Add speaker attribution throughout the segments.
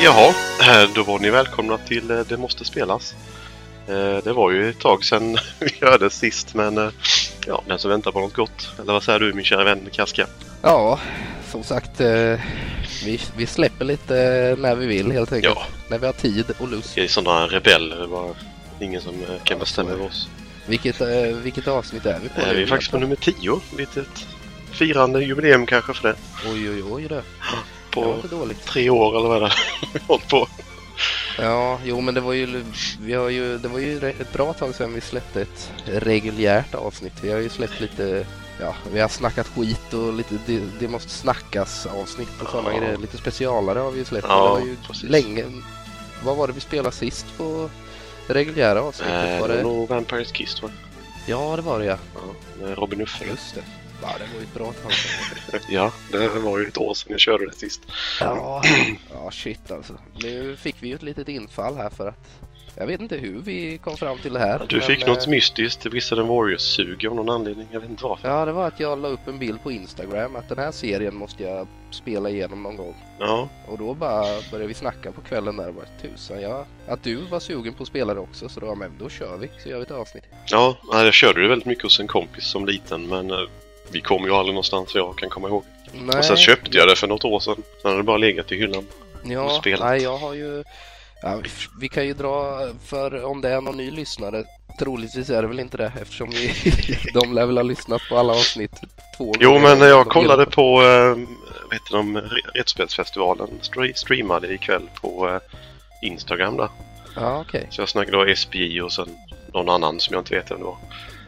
Speaker 1: Jaha, eh, då var ni välkomna till eh, Det måste spelas. Eh, Det var ju ett tag sedan vi hördes sist men eh, ja, den som väntar på något gott. Eller vad säger du min kära vän Kaska?
Speaker 2: Ja, som sagt. eh, Vi, vi släpper lite eh, när vi vill helt enkelt.
Speaker 1: Ja,
Speaker 2: När vi har tid och lust.
Speaker 1: vi är sådana rebeller bara. Ingen som eh, kan bestämma över oss.
Speaker 2: Vilket, eh, vilket avsnitt är vi på?
Speaker 1: Eh, Vi är faktiskt på nummer 10. Litet firande jubileum kanske för det.
Speaker 2: Oj, oj, oj det. Det var
Speaker 1: På
Speaker 2: inte dåligt.
Speaker 1: tre år eller vad det är vi har hållit på.
Speaker 2: Ja, jo men det var ju, vi har ju, det var ju re- ett bra tag sedan vi släppte ett reguljärt avsnitt. Vi har ju släppt lite, ja, vi har snackat skit och lite det, det måste snackas avsnitt och sådana
Speaker 1: Ja.
Speaker 2: grejer. Lite specialare har vi ju släppt.
Speaker 1: Ja,
Speaker 2: det var ju
Speaker 1: precis.
Speaker 2: länge, vad var det vi spelade sist på reguljära avsnittet?
Speaker 1: Eh,
Speaker 2: var
Speaker 1: Det var
Speaker 2: det?
Speaker 1: nog Vampires Kiss tror jag.
Speaker 2: Ja, det var det ja.
Speaker 1: Ja, med Robin Uffe.
Speaker 2: Just det. Ja, det var ju ett bra tag sedan.
Speaker 1: Ja, det var ju ett år sedan jag körde det sist.
Speaker 2: Ja, ja shit alltså. Nu fick vi ju ett litet infall här för att jag vet inte hur vi kom fram till det här.
Speaker 1: Du fick
Speaker 2: men,
Speaker 1: något
Speaker 2: eh,
Speaker 1: mystiskt Wizard and Warriors-sug av någon anledning. Jag vet inte varför.
Speaker 2: Ja, det var att jag la upp en bild på Instagram att den här serien måste jag spela igenom någon gång.
Speaker 1: Ja,
Speaker 2: Och då bara började vi snacka på kvällen där och bara tusan ja, att du var sugen på att spela det också så då var jag med, då kör vi så gör vi ett avsnitt.
Speaker 1: ja nej, jag körde ju väldigt mycket hos en kompis som liten men eh, vi kom ju aldrig någonstans vad jag kan komma ihåg.
Speaker 2: Nej,
Speaker 1: Och sen köpte jag det för något år sedan. Sen hade det bara legat i hyllan.
Speaker 2: ja,
Speaker 1: och spelat.
Speaker 2: Nej, jag har ju, ja, vi, vi kan ju dra för om det är någon ny lyssnare, troligtvis är det väl inte det eftersom vi, de lär väl ha lyssnat på alla avsnitt två gånger.
Speaker 1: Jo men när jag
Speaker 2: De-
Speaker 1: kollade på äh, vet du, de, Re- Rättspelsfestivalen stre- streamade ikväll på eh, Instagram där.
Speaker 2: Ja, okej.
Speaker 1: Så jag snackade då SPJ och sen någon annan som jag inte vet vem det var.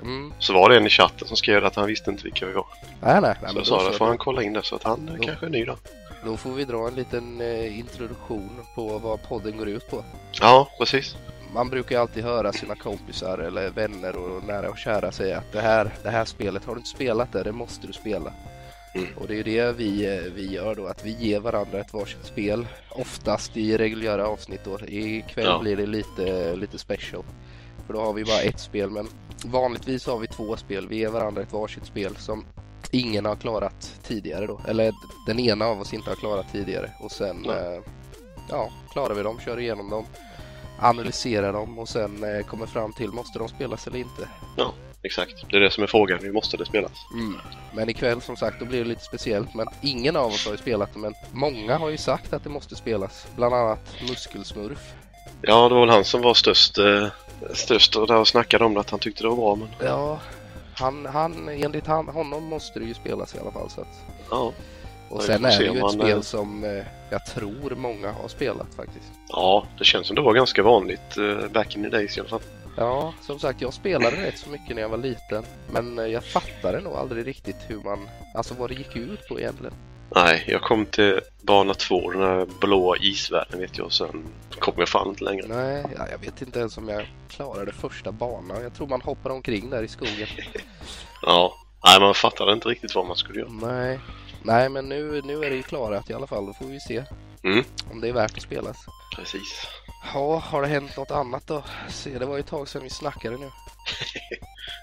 Speaker 2: Mm.
Speaker 1: Så var det en i chatten som skrev att han visste inte vilka vi var.
Speaker 2: Nej, nej. nej
Speaker 1: så
Speaker 2: men
Speaker 1: jag
Speaker 2: då
Speaker 1: sa det
Speaker 2: så,
Speaker 1: får han kolla in det så att han eh,
Speaker 2: Då-
Speaker 1: kanske är ny då.
Speaker 2: Då får vi dra en liten eh, introduktion på vad podden går ut på.
Speaker 1: Ja, precis.
Speaker 2: Man brukar ju alltid höra sina kompisar eller vänner och nära och kära säga att det här, det här spelet, har du inte spelat det, det måste du spela.
Speaker 1: Mm.
Speaker 2: Och det är ju det vi, eh, vi gör då, att vi ger varandra ett varsitt spel. Oftast i reguljära avsnitt då. Ikväll
Speaker 1: Ja.
Speaker 2: blir det lite, lite special. För då har vi bara ett spel, men vanligtvis har vi två spel. Vi ger varandra ett varsitt spel som ingen har klarat tidigare då. Eller den ena av oss inte har klarat tidigare. Och sen,
Speaker 1: Ja.
Speaker 2: eh, ja, klarar vi dem, kör igenom dem, analyserar dem och sen eh, kommer fram till, måste de spelas eller inte?
Speaker 1: Exakt. Det är det som är frågan. Vi måste det spelas.
Speaker 2: Men ikväll som sagt, då blir det lite speciellt. Men ingen av oss har ju spelat det, men många har ju sagt att det måste spelas. Bland annat Muskelsmurf.
Speaker 1: Ja, det var väl han som var störst, eh, störst och där och snackade om det, att han tyckte det var bra. Men,
Speaker 2: Ja, han, han, enligt han, honom måste det ju spelas i alla fall. Så att,
Speaker 1: ja. Ja,
Speaker 2: och
Speaker 1: vi
Speaker 2: sen
Speaker 1: får
Speaker 2: är
Speaker 1: se
Speaker 2: det
Speaker 1: om
Speaker 2: ju ett
Speaker 1: han, eh,
Speaker 2: spel som eh, jag tror många har spelat faktiskt.
Speaker 1: ja, det känns som det var ganska vanligt eh, back in the days i alla fall.
Speaker 2: Ja, som sagt, jag spelade rätt så mycket när jag var liten. Men eh, jag fattade nog aldrig riktigt hur man, alltså vad det gick ut på egentligen.
Speaker 1: Nej, jag kom till bana två, den här blåa isvärlden vet jag, och sen kom jag fan inte längre.
Speaker 2: Nej, ja, jag vet inte ens om jag klarade första banan. Jag tror man hoppar omkring där i skogen.
Speaker 1: Ja. Nej, man fattade inte riktigt vad man skulle göra.
Speaker 2: Nej, Nej men nu, nu är det ju klarat i alla fall. Då får vi se
Speaker 1: Mm.
Speaker 2: om det är värt att spelas.
Speaker 1: Precis.
Speaker 2: Ja, har det hänt något annat då? Se, det var ju ett tag sedan vi snackade nu.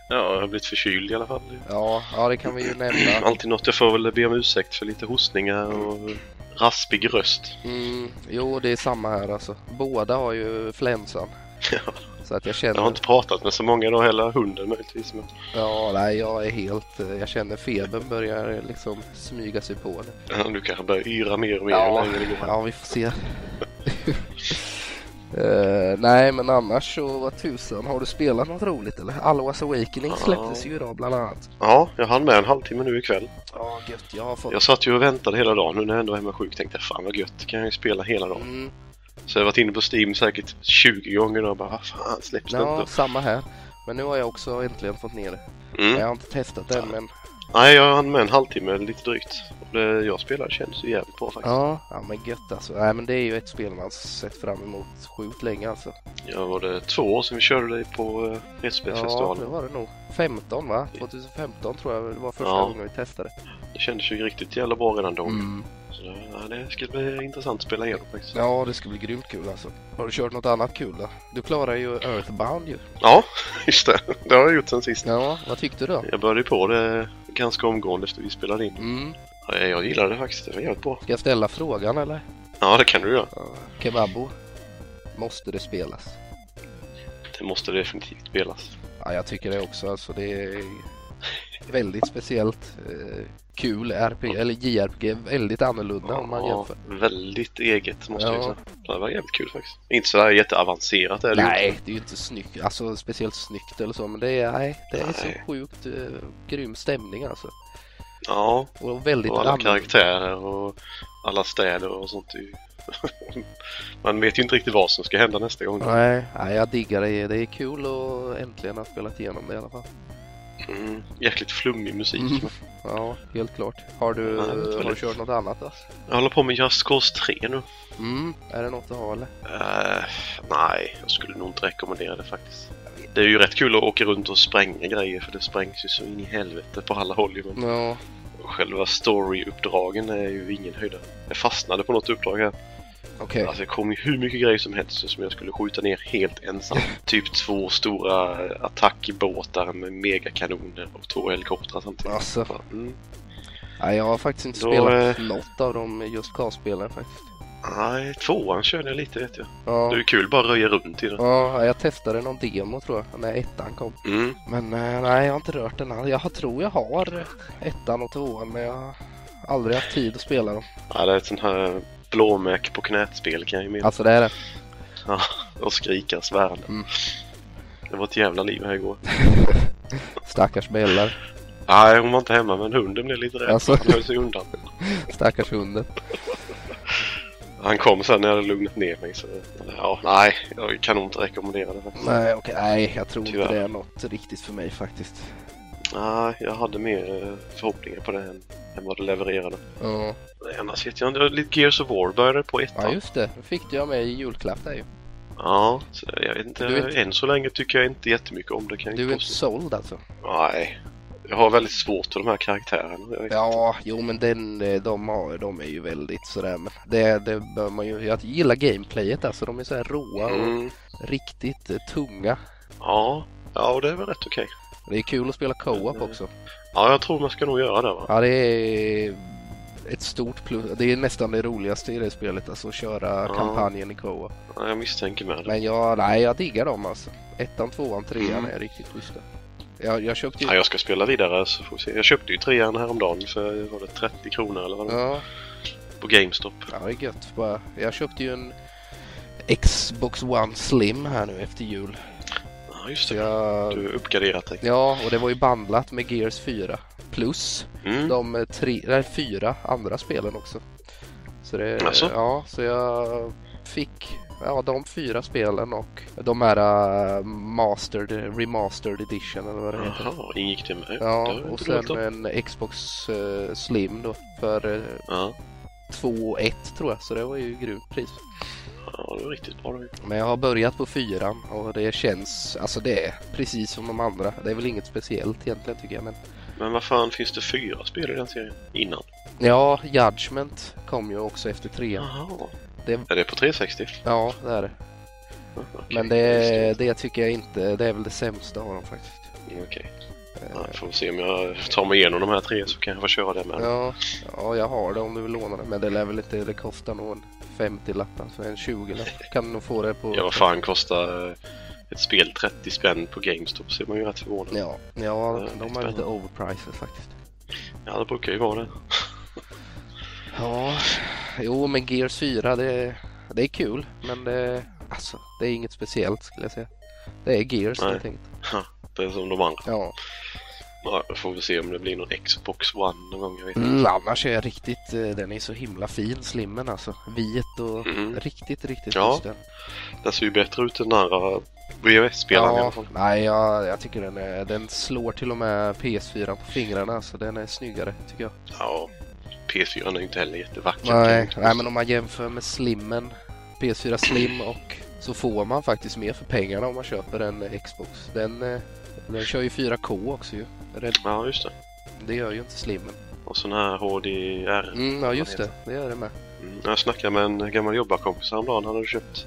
Speaker 1: Ja, jag har blivit förkyld i alla fall.
Speaker 2: Ja, ja det kan vi ju nämna.
Speaker 1: Alltid något jag får väl be om ursäkt för lite hostningar och raspig röst.
Speaker 2: Mm, jo, det är samma här alltså. Båda har ju flänsan.
Speaker 1: Ja.
Speaker 2: Så att
Speaker 1: Jag har
Speaker 2: jag känner...
Speaker 1: inte pratat med så många idag heller, hunden möjligtvis. Men...
Speaker 2: Ja, nej, jag är helt... eh, Jag känner febern börjar liksom smyga sig på. Det.
Speaker 1: Ja, Du kanske börjar yra mer och mer
Speaker 2: Ja,
Speaker 1: ju längre det går.
Speaker 2: ja, vi får se. Eh, nej, men annars så vad tusan, har du spelat något roligt eller? Alloas Awakening
Speaker 1: Ja.
Speaker 2: släpptes ju idag bland annat.
Speaker 1: Ja, jag hann med en halvtimme nu ikväll.
Speaker 2: Ja, gött. Jag har fått...
Speaker 1: Jag satt ju och väntade hela dagen. Nu när jag ändå är hemma sjuk tänkte jag fan vad gött, kan jag ju spela hela dagen.
Speaker 2: Mm,
Speaker 1: Så jag har varit inne på Steam säkert 20 gånger och bara "Ah, fan släpps det
Speaker 2: ja,
Speaker 1: inte?
Speaker 2: samma här. Men nu har jag också äntligen fått ner det. Jag
Speaker 1: Mm.
Speaker 2: har inte testat det än, men
Speaker 1: Nej, jag hann med en halvtimme lite drygt. Och det jag spelade kändes ju jävligt bra faktiskt.
Speaker 2: ja, ja, men gött alltså. Nej, men det är ju ett spel man sett fram emot sjukt länge alltså.
Speaker 1: Ja, var det två år sedan vi körde det på uh,
Speaker 2: Ja,
Speaker 1: Rättsspelsfestivalen.
Speaker 2: det var det nog. 15 va? 2015 tror jag det var första
Speaker 1: Ja.
Speaker 2: gången vi testade.
Speaker 1: Det kändes ju riktigt jävla bra redan
Speaker 2: Mm.
Speaker 1: då. Så det, ja, det ska bli intressant att spela igenom faktiskt.
Speaker 2: Ja, det ska bli grymt kul alltså. Har du kört något annat kul då? Du klarar ju Earthbound ju.
Speaker 1: Ja, just det. Det har jag gjort sen sist.
Speaker 2: Ja, vad tyckte du då?
Speaker 1: Jag började ju på det ganska omgående efter vi spelade in.
Speaker 2: Mm.
Speaker 1: Ja, Jag gillade det faktiskt, det var jävligt bra.
Speaker 2: Ska jag ställa frågan eller?
Speaker 1: Ja, det kan du göra.
Speaker 2: Ja. Kebabo. Måste det spelas?
Speaker 1: Det måste definitivt spelas.
Speaker 2: Ja, jag tycker det också. Alltså det är väldigt speciellt. eh, Kul RPG, eller JRPG, väldigt annorlunda om man jämför.
Speaker 1: väldigt eget måste
Speaker 2: Ja.
Speaker 1: jag säga. Det var jävligt kul faktiskt. Inte sådär jätteavancerat är det ju
Speaker 2: Nej, det är ju inte snyggt, alltså speciellt snyggt eller så, men det är, nej, det är
Speaker 1: Nej.
Speaker 2: så sjukt eh, grym stämning alltså.
Speaker 1: Ja,
Speaker 2: Och väldigt
Speaker 1: och alla
Speaker 2: annorlunda.
Speaker 1: karaktärer och alla städer och sånt. är ju- Man vet ju inte riktigt vad som ska hända nästa gång.
Speaker 2: Nej, nej, jag diggar det. Det är kul och äntligen ha spelat igenom det i alla fall.
Speaker 1: Mm, jäkligt flummig musik.
Speaker 2: Mm. Ja, helt klart. Har du,
Speaker 1: Nej, det var
Speaker 2: har du
Speaker 1: lite-
Speaker 2: kört något annat då?
Speaker 1: Jag håller på med Just Cause 3 nu.
Speaker 2: Mm, är det något att ha eller?
Speaker 1: Eh, nej, jag skulle nog inte rekommendera det faktiskt. Det är ju rätt kul att åka runt och spränga grejer för det sprängs ju så in i helvete på alla håll ju. Men
Speaker 2: Ja,
Speaker 1: själva story-uppdragen är ju ingen höjdare. Jag fastnade på något uppdrag här.
Speaker 2: okej.
Speaker 1: Alltså det kom ju hur mycket grejer som helst som jag skulle skjuta ner helt ensam. typ två stora attackbåtar med megakanoner och två helikoptrar samtidigt.
Speaker 2: Alltså,
Speaker 1: Mm.
Speaker 2: nej, jag har faktiskt inte
Speaker 1: Då, eh,
Speaker 2: spelat något av de just Cars-spelen faktiskt.
Speaker 1: Nej, tvåan körde jag lite vet jag. Det är
Speaker 2: Ja,
Speaker 1: ju kul bara att röja runt i den.
Speaker 2: ja, jag testade någon demo tror jag, när ettan kom.
Speaker 1: Mm.
Speaker 2: Men eh, nej, jag har inte rört den alls. Jag har- tror jag har ettan och tvåan, men jag har aldrig haft tid att spela dem.
Speaker 1: Ja, det är ett sånt här blåmärke på knät-spel kan jag ju mena.
Speaker 2: Alltså det är det.
Speaker 1: och skrika svärande.
Speaker 2: Mm.
Speaker 1: Det var ett jävla liv här igår.
Speaker 2: Stackars Bellar.
Speaker 1: Nej, hon var inte hemma men hunden blev lite rädd.
Speaker 2: Alltså.
Speaker 1: Han höll sig undan.
Speaker 2: Stackars hunden.
Speaker 1: Han kom sen när jag hade lugnat ner mig så... Ja, nej, jag kan nog inte rekommendera det faktiskt.
Speaker 2: Nej, okej. Nej, jag tror inte
Speaker 1: Tyvärr.
Speaker 2: det är något riktigt för mig faktiskt.
Speaker 1: Nej, jag hade mer eh, förhoppningar på det än, än vad det levererade.
Speaker 2: Ja,
Speaker 1: Nej, Annars vet jag inte. Lite Gears of War började på ettan.
Speaker 2: ja just det. Det fick jag med i julklapp där ju.
Speaker 1: Ja, så jag vet inte.
Speaker 2: Du är inte-
Speaker 1: Än så länge tycker jag inte jättemycket om det kan jag
Speaker 2: Du är
Speaker 1: inte
Speaker 2: inte
Speaker 1: påstå.
Speaker 2: såld alltså?
Speaker 1: Nej. Jag har väldigt svårt för de här karaktärerna. Jag vet inte.
Speaker 2: Ja, jo men den, eh, de, har, de är ju väldigt sådär. Men det, det bör man ju. Jag gillar gameplayet alltså. De är sådär råa och
Speaker 1: Mm.
Speaker 2: riktigt eh, tunga.
Speaker 1: Ja. ja, och det är väl rätt okej.
Speaker 2: Det är kul att spela co-op också.
Speaker 1: Ja, jag tror man ska nog göra det va?
Speaker 2: Ja, det är ett stort plus. Det är nästan det roligaste i det spelet, alltså att köra
Speaker 1: Ja.
Speaker 2: kampanjen i co-op.
Speaker 1: Ja, jag misstänker med det.
Speaker 2: Men jag, nej, jag diggar dem alltså. Ettan, tvåan, trean
Speaker 1: Mm.
Speaker 2: är riktigt schyssta. Jag, jag köpte ju...
Speaker 1: Ja, jag ska spela vidare så får vi se. Jag köpte ju trean häromdagen för var det 30 kronor eller vad det var
Speaker 2: Ja,
Speaker 1: på GameStop.
Speaker 2: ja, det är gött. Bara, jag köpte ju en Xbox One Slim här nu efter jul.
Speaker 1: Ja, just
Speaker 2: Så
Speaker 1: det.
Speaker 2: jag...
Speaker 1: Du har uppgraderat dig.
Speaker 2: Ja, och det var ju bandlat med Gears 4 plus
Speaker 1: Mm.
Speaker 2: de eh, tre, nej, fyra andra spelen också. Så det,
Speaker 1: Jaså?
Speaker 2: ja, så jag fick ja, de fyra spelen och de här eh, mastered, remastered edition eller vad det heter.
Speaker 1: Jaha, ingick det med?
Speaker 2: Ja,
Speaker 1: det var
Speaker 2: och
Speaker 1: inte dåligt
Speaker 2: sen
Speaker 1: då.
Speaker 2: en Xbox eh, Slim då för uh,
Speaker 1: Ja,
Speaker 2: 2 1 tror jag, så det var ju grymt pris.
Speaker 1: ja, det var riktigt bra. det.
Speaker 2: Men jag har börjat på fyran och det känns, alltså det är precis som de andra. Det är väl inget speciellt egentligen tycker jag men
Speaker 1: Men vad fan finns det fyra spel i den serien? Innan?
Speaker 2: ja, Judgment kom ju också efter trean.
Speaker 1: Jaha.
Speaker 2: Det-
Speaker 1: Är det på 360?
Speaker 2: Ja, det är det.
Speaker 1: Ja, okej.
Speaker 2: Men det, det tycker jag inte, det är väl det sämsta av dem faktiskt. Eh,
Speaker 1: Mm, Okej. Ja, jag får vi se om jag tar mig igenom de här tre så kan jag få köra det med.
Speaker 2: Ja, ja jag har det om du vill låna det. Men det lär väl inte, det kostar nog en 50-lapp alltså, en 20-lapp kan du nog få det på...
Speaker 1: Ja, vad fan kostar eh, ett spel 30 spänn på GameStop så är man ju rätt förvånad.
Speaker 2: Ja, ja
Speaker 1: det är
Speaker 2: de är lite overpriced faktiskt.
Speaker 1: Ja, det brukar ju vara det.
Speaker 2: Ja, jo men Gears 4 det, det är kul men det, alltså, det är inget speciellt skulle jag säga. Det är Gears
Speaker 1: Nej.
Speaker 2: helt enkelt.
Speaker 1: Det är som de andra.
Speaker 2: Ja.
Speaker 1: Ja, då får vi se om det blir någon Xbox One någon gång, jag vet inte.
Speaker 2: Mm, annars är jag riktigt, eh, den är så himla fin slimmen alltså. Vit och
Speaker 1: Mm.
Speaker 2: riktigt, riktigt
Speaker 1: Ja.
Speaker 2: schysst den.
Speaker 1: Den ser ju bättre ut än den eh, andra VHS-spelaren i alla fall.
Speaker 2: nej jag, jag tycker den, är, den slår till och med PS4 på fingrarna så den är snyggare tycker jag.
Speaker 1: Ja, PS4 är ju inte heller jättevacker.
Speaker 2: Nej,
Speaker 1: kan jag
Speaker 2: nej men om man jämför med slimmen, PS4 Slim och så får man faktiskt mer för pengarna om man köper en eh, Xbox. Den, eh, den kör ju 4K också ju. Det,
Speaker 1: påstå. Ja, just det.
Speaker 2: det gör ju inte slimmen.
Speaker 1: Och sån här HDR.
Speaker 2: Mm, ja just det, det gör det med.
Speaker 1: Mm. Jag snackade med en gammal jobbarkompis häromdagen. Han hade köpt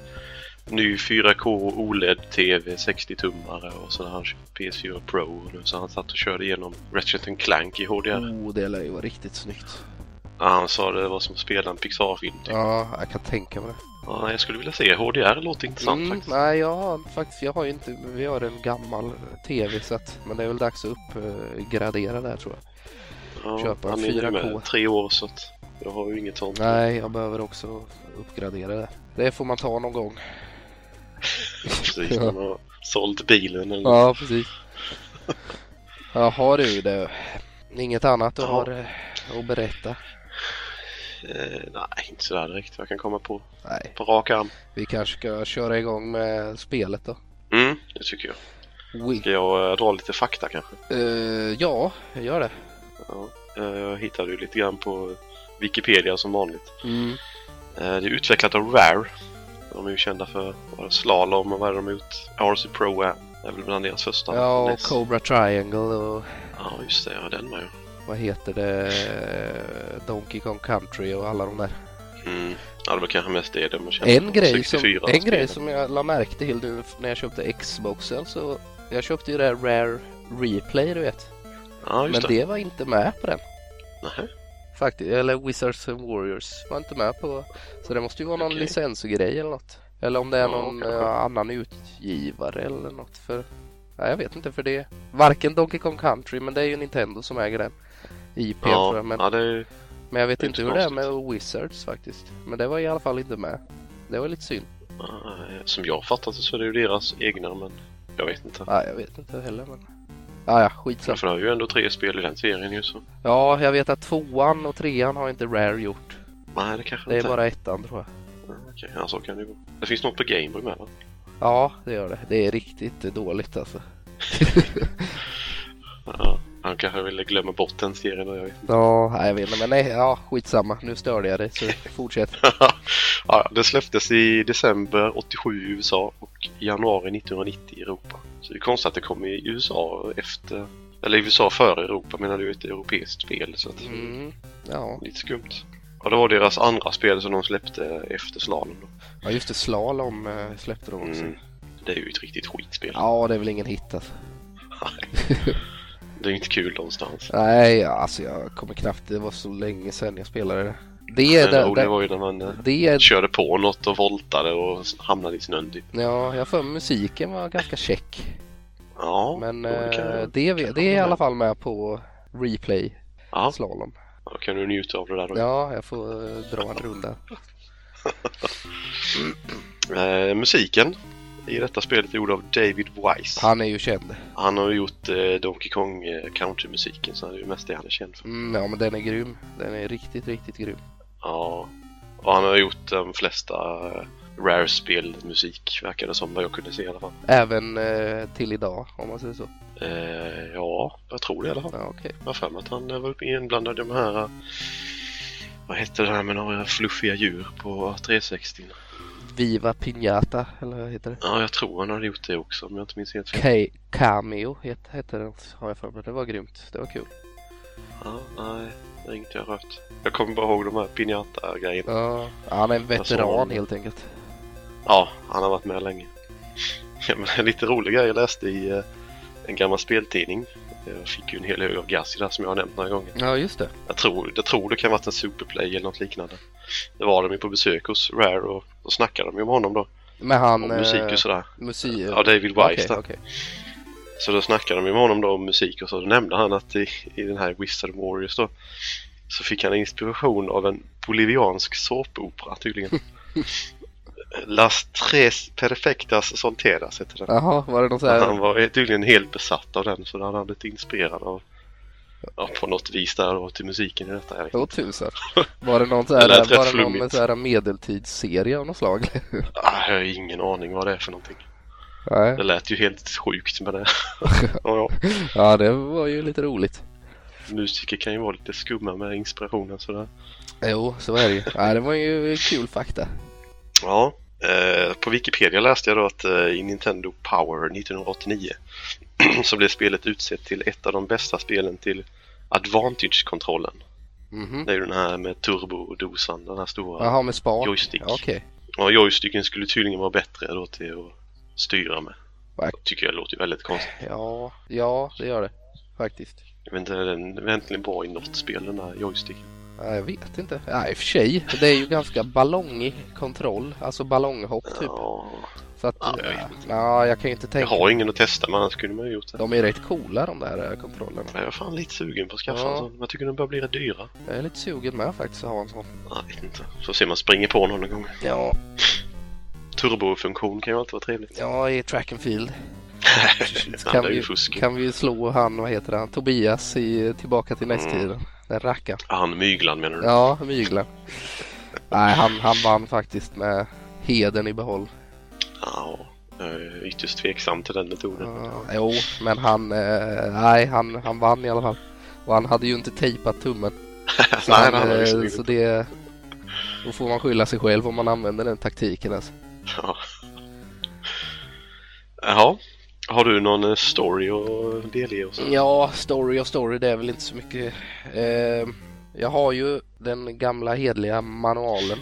Speaker 1: ny 4K OLED-TV, 60-tummare och så hade han köpt PS4
Speaker 2: Mm.
Speaker 1: Pro. och nu Så han satt och körde igenom Ratchet Clank i HDR.
Speaker 2: Oh, det lär ju vara riktigt snyggt.
Speaker 1: Ja, han sa det var som att spela en Pixar-film typ.
Speaker 2: Ja, jag kan tänka mig det.
Speaker 1: Ja, jag skulle vilja se HDR, låter intressant
Speaker 2: Mm,
Speaker 1: faktiskt.
Speaker 2: nej, jag har faktiskt, jag har ju inte, vi har en gammal TV så att, men det är väl dags att uppgradera där tror jag.
Speaker 1: Ja,
Speaker 2: köpa
Speaker 1: han är ju
Speaker 2: 4K.
Speaker 1: med tre år så att jag har ju inget sånt.
Speaker 2: Nej, jag behöver också uppgradera det. Det får man ta någon gång.
Speaker 1: Precis,
Speaker 2: Ja.
Speaker 1: när man har sålt bilen eller
Speaker 2: Ja, precis. Jaha du, det. Inget annat du
Speaker 1: Ja.
Speaker 2: har eh, att berätta?
Speaker 1: eh, Nej, inte sådär direkt. Jag kan komma på,
Speaker 2: Nej,
Speaker 1: på rak arm.
Speaker 2: vi kanske ska köra igång med spelet då.
Speaker 1: Mm, det tycker jag.
Speaker 2: Oui.
Speaker 1: Ska jag eh, dra lite fakta kanske?
Speaker 2: Eh, ja, gör det.
Speaker 1: Ja. Eh, jag hittade ju lite grann på Wikipedia som vanligt.
Speaker 2: Mm.
Speaker 1: Eh, det är utvecklat av Rare. De är ju kända för vad är det, slalom och vad är det de har gjort? RC Pro Am. Det är väl bland deras första.
Speaker 2: Ja, och
Speaker 1: NES.
Speaker 2: Cobra Triangle och
Speaker 1: Ja, just det. Ja, den med ju.
Speaker 2: vad heter det? Donkey Kong Country och alla de där.
Speaker 1: Mm. Ja, det var kanske mest det de kände
Speaker 2: En
Speaker 1: på.
Speaker 2: grej, som,
Speaker 1: 64
Speaker 2: en
Speaker 1: spelen.
Speaker 2: grej som jag la märke till nu när jag köpte Xboxen så jag köpte ju det här Rare Replay du vet.
Speaker 1: Ja,
Speaker 2: Men
Speaker 1: just det.
Speaker 2: det var inte med på den
Speaker 1: Nähä.
Speaker 2: faktiskt. Eller Wizards and Warriors var inte med på. Så det måste ju vara någon
Speaker 1: Okej.
Speaker 2: licensgrej eller något. Eller om det är
Speaker 1: Ja,
Speaker 2: någon
Speaker 1: kanske.
Speaker 2: eh, annan utgivare eller något för... Nej, jag vet inte för det. Varken Donkey Kong Country men det är ju Nintendo som äger den. IP tror
Speaker 1: Ja,
Speaker 2: jag men,
Speaker 1: ja, det är
Speaker 2: men jag vet
Speaker 1: det är inte
Speaker 2: inte hur det är
Speaker 1: konstigt.
Speaker 2: med Wizards faktiskt. Men det var i alla fall inte med. Det var lite synd.
Speaker 1: Nej, Eh, Som jag fattat det så är det ju deras egna men jag vet inte.
Speaker 2: Nej, jag vet inte heller men... Ah, ja, skitsamma.
Speaker 1: Ja, för det är ju ändå tre spel i den serien ju så.
Speaker 2: Ja, jag vet att tvåan och trean har inte Rare gjort.
Speaker 1: Nej det kanske
Speaker 2: Det är
Speaker 1: inte
Speaker 2: bara ettan tror jag.
Speaker 1: Ja, Okej, ja så kan det ju vara. Det finns något på Gameboy med va?
Speaker 2: Ja, det gör det. Det är riktigt dåligt alltså.
Speaker 1: Ja, han kanske ville glömma bort den serien och jag vet inte.
Speaker 2: Ja, nej, jag vet inte, men nej, ja, skitsamma. Nu störde jag dig, så fortsätt.
Speaker 1: ja, det släpptes i december 87 i USA och i januari 1990 i Europa. Så det är konstigt att det kom i USA efter... Eller i USA före Europa menar du ett europeiskt spel så att...
Speaker 2: Mm. Ja.
Speaker 1: Lite skumt. Ja, det var deras andra spel som de släppte efter slalom då.
Speaker 2: ja, just det. Slalom eh, släppte de också.
Speaker 1: Mm. Det är ju ett riktigt skitspel.
Speaker 2: Ja, det är väl ingen hit alltså.
Speaker 1: Det är ju inte kul någonstans.
Speaker 2: Nej, alltså jag kommer knappt... Det var så länge sedan jag spelade det. Det är
Speaker 1: Men det
Speaker 2: det,
Speaker 1: roliga
Speaker 2: det,
Speaker 1: var ju när man eh,
Speaker 2: det är...
Speaker 1: körde på något och voltade och s- hamnade i snön typ.
Speaker 2: Ja, jag har för mig musiken var ganska check.
Speaker 1: Ja,
Speaker 2: Men
Speaker 1: då kan
Speaker 2: eh,
Speaker 1: jag-
Speaker 2: det, är- det är i alla fall med på replay
Speaker 1: ja,
Speaker 2: slalom.
Speaker 1: då kan du njuta av det där då.
Speaker 2: Ja, jag får eh, dra en runda.
Speaker 1: Eh, musiken i detta spelet är gjord av David Wise. Han,
Speaker 2: Han är ju känd.
Speaker 1: har ju gjort eh, Donkey Kong eh, countrymusiken så det är ju mest det han är känd för.
Speaker 2: Mm, ja, men den är grym. Den är riktigt, riktigt grym.
Speaker 1: Ja, och han har gjort de flesta eh, Rare-spel musik verkar det som vad jag kunde se i alla fall.
Speaker 2: Även eh, till idag, om man säger så.
Speaker 1: Eh, ja, jag tror det i alla fall.
Speaker 2: Ja, okej.
Speaker 1: Jag har för mig att han eh, var inblandad i de här... eh, Vad hette det här med några fluffiga djur på 360?
Speaker 2: Viva Piñata, eller vad heter det?
Speaker 1: Ja, jag tror han hade gjort det också om jag inte minns helt fel.
Speaker 2: K- cameo het- hette den, har jag för mig. Det var grymt. Det var kul.
Speaker 1: Ja, nej, det är inget jag har rört. Jag kommer bara ihåg de här Pinata-grejerna.
Speaker 2: Ja, han är en
Speaker 1: Jag såg
Speaker 2: veteran
Speaker 1: honom.
Speaker 2: helt enkelt.
Speaker 1: Ja, han har varit med länge. Ja, men en lite rolig grej jag läste i eh, en gammal speltidning. Jag fick ju en hel hög av Gassi där som jag har nämnt några gånger.
Speaker 2: Ja, just det.
Speaker 1: Jag tror, jag tror det kan ha varit en Superplay eller något liknande. Det var de ju på besök hos Rare och, och snackade de ju om honom då.
Speaker 2: Men han...
Speaker 1: Om musik och sådär.
Speaker 2: musik.
Speaker 1: Ja, David Wise
Speaker 2: Okej,
Speaker 1: där.
Speaker 2: okej.
Speaker 1: Så då snackade de ju med honom då om musik och så då nämnde han att i, i den här Wizard Warriors då så fick han inspiration av en boliviansk såpopera tydligen. Las Tres Perfectas Solteras heter den.
Speaker 2: Jaha, var det någon sån här...
Speaker 1: Han var tydligen helt besatt av den så då hade han blivit inspirerad av ja, på något vis där då till musiken i detta. Jag vet.
Speaker 2: Åh tusan. Var det någon, så
Speaker 1: Det
Speaker 2: här,
Speaker 1: lät rätt
Speaker 2: var det någon
Speaker 1: flummigt.
Speaker 2: med så här medeltidsserie av något slag?
Speaker 1: Ah, jag har ingen aning vad det är för någonting.
Speaker 2: Nej.
Speaker 1: Det lät ju helt sjukt men det... ja, ja.
Speaker 2: Ja, det var ju lite roligt.
Speaker 1: Musiker kan ju vara lite skumma med inspirationen sådär.
Speaker 2: Jo, så är det ju. Ja, det var ju kul fakta.
Speaker 1: Ja, eh, på Wikipedia läste jag då att eh, i Nintendo Power 1989 så blev spelet utsett till ett av de bästa spelen till Advantage-kontrollen.
Speaker 2: Mhm.
Speaker 1: Det är ju den här med turbodosan, den här stora
Speaker 2: Jaha, med spak.
Speaker 1: joystick.
Speaker 2: Ja, Okej.
Speaker 1: Ja, joysticken skulle tydligen vara bättre då till att styra med.
Speaker 2: Va?
Speaker 1: Tycker jag låter väldigt konstigt.
Speaker 2: Ja, ja, det gör det. Faktiskt.
Speaker 1: Jag vet inte, är den är egentligen bra i något spel den där joysticken?
Speaker 2: Ja, jag vet inte. Ja, i och för sig. Det är ju ganska ballongig kontroll. Alltså ballonghopp typ.
Speaker 1: Ja,
Speaker 2: Så att,
Speaker 1: Ja,
Speaker 2: ja,
Speaker 1: jag vet
Speaker 2: ja, jag kan ju inte
Speaker 1: jag
Speaker 2: tänka.
Speaker 1: har ingen att testa men annars skulle man ju gjort det.
Speaker 2: De är rätt coola de där eh, kontrollerna.
Speaker 1: Jag är fan lite sugen på att skaffa en
Speaker 2: Ja.
Speaker 1: sån. Men jag tycker de börjar bli rätt dyra.
Speaker 2: Jag är lite sugen med faktiskt att ha en sån.
Speaker 1: Jag vet inte. Så ser man springer på någon gång.
Speaker 2: Ja,
Speaker 1: Turbofunktion kan ju alltid vara trevligt.
Speaker 2: ja i track and field.
Speaker 1: Nej,
Speaker 2: kan
Speaker 1: det är
Speaker 2: vi-
Speaker 1: ju fusk.
Speaker 2: Kan vi ju slå han, vad heter han, Tobias i Tillbaka till
Speaker 1: Mm.
Speaker 2: näst-tiden. Den rackaren.
Speaker 1: Ah, Han myglan menar du?
Speaker 2: Ja, myglan. Nej, han, han vann faktiskt med heden i behåll.
Speaker 1: Ja. Jag är ytterst tveksam till den metoden.
Speaker 2: Ja, Eh, jo, men han, eh, nej, han, han vann i alla fall. Och han hade ju inte tejpat tummen. Så,
Speaker 1: Nej,
Speaker 2: han,
Speaker 1: det hade
Speaker 2: eh,
Speaker 1: jag visst
Speaker 2: så
Speaker 1: inte.
Speaker 2: det... Då får man skylla sig själv om man använder den taktiken alltså.
Speaker 1: Ja. Jaha. Har du någon eh, story att delge oss?
Speaker 2: Ja, story och story, det är väl inte så mycket. Eh, jag har ju den gamla hedliga manualen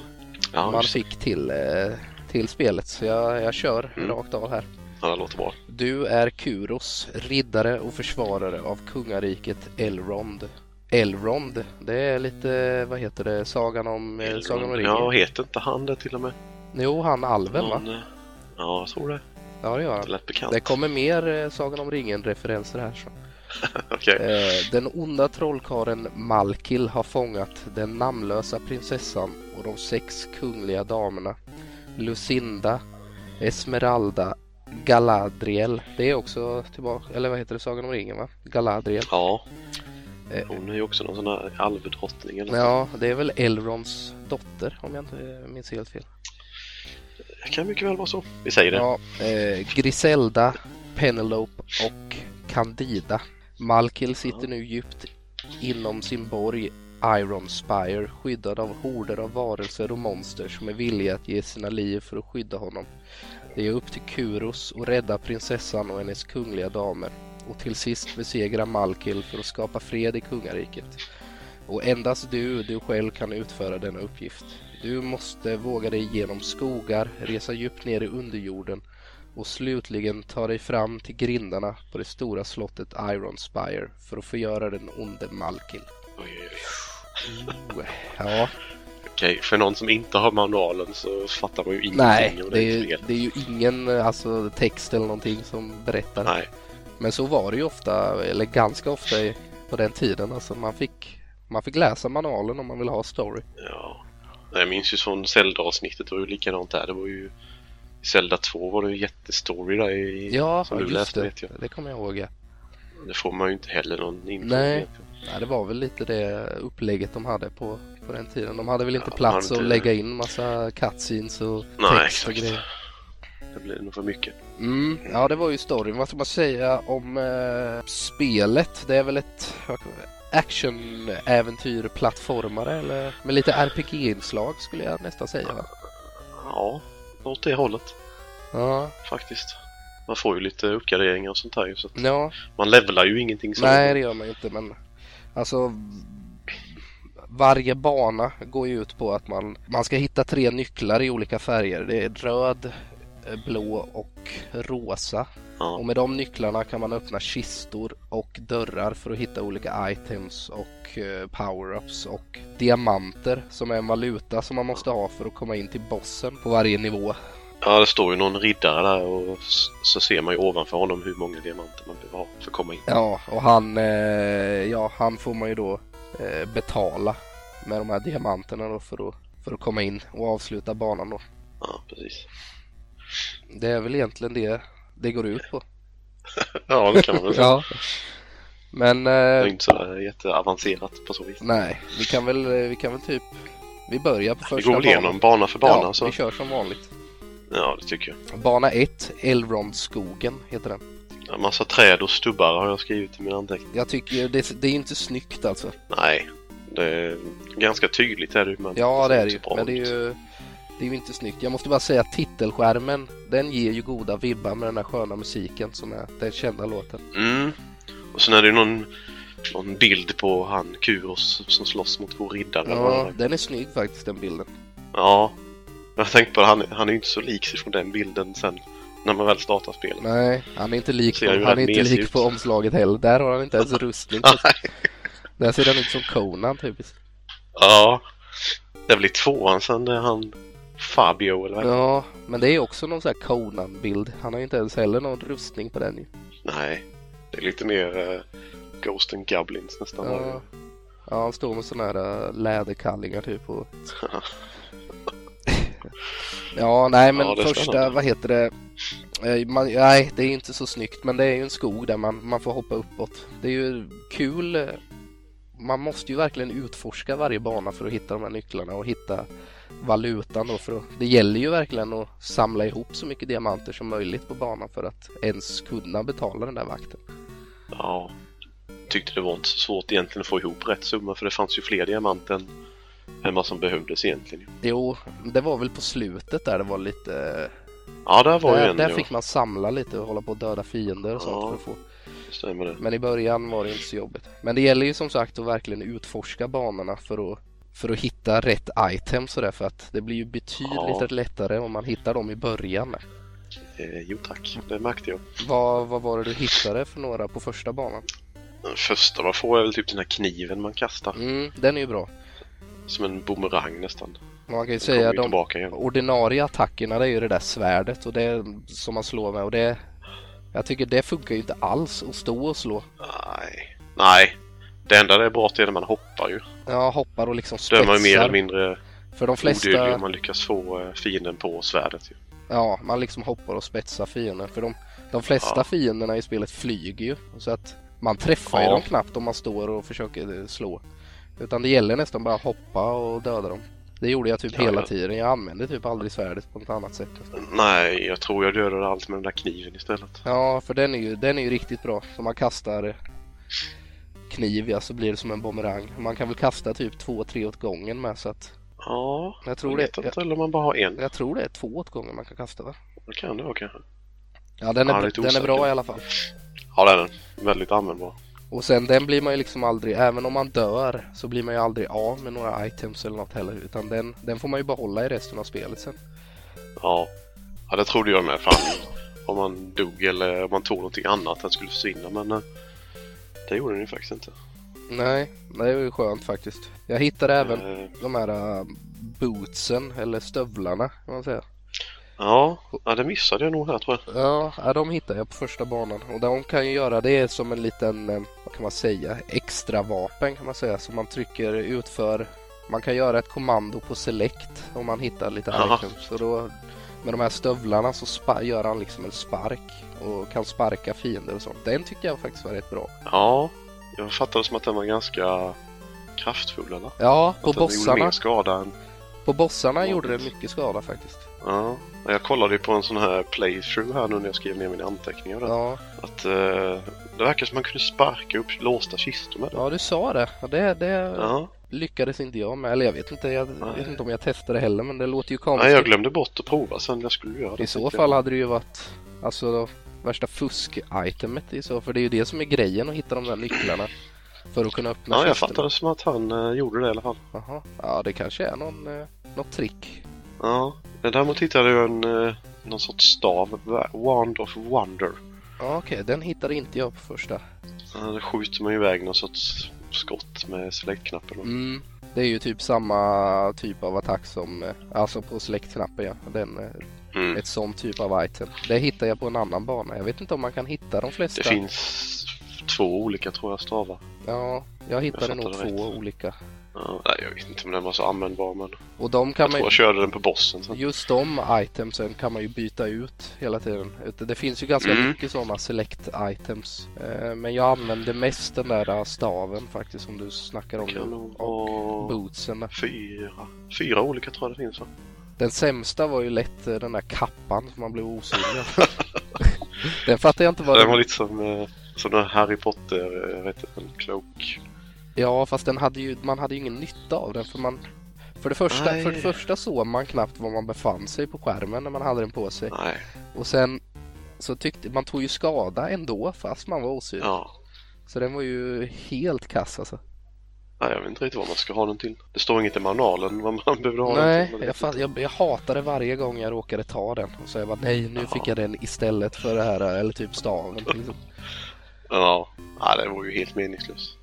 Speaker 1: Ja,
Speaker 2: man
Speaker 1: just det.
Speaker 2: fick till, eh, till spelet. Så jag, jag kör
Speaker 1: Mm.
Speaker 2: rakt av här.
Speaker 1: Ja, det låter bra.
Speaker 2: Du är Kuros, riddare och försvarare av kungariket Elrond. Elrond, det är lite, vad heter det, Sagan om, eh, Sagan om ringen?
Speaker 1: ja, heter inte han det till och med?
Speaker 2: Jo, han alven va?
Speaker 1: Någon, eh, Ja, jag tror det.
Speaker 2: Ja, det gör han.
Speaker 1: Det lät bekant.
Speaker 2: Det kommer mer eh, Sagan om ringen-referenser här. Så.
Speaker 1: Okej.
Speaker 2: Eh, Den onda trollkaren Malkil har fångat den namnlösa prinsessan och de sex kungliga damerna. Lucinda, Esmeralda, Galadriel. Det är också tillbaka, eller vad heter det, Sagan om ringen va? Galadriel.
Speaker 1: Ja.
Speaker 2: Eh.
Speaker 1: Hon är ju också någon sån där alvdrottning eller något.
Speaker 2: Ja, det är väl Elrons dotter om jag inte eh, minns helt fel.
Speaker 1: Det kan mycket väl vara så. Vi säger det.
Speaker 2: Ja, eh, Griselda, Penelope och Candida. Malkil sitter nu djupt inom sin borg Iron Spire skyddad av horder av varelser och monster som är villiga att ge sina liv för att skydda honom. Det är upp till Kuros att rädda prinsessan och hennes kungliga damer och till sist besegra Malkil för att skapa fred i kungariket. Och endast du, du själv kan utföra denna uppgift. Du måste våga dig genom skogar, resa djupt ner i underjorden och slutligen ta dig fram till grindarna på det stora slottet Iron Spire för att få göra den onde Malkil.
Speaker 1: Oj, oj, oj. Mm.
Speaker 2: Ja,
Speaker 1: Okej, för någon som inte har manualen så fattar man ju ingenting.
Speaker 2: nej,
Speaker 1: och
Speaker 2: det är,
Speaker 1: inte
Speaker 2: ju,
Speaker 1: fel.
Speaker 2: det är ju ingen alltså, text eller någonting som berättar.
Speaker 1: Nej,
Speaker 2: Men så var det ju ofta, eller ganska ofta i- på den tiden. Alltså, man, fick, man fick läsa manualen om man ville ha story.
Speaker 1: Mm. ja. Jag minns ju från Zelda-avsnittet, det var ju likadant där. Det var ju... I Zelda 2 var det ju jättestory där i...
Speaker 2: Ja,
Speaker 1: som du
Speaker 2: just
Speaker 1: läste,
Speaker 2: det.
Speaker 1: vet jag.
Speaker 2: Det kommer jag ihåg. Ja.
Speaker 1: Det får man ju inte heller någon info
Speaker 2: Nej.
Speaker 1: egentligen.
Speaker 2: Nej, det var väl lite det upplägget de hade på, på den tiden. De hade väl inte
Speaker 1: Ja,
Speaker 2: plats
Speaker 1: man
Speaker 2: att
Speaker 1: hade inte-
Speaker 2: lägga in massa cutscenes och
Speaker 1: Nej,
Speaker 2: text och
Speaker 1: exakt.
Speaker 2: grejer.
Speaker 1: Det blir nog för mycket.
Speaker 2: Mm, ja, det var ju storyn. Vad ska man säga om eh, spelet? Det är väl ett vad kan man- action-äventyr-plattformare eller med lite RPG-inslag skulle jag nästan säga. va?
Speaker 1: Ja, åt det hållet
Speaker 2: Ja,
Speaker 1: faktiskt. Man får ju lite uppgraderingar och sånt där ju, så att
Speaker 2: ja
Speaker 1: man levlar ju ingenting så.
Speaker 2: Nej, det gör man ju inte, men alltså varje bana går ju ut på att man, man ska hitta tre nycklar i olika färger. Det är röd, eh, blå och rosa.
Speaker 1: Ja.
Speaker 2: Och med de nycklarna kan man öppna kistor och dörrar för att hitta olika items och eh, power-ups och diamanter som är en valuta som man måste ha för att komma in till bossen på varje nivå.
Speaker 1: Ja, det står ju någon riddare där och s- så ser man ju ovanför honom hur många diamanter man behöver ha för att komma in.
Speaker 2: Ja, och han, eh, ja, han får man ju då eh, betala med de här diamanterna då för att, för att komma in och avsluta banan då.
Speaker 1: Ja, precis.
Speaker 2: Det är väl egentligen det det går ut på.
Speaker 1: Ja, det kan man väl säga.
Speaker 2: Ja. Men
Speaker 1: Det
Speaker 2: eh,
Speaker 1: är inte sådär jätteavancerat på så vis.
Speaker 2: nej, vi kan väl, vi kan väl typ, vi börjar på
Speaker 1: Vi
Speaker 2: första
Speaker 1: går väl igenom bana för bana
Speaker 2: Ja,
Speaker 1: så.
Speaker 2: vi kör som vanligt.
Speaker 1: Ja, det tycker jag.
Speaker 2: alltså. Bana 1, Elrond-skogen heter den.
Speaker 1: En massa träd och stubbar har jag skrivit i mina anteckningar.
Speaker 2: Jag tycker det, det är inte snyggt alltså.
Speaker 1: Nej, det är ganska tydligt är det ju, men...
Speaker 2: Ja, det är det ju.
Speaker 1: ser bra
Speaker 2: Men det är
Speaker 1: ut.
Speaker 2: ju, det är ju inte snyggt. Jag måste bara säga att titelskärmen, den ger ju goda vibbar med den här sköna musiken som är den kända låten.
Speaker 1: Mm. Och sen är det ju någon, någon bild på han Kuros som slåss mot två riddare. eller vad det
Speaker 2: Ja,
Speaker 1: är.
Speaker 2: den är snygg faktiskt den bilden.
Speaker 1: ja. Jag tänkte på det, han, han är ju inte så lik sig från den bilden sen när man väl startar spelet.
Speaker 2: Nej, han är inte lik,
Speaker 1: Ser ju
Speaker 2: han är
Speaker 1: rätt
Speaker 2: inte
Speaker 1: mesig
Speaker 2: lik
Speaker 1: ut.
Speaker 2: på omslaget heller. Där har han inte ens rustning. på sig. Där ser han ut som Conan typiskt.
Speaker 1: Ja. Det är väl i tvåan sen det är han Fabio eller vad ja.
Speaker 2: Ja, men det är också någon sån här Conan-bild. Han har ju inte ens heller någon rustning på den ju.
Speaker 1: Nej. Det är lite mer eh, Ghost and Goblins nästan.
Speaker 2: Ja. ja, han står med såna här äh, läderkallingar typ och... ja, nej men
Speaker 1: Ja, det är
Speaker 2: första,
Speaker 1: spännande.
Speaker 2: vad heter det? Eh, Man, nej, det är inte så snyggt men det är ju en skog där man, man får hoppa uppåt. Det är ju kul. eh, Man måste ju verkligen utforska varje bana för att hitta de här nycklarna och hitta valutan då för att, det gäller ju verkligen att samla ihop så mycket diamanter som möjligt på banan för att ens kunna betala den där vakten.
Speaker 1: Ja. Tyckte det var inte så svårt egentligen att få ihop rätt summa för det fanns ju fler diamanter än- än vad som behövdes egentligen.
Speaker 2: Jo, det var väl på slutet där det var lite
Speaker 1: Ja, där var ju
Speaker 2: Där,
Speaker 1: en.
Speaker 2: där
Speaker 1: ja.
Speaker 2: fick man samla lite och hålla på och döda fiender och sånt
Speaker 1: Ja.
Speaker 2: för att få.
Speaker 1: Stämmer det.
Speaker 2: Men i början var det inte så jobbigt. Men det gäller ju som sagt att verkligen utforska banorna för att, för att hitta rätt item sådär för att det blir ju betydligt
Speaker 1: Ja.
Speaker 2: lättare om man hittar dem i början.
Speaker 1: Eh, jo tack, det märkte jag.
Speaker 2: Vad, vad var det du hittade för några på första banan?
Speaker 1: Den första man får är väl typ den här kniven man kastar.
Speaker 2: Mm, den är ju bra.
Speaker 1: Som en boomerang nästan.
Speaker 2: Man kan ju
Speaker 1: Den
Speaker 2: säga
Speaker 1: kommer ju
Speaker 2: de
Speaker 1: tillbaka igen.
Speaker 2: ordinarie attackerna det är ju det där svärdet och det som man slår med och det jag tycker det funkar ju inte alls att stå och slå.
Speaker 1: Nej. Nej. Det enda det är bra till är när man hoppar ju.
Speaker 2: Ja, hoppar och liksom
Speaker 1: Då är man ju mer eller
Speaker 2: spetsar.
Speaker 1: mindre
Speaker 2: För de
Speaker 1: odödlig
Speaker 2: flesta,
Speaker 1: om man lyckas få eh, fienden på svärdet ju.
Speaker 2: Ja, man liksom hoppar och spetsar fienden. För de, de flesta
Speaker 1: Ja.
Speaker 2: fienderna i spelet flyger ju. Så att man träffar ju
Speaker 1: Ja.
Speaker 2: dem knappt om man står och försöker eh, slå. Utan det gäller nästan bara att hoppa och döda dem. Det gjorde jag typ
Speaker 1: Ja,
Speaker 2: hela
Speaker 1: ja.
Speaker 2: tiden. Jag använde typ aldrig svärdet på något annat sätt.
Speaker 1: Nej, jag tror jag dödade allt med den där kniven istället.
Speaker 2: Ja, för den är ju, den är ju riktigt bra. Om man kastar eh, kniv ja, så blir det som en bumerang. Man kan väl kasta typ två, tre åt gången med så att
Speaker 1: Ja,
Speaker 2: jag tror,
Speaker 1: jag
Speaker 2: det,
Speaker 1: vet
Speaker 2: jag,
Speaker 1: inte. Eller om man bara har en.
Speaker 2: jag tror det är två åt gången man kan kasta va?
Speaker 1: Då kan det vara kanske.
Speaker 2: Ja, den är,
Speaker 1: Ja,
Speaker 2: bra-
Speaker 1: lite
Speaker 2: den är bra
Speaker 1: osäker.
Speaker 2: i alla fall.
Speaker 1: Ja, det är den. Väldigt användbar.
Speaker 2: Och sen den blir man ju liksom aldrig, även om man dör så blir man ju aldrig av med några items eller något heller utan den, den får man ju behålla i resten av spelet sen.
Speaker 1: Ja. ja, det trodde jag med. Fan, om man dog eller om man tog någonting annat den skulle försvinna. Men eh, det gjorde den ju faktiskt inte.
Speaker 2: Nej, nej, det var ju skönt faktiskt. Jag hittade även
Speaker 1: Eh,
Speaker 2: de här äh, bootsen eller stövlarna kan man säga.
Speaker 1: ja. ja, det missade jag nog här tror jag.
Speaker 2: Ja, ja, de hittade jag på första banan och de kan ju göra det som en liten, eh, vad kan man säga, extra vapen kan man säga som man trycker utför. Man kan göra ett kommando på select om man hittar lite
Speaker 1: Aha.
Speaker 2: items. Och då, med de här stövlarna så spa- gör han liksom en spark och kan sparka fiender och sånt. Den tyckte jag faktiskt var rätt bra.
Speaker 1: Ja, jag fattade som att den var ganska kraftfull eller?
Speaker 2: Ja, på
Speaker 1: att den gjorde
Speaker 2: bossarna,
Speaker 1: mer skada än...
Speaker 2: på bossarna gjorde det mycket skada faktiskt.
Speaker 1: Ja. Jag kollade ju på en sån här playthrough här nu när jag skrev ner mina anteckningar. där.
Speaker 2: Ja,
Speaker 1: Att eh, det verkar som man kunde sparka upp låsta kistor med den.
Speaker 2: ja du sa det. Ja, Det, det
Speaker 1: Ja.
Speaker 2: lyckades inte jag med. Eller jag vet inte, jag
Speaker 1: Nej.
Speaker 2: vet inte om jag testade heller men det låter ju
Speaker 1: Nej,
Speaker 2: konstigt.
Speaker 1: jag glömde bort att prova sen jag skulle göra det.
Speaker 2: I så
Speaker 1: tänkte
Speaker 2: fall hade det ju varit alltså då, värsta fusk-itemet i så för det är ju det som är grejen att hitta de där nycklarna för att kunna öppna
Speaker 1: Jag. Ja, jag
Speaker 2: kisterna.
Speaker 1: fattade som att han eh, gjorde det i alla fall.
Speaker 2: Jaha. Ja, det kanske är någon, eh, något trick.
Speaker 1: Ja. Men Däremot hittade jag en, eh, någon sorts stav. Va- Wand of Wonder.
Speaker 2: Ja, okej, den hittade inte jag på första.
Speaker 1: Eh, Där skjuter man iväg någon sorts skott med select-knappen.
Speaker 2: Mm. Det är ju typ samma typ av attack som, eh, alltså på släktknappen ja. Den, eh,
Speaker 1: Mm.
Speaker 2: Ett sån typ av item. Det hittade jag på en annan bana. Jag vet inte om man kan hitta de flesta.
Speaker 1: Det finns två olika tror jag stavar.
Speaker 2: Ja, jag hittade
Speaker 1: Jag
Speaker 2: nog två
Speaker 1: fattar det rätt.
Speaker 2: olika.
Speaker 1: Ja, nej, jag vet inte om den var så användbar men
Speaker 2: Och de kan
Speaker 1: jag
Speaker 2: man
Speaker 1: tror
Speaker 2: ju...
Speaker 1: jag körde den på bossen sen.
Speaker 2: Just de itemsen kan man ju byta ut hela tiden. Ut- Det finns ju ganska
Speaker 1: Mm.
Speaker 2: mycket sådana select items. Eh, Men jag använder mest den där eh, staven faktiskt som du snackar om
Speaker 1: Kan
Speaker 2: nu.
Speaker 1: nog
Speaker 2: Och
Speaker 1: vara
Speaker 2: bootsen. där.
Speaker 1: fyra. Fyra olika tror jag det finns va?
Speaker 2: Den sämsta var ju lätt eh, den där kappan som man blev osynlig av. Den fattar jag inte vad
Speaker 1: Den
Speaker 2: den...
Speaker 1: var lite som, eh, som den här Harry Potter, eh, vet du, en cloak.
Speaker 2: Ja fast den hade ju... man hade ju ingen nytta av den för man för det, första,
Speaker 1: Nej.
Speaker 2: för det första såg man knappt var man befann sig på skärmen när man hade den på sig.
Speaker 1: Nej,
Speaker 2: Och sen så tyckte man tog ju skada ändå fast man var osynlig.
Speaker 1: ja.
Speaker 2: Så den var ju helt kass alltså.
Speaker 1: Nej, jag vet inte riktigt vad man ska ha den till. Det står inget i manualen vad man behöver ha den
Speaker 2: Nej,
Speaker 1: till. men det
Speaker 2: jag,
Speaker 1: vet
Speaker 2: fan,
Speaker 1: inte.
Speaker 2: jag, jag hatade varje gång jag råkade ta den. Och så jag bara nej, nu fick jag den istället för det här eller typ staven. Liksom.
Speaker 1: Ja, nej, det var ju helt meningslöst.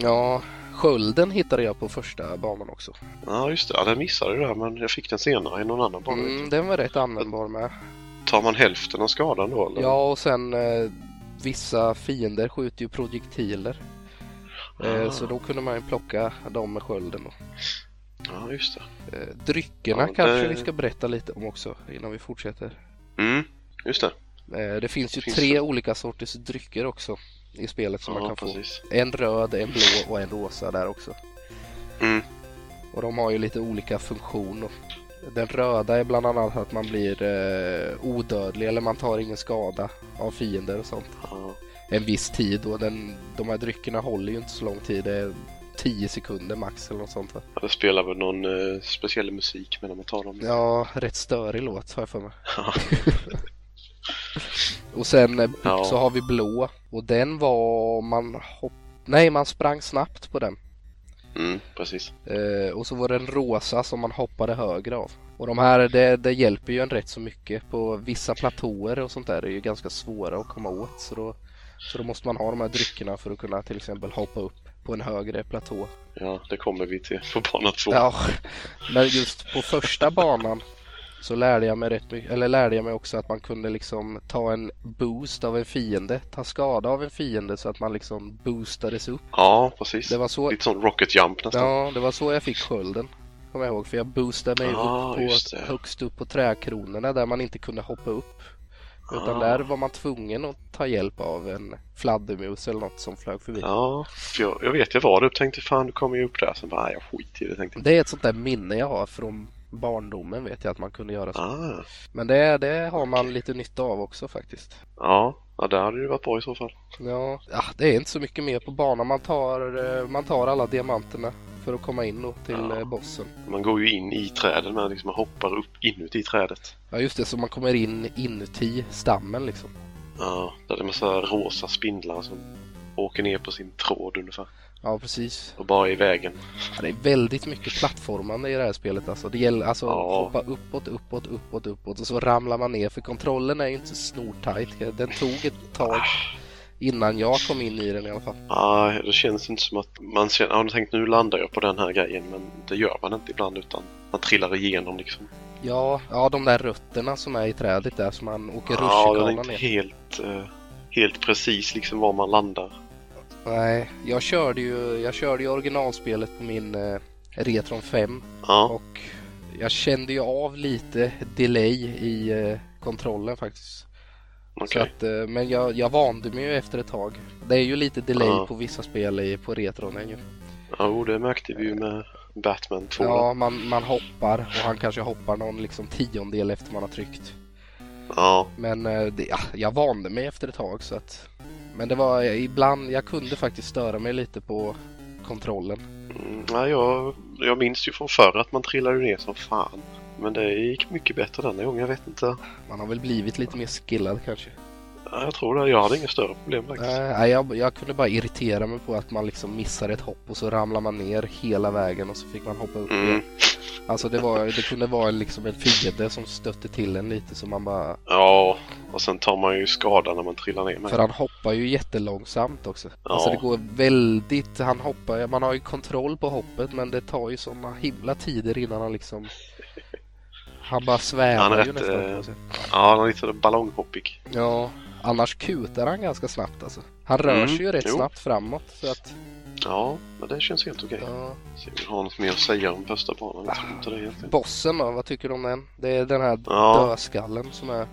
Speaker 2: Ja, skölden hittade jag på första banan också.
Speaker 1: Ja, just det. Ja, den missade du där, men jag fick den senare i någon annan bana. vet
Speaker 2: Mm, den var rätt användbar med.
Speaker 1: Tar man hälften av skadan då eller?
Speaker 2: Ja, och sen eh, vissa fiender skjuter ju projektiler. Eh,
Speaker 1: Ah.
Speaker 2: så då kunde man ju plocka dem med skölden. Då.
Speaker 1: Ja, just det.
Speaker 2: Eh, dryckerna
Speaker 1: Ja, det-
Speaker 2: kanske vi ska berätta lite om också innan vi fortsätter.
Speaker 1: Mm, just det.
Speaker 2: Eh, det finns ju
Speaker 1: Finns
Speaker 2: tre
Speaker 1: det?
Speaker 2: olika sorters drycker också i spelet som man
Speaker 1: Ja,
Speaker 2: kan få.
Speaker 1: precis.
Speaker 2: En röd, en blå och en rosa där också.
Speaker 1: Mm.
Speaker 2: Och de har ju lite olika funktioner. Den röda är bland annat att man blir eh, odödlig eller man tar ingen skada av fiender och sånt.
Speaker 1: Ja.
Speaker 2: En viss tid och den, de här dryckerna håller ju inte så lång tid. Det är 10 sekunder max eller något sånt. Va?
Speaker 1: Ja, Det spelar väl någon eh, speciell musik medan man tar dem.
Speaker 2: Ja, rätt störig låt har jag för mig.
Speaker 1: Ja.
Speaker 2: Och sen eh,
Speaker 1: Ja.
Speaker 2: så har vi blå och den var man hopp... Nej, man sprang snabbt på den.
Speaker 1: Mm, precis.
Speaker 2: Eh, och så var det en rosa som man hoppade högre av. Och de här, det, det hjälper ju en rätt så mycket. På vissa platåer och sånt där är det ju ganska svåra att komma åt. Så då, så då måste man ha de här dryckerna för att kunna till exempel hoppa upp på en högre platå.
Speaker 1: Ja, det kommer vi till på bana två.
Speaker 2: Ja, men just på första banan så lärde jag mig rätt mycket, eller lärde jag mig också att man kunde liksom ta en boost av en fiende, ta skada av en fiende så att man liksom boostades upp.
Speaker 1: Ja, precis.
Speaker 2: Det var så,
Speaker 1: Lite sån rocket jump nästan.
Speaker 2: ja, det var så jag fick skölden. Kommer jag ihåg, för jag boostade mig
Speaker 1: Ah,
Speaker 2: upp på,
Speaker 1: just det.
Speaker 2: högst upp på trädkronorna där man inte kunde hoppa upp. Utan
Speaker 1: Ah.
Speaker 2: där var man tvungen att ta hjälp av en fladdermus eller något som flög förbi.
Speaker 1: Ja, för jag, jag vet jag var där uppe tänkte fan du kommer ju upp där. Sen bara, nej, jag skiter i det tänkte jag.
Speaker 2: Det är ett sånt där minne jag har från barndomen vet jag att man kunde göra så.
Speaker 1: Ah,
Speaker 2: Men det, det har man lite nytta av också faktiskt.
Speaker 1: ja, ja, där hade det ju varit bra i så fall.
Speaker 2: Ja, ja det är inte så mycket mer på banan. Man tar, eh, man tar alla diamanterna för att komma in då till
Speaker 1: Ja.
Speaker 2: eh, bossen.
Speaker 1: Man går ju in i träden med liksom, man hoppar upp inuti trädet.
Speaker 2: Ja just det, så man kommer in inuti stammen liksom.
Speaker 1: Ja, där det är massa rosa spindlar som åker ner på sin tråd ungefär.
Speaker 2: Ja precis.
Speaker 1: Och bara är i vägen.
Speaker 2: Ja, det är väldigt mycket plattformande i det här spelet alltså. Det gäller alltså
Speaker 1: Ja.
Speaker 2: hoppa uppåt, uppåt, uppåt, uppåt och så ramlar man ner för kontrollen är ju inte snortajt. Den tog ett tag
Speaker 1: Ah.
Speaker 2: innan jag kom in i den i alla fall.
Speaker 1: Ja, det känns inte som att man känner, ja, tänkt nu landar jag på den här grejen. Men det gör man inte ibland utan man trillar igenom liksom.
Speaker 2: Ja, ja de där rötterna som är i trädet där som man åker
Speaker 1: Ja, den är
Speaker 2: rutschkana
Speaker 1: inte
Speaker 2: ner.
Speaker 1: helt, eh, helt precis liksom var man landar.
Speaker 2: Nej, jag körde ju, jag körde ju originalspelet på min eh, Retron 5
Speaker 1: Ja,
Speaker 2: och jag kände ju av lite delay i eh, kontrollen faktiskt. Så
Speaker 1: okej.
Speaker 2: att, eh, men jag, jag vande mig ju efter ett tag. Det är ju lite delay
Speaker 1: Ja.
Speaker 2: på vissa spel i, på Retronen ju.
Speaker 1: Jo, det märkte vi ju med Batman 2.
Speaker 2: Ja, man, man hoppar och han kanske hoppar någon liksom tiondel efter man har tryckt.
Speaker 1: Ja,
Speaker 2: Men eh, det, ja, jag vande mig efter ett tag så att Men det var eh, ibland, jag kunde faktiskt störa mig lite på kontrollen.
Speaker 1: mm, nej, jag, jag minns ju från förr att man trillade ner som fan. Men det gick mycket bättre denna gången, jag vet inte.
Speaker 2: Man har väl blivit lite mer skillad kanske.
Speaker 1: Ja, jag tror det, jag hade inga större problem faktiskt.
Speaker 2: Nej, nej, jag, jag kunde bara irritera mig på att man liksom missar ett hopp och så ramlar man ner hela vägen och så fick man hoppa upp igen.
Speaker 1: Mm.
Speaker 2: Alltså det, var, det kunde vara en, liksom en fiende som stötte till en lite så man bara...
Speaker 1: Ja, och sen tar man ju skada när man trillar ner med.
Speaker 2: För han hoppar ju jättelångsamt också.
Speaker 1: Ja.
Speaker 2: Alltså det går väldigt... Han hoppar... Man har ju kontroll på hoppet men det tar ju såna himla tider innan han liksom... Han bara
Speaker 1: Han
Speaker 2: svävar
Speaker 1: är
Speaker 2: ju
Speaker 1: rätt,
Speaker 2: nästan
Speaker 1: eh,
Speaker 2: på sig.
Speaker 1: Ja, han är lite sådär ballonghoppig.
Speaker 2: Ja, annars kutar han ganska snabbt alltså. Han rör
Speaker 1: Mm,
Speaker 2: sig ju rätt
Speaker 1: jo.
Speaker 2: snabbt framåt så att...
Speaker 1: Ja, men det känns helt okej.
Speaker 2: Ja.
Speaker 1: Ser om vi har något mer att säga om första banan. Jag tror inte det egentligen.
Speaker 2: Bossen då, vad tycker du om den? Det är den här
Speaker 1: Ja,
Speaker 2: dödskallen som är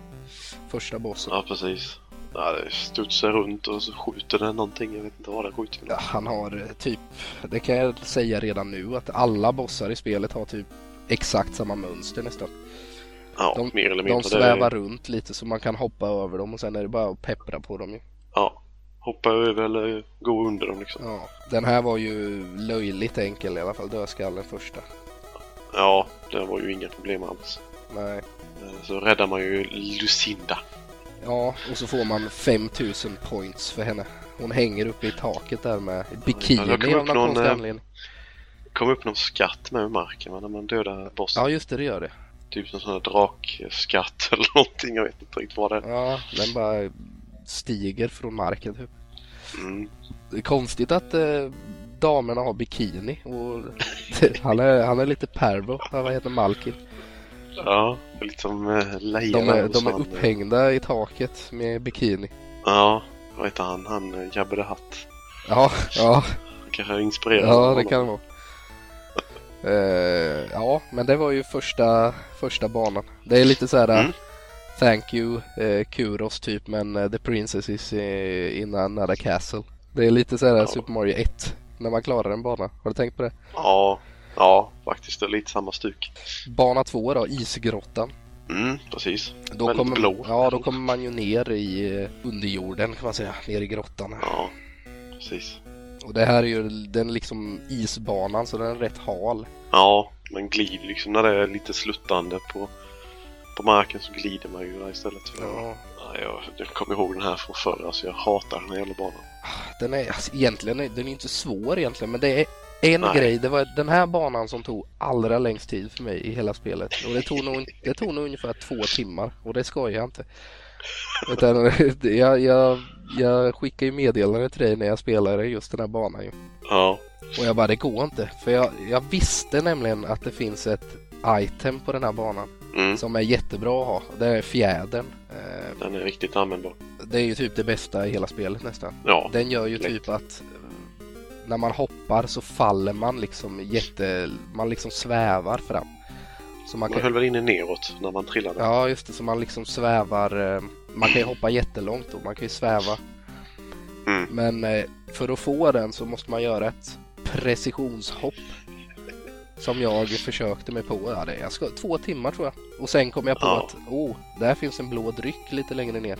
Speaker 2: första bossen.
Speaker 1: ja precis. Ja, det studsar runt och så skjuter den någonting. Jag vet inte vad den skjuter.
Speaker 2: Ja, han har eh, typ, det kan jag säga redan nu, att alla bossar i spelet har typ exakt samma mönster nästan.
Speaker 1: Ja,
Speaker 2: De-
Speaker 1: mer eller mindre.
Speaker 2: De
Speaker 1: Det är-
Speaker 2: svävar runt lite så man kan hoppa över dem och sen är det bara att peppra på dem ju.
Speaker 1: Ja. Hoppa över eller gå under dem liksom.
Speaker 2: Ja. Den här var ju löjligt enkel i alla fall, dödskallen första.
Speaker 1: Ja, det var ju inga problem alls.
Speaker 2: Nej.
Speaker 1: Eh, Så räddar man ju Lucinda.
Speaker 2: Ja, och så får man 5000 points för henne. Hon hänger uppe i taket där med bikini
Speaker 1: Ja, jag kommer
Speaker 2: av
Speaker 1: ihåg
Speaker 2: någon
Speaker 1: någon,
Speaker 2: konstig
Speaker 1: eh,
Speaker 2: anledning.
Speaker 1: Kom upp någon skatt med i marken va, när man dödar bossen.
Speaker 2: Ja, just det, det gör det.
Speaker 1: Typ någon sån här drakskatt eller någonting. Jag vet inte riktigt vad det är.
Speaker 2: Ja, den bara stiger från marken typ.
Speaker 1: Mm.
Speaker 2: Det är konstigt att eh, damerna har bikini och han är, han är lite pervo. Han, Vad heter Malkin?
Speaker 1: Ja, lite som eh,
Speaker 2: De
Speaker 1: lejonen
Speaker 2: är,
Speaker 1: hos
Speaker 2: de är
Speaker 1: han, eh,
Speaker 2: upphängda i taket med bikini.
Speaker 1: Ja, vad heter han? Han eh, Jabba the Hutt.
Speaker 2: Ja, ja,
Speaker 1: Han kanske har inspirerats av
Speaker 2: ja det
Speaker 1: honom.
Speaker 2: kan det vara. Eh, ja, men det var ju första, första banan. Det är lite så här
Speaker 1: Mm.
Speaker 2: Thank you, eh, Kuros typ, men eh, The Princess is eh, in another castle. Det är lite så här
Speaker 1: Ja.
Speaker 2: Super Mario 1 när man klarar en bana. Har du tänkt på det?
Speaker 1: Ja, ja, faktiskt. Det är lite samma stuk.
Speaker 2: Bana 2 då, Isgrottan.
Speaker 1: Mm, precis.
Speaker 2: Då
Speaker 1: Väldigt
Speaker 2: kommer,
Speaker 1: blå.
Speaker 2: ja, då kommer man ju ner i eh, underjorden kan man säga, ner i grottan.
Speaker 1: Ja, precis.
Speaker 2: Och det här är ju den liksom isbanan så den är rätt hal.
Speaker 1: Ja, man glider liksom när det är lite sluttande på, på marken så glider man ju där istället för... Ja. jag, jag kommer ihåg den här från förr, alltså jag hatar den här jävla banan.
Speaker 2: Den är alltså, egentligen är- den är inte svår egentligen men det är en
Speaker 1: Nej.
Speaker 2: grej. Det var den här banan som tog allra längst tid för mig i hela spelet. Och det tog nog, det tog nog ungefär två timmar och det skojar jag inte. Utan jag, jag, jag skickar ju meddelanden till dig när jag spelar just den här banan ju.
Speaker 1: Ja,
Speaker 2: Och jag bara det går inte. För jag, jag visste nämligen att det finns ett item på den här banan
Speaker 1: mm,
Speaker 2: som är jättebra att ha. Det är fjädern. Eh,
Speaker 1: den är riktigt användbar.
Speaker 2: Det är ju typ det bästa i hela spelet nästan.
Speaker 1: Ja,
Speaker 2: Den gör ju
Speaker 1: Lätt.
Speaker 2: typ att eh, när man hoppar så faller man liksom jätte... Man liksom svävar fram. Så man
Speaker 1: man
Speaker 2: kan...
Speaker 1: höll väl inne neråt när man trillade.
Speaker 2: Ja, just det. Så man liksom svävar... eh, Man kan ju hoppa jättelångt och man kan ju sväva.
Speaker 1: Mm.
Speaker 2: Men eh, för att få den så måste man göra ett precisionshopp. Som jag försökte mig på. Ja, det, jag ska, två timmar tror jag. Och sen kom jag på
Speaker 1: Ja.
Speaker 2: att oh, där finns en blå dryck lite längre ner.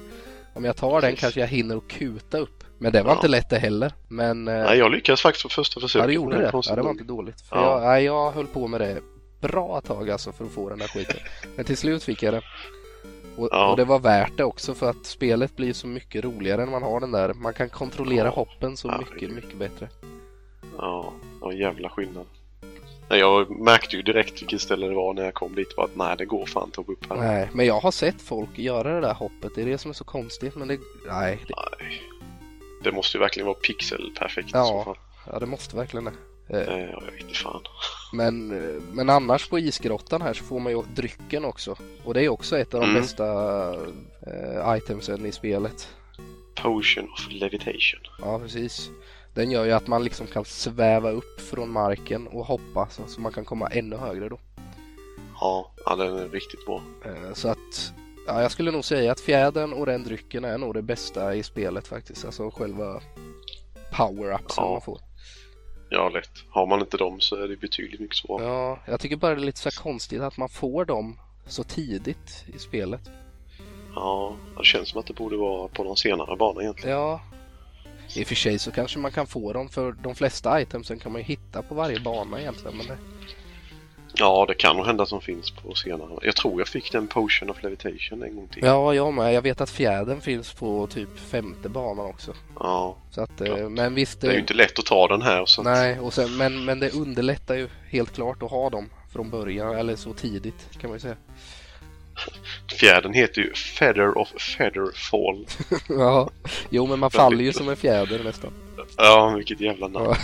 Speaker 2: Om jag tar den
Speaker 1: Precis.
Speaker 2: kanske jag hinner att kuta upp. Men det var
Speaker 1: Ja.
Speaker 2: inte lätt det heller. Men eh,
Speaker 1: Nej, jag lyckades faktiskt på första försöket.
Speaker 2: ja, det gjorde
Speaker 1: men
Speaker 2: det.
Speaker 1: konstigt
Speaker 2: Ja, det var
Speaker 1: nog.
Speaker 2: inte dåligt. För
Speaker 1: Ja.
Speaker 2: jag, nej, jag höll på med det bra tag alltså för att få den där skiten. Men till slut fick jag det. Och,
Speaker 1: Ja.
Speaker 2: och det var värt det också för att spelet blir så mycket roligare när man har den där. Man kan kontrollera
Speaker 1: Ja.
Speaker 2: hoppen så
Speaker 1: Ja,
Speaker 2: mycket,
Speaker 1: det-
Speaker 2: mycket bättre.
Speaker 1: Ja, det var en jävla skillnad. Nej, jag märkte ju direkt vilket ställe det var när jag kom dit. Bara att nej, det går fan inte att gå upp här.
Speaker 2: Nej, men jag har sett folk göra det där hoppet. Det är det som är så konstigt. Men det, nej, det,
Speaker 1: Det måste ju verkligen vara pixelperfekt
Speaker 2: Ja.
Speaker 1: i så fall.
Speaker 2: ja, det måste verkligen det.
Speaker 1: Eh, Jag vet inte fan.
Speaker 2: Men, eh, men annars på isgrottan här så får man ju drycken också. Och det är också ett av de
Speaker 1: Mm.
Speaker 2: bästa eh, itemsen i spelet.
Speaker 1: Potion of Levitation.
Speaker 2: Ja, precis. Den gör ju att man liksom kan sväva upp från marken och hoppa så, så man kan komma ännu högre då.
Speaker 1: Ja, ja den är riktigt bra.
Speaker 2: Eh, Så att, ja, jag skulle nog säga att fjädern och den drycken är nog det bästa i spelet faktiskt. Alltså själva power-upsen
Speaker 1: Ja.
Speaker 2: man får.
Speaker 1: Ja, lätt. Har man inte dem så är det betydligt mycket svårare.
Speaker 2: Ja, jag tycker bara det är lite så här konstigt att man får dem så tidigt i spelet.
Speaker 1: Ja, det känns som att det borde vara på någon senare bana egentligen.
Speaker 2: Ja. I och för sig så kanske man kan få dem för de flesta itemsen kan man ju hitta på varje bana egentligen. Men det...
Speaker 1: Ja, det kan nog hända som finns på senare. Jag tror jag fick den Potion of Levitation en gång till.
Speaker 2: Ja, jag med. Jag vet att fjädern finns på typ femte banan också.
Speaker 1: Ja,
Speaker 2: Så att, eh,
Speaker 1: Klart.
Speaker 2: men visst,
Speaker 1: det är ju
Speaker 2: eh,
Speaker 1: inte lätt att ta den här så att-
Speaker 2: nej, och sen, men, men det underlättar ju helt klart att ha dem från början eller så tidigt kan man ju säga.
Speaker 1: Fjärden heter ju Feather of Featherfall.
Speaker 2: ja, jo men man
Speaker 1: Jag
Speaker 2: faller ju
Speaker 1: tycker-
Speaker 2: som en fjäder nästan.
Speaker 1: Ja, vilket jävla namn.
Speaker 2: Ja.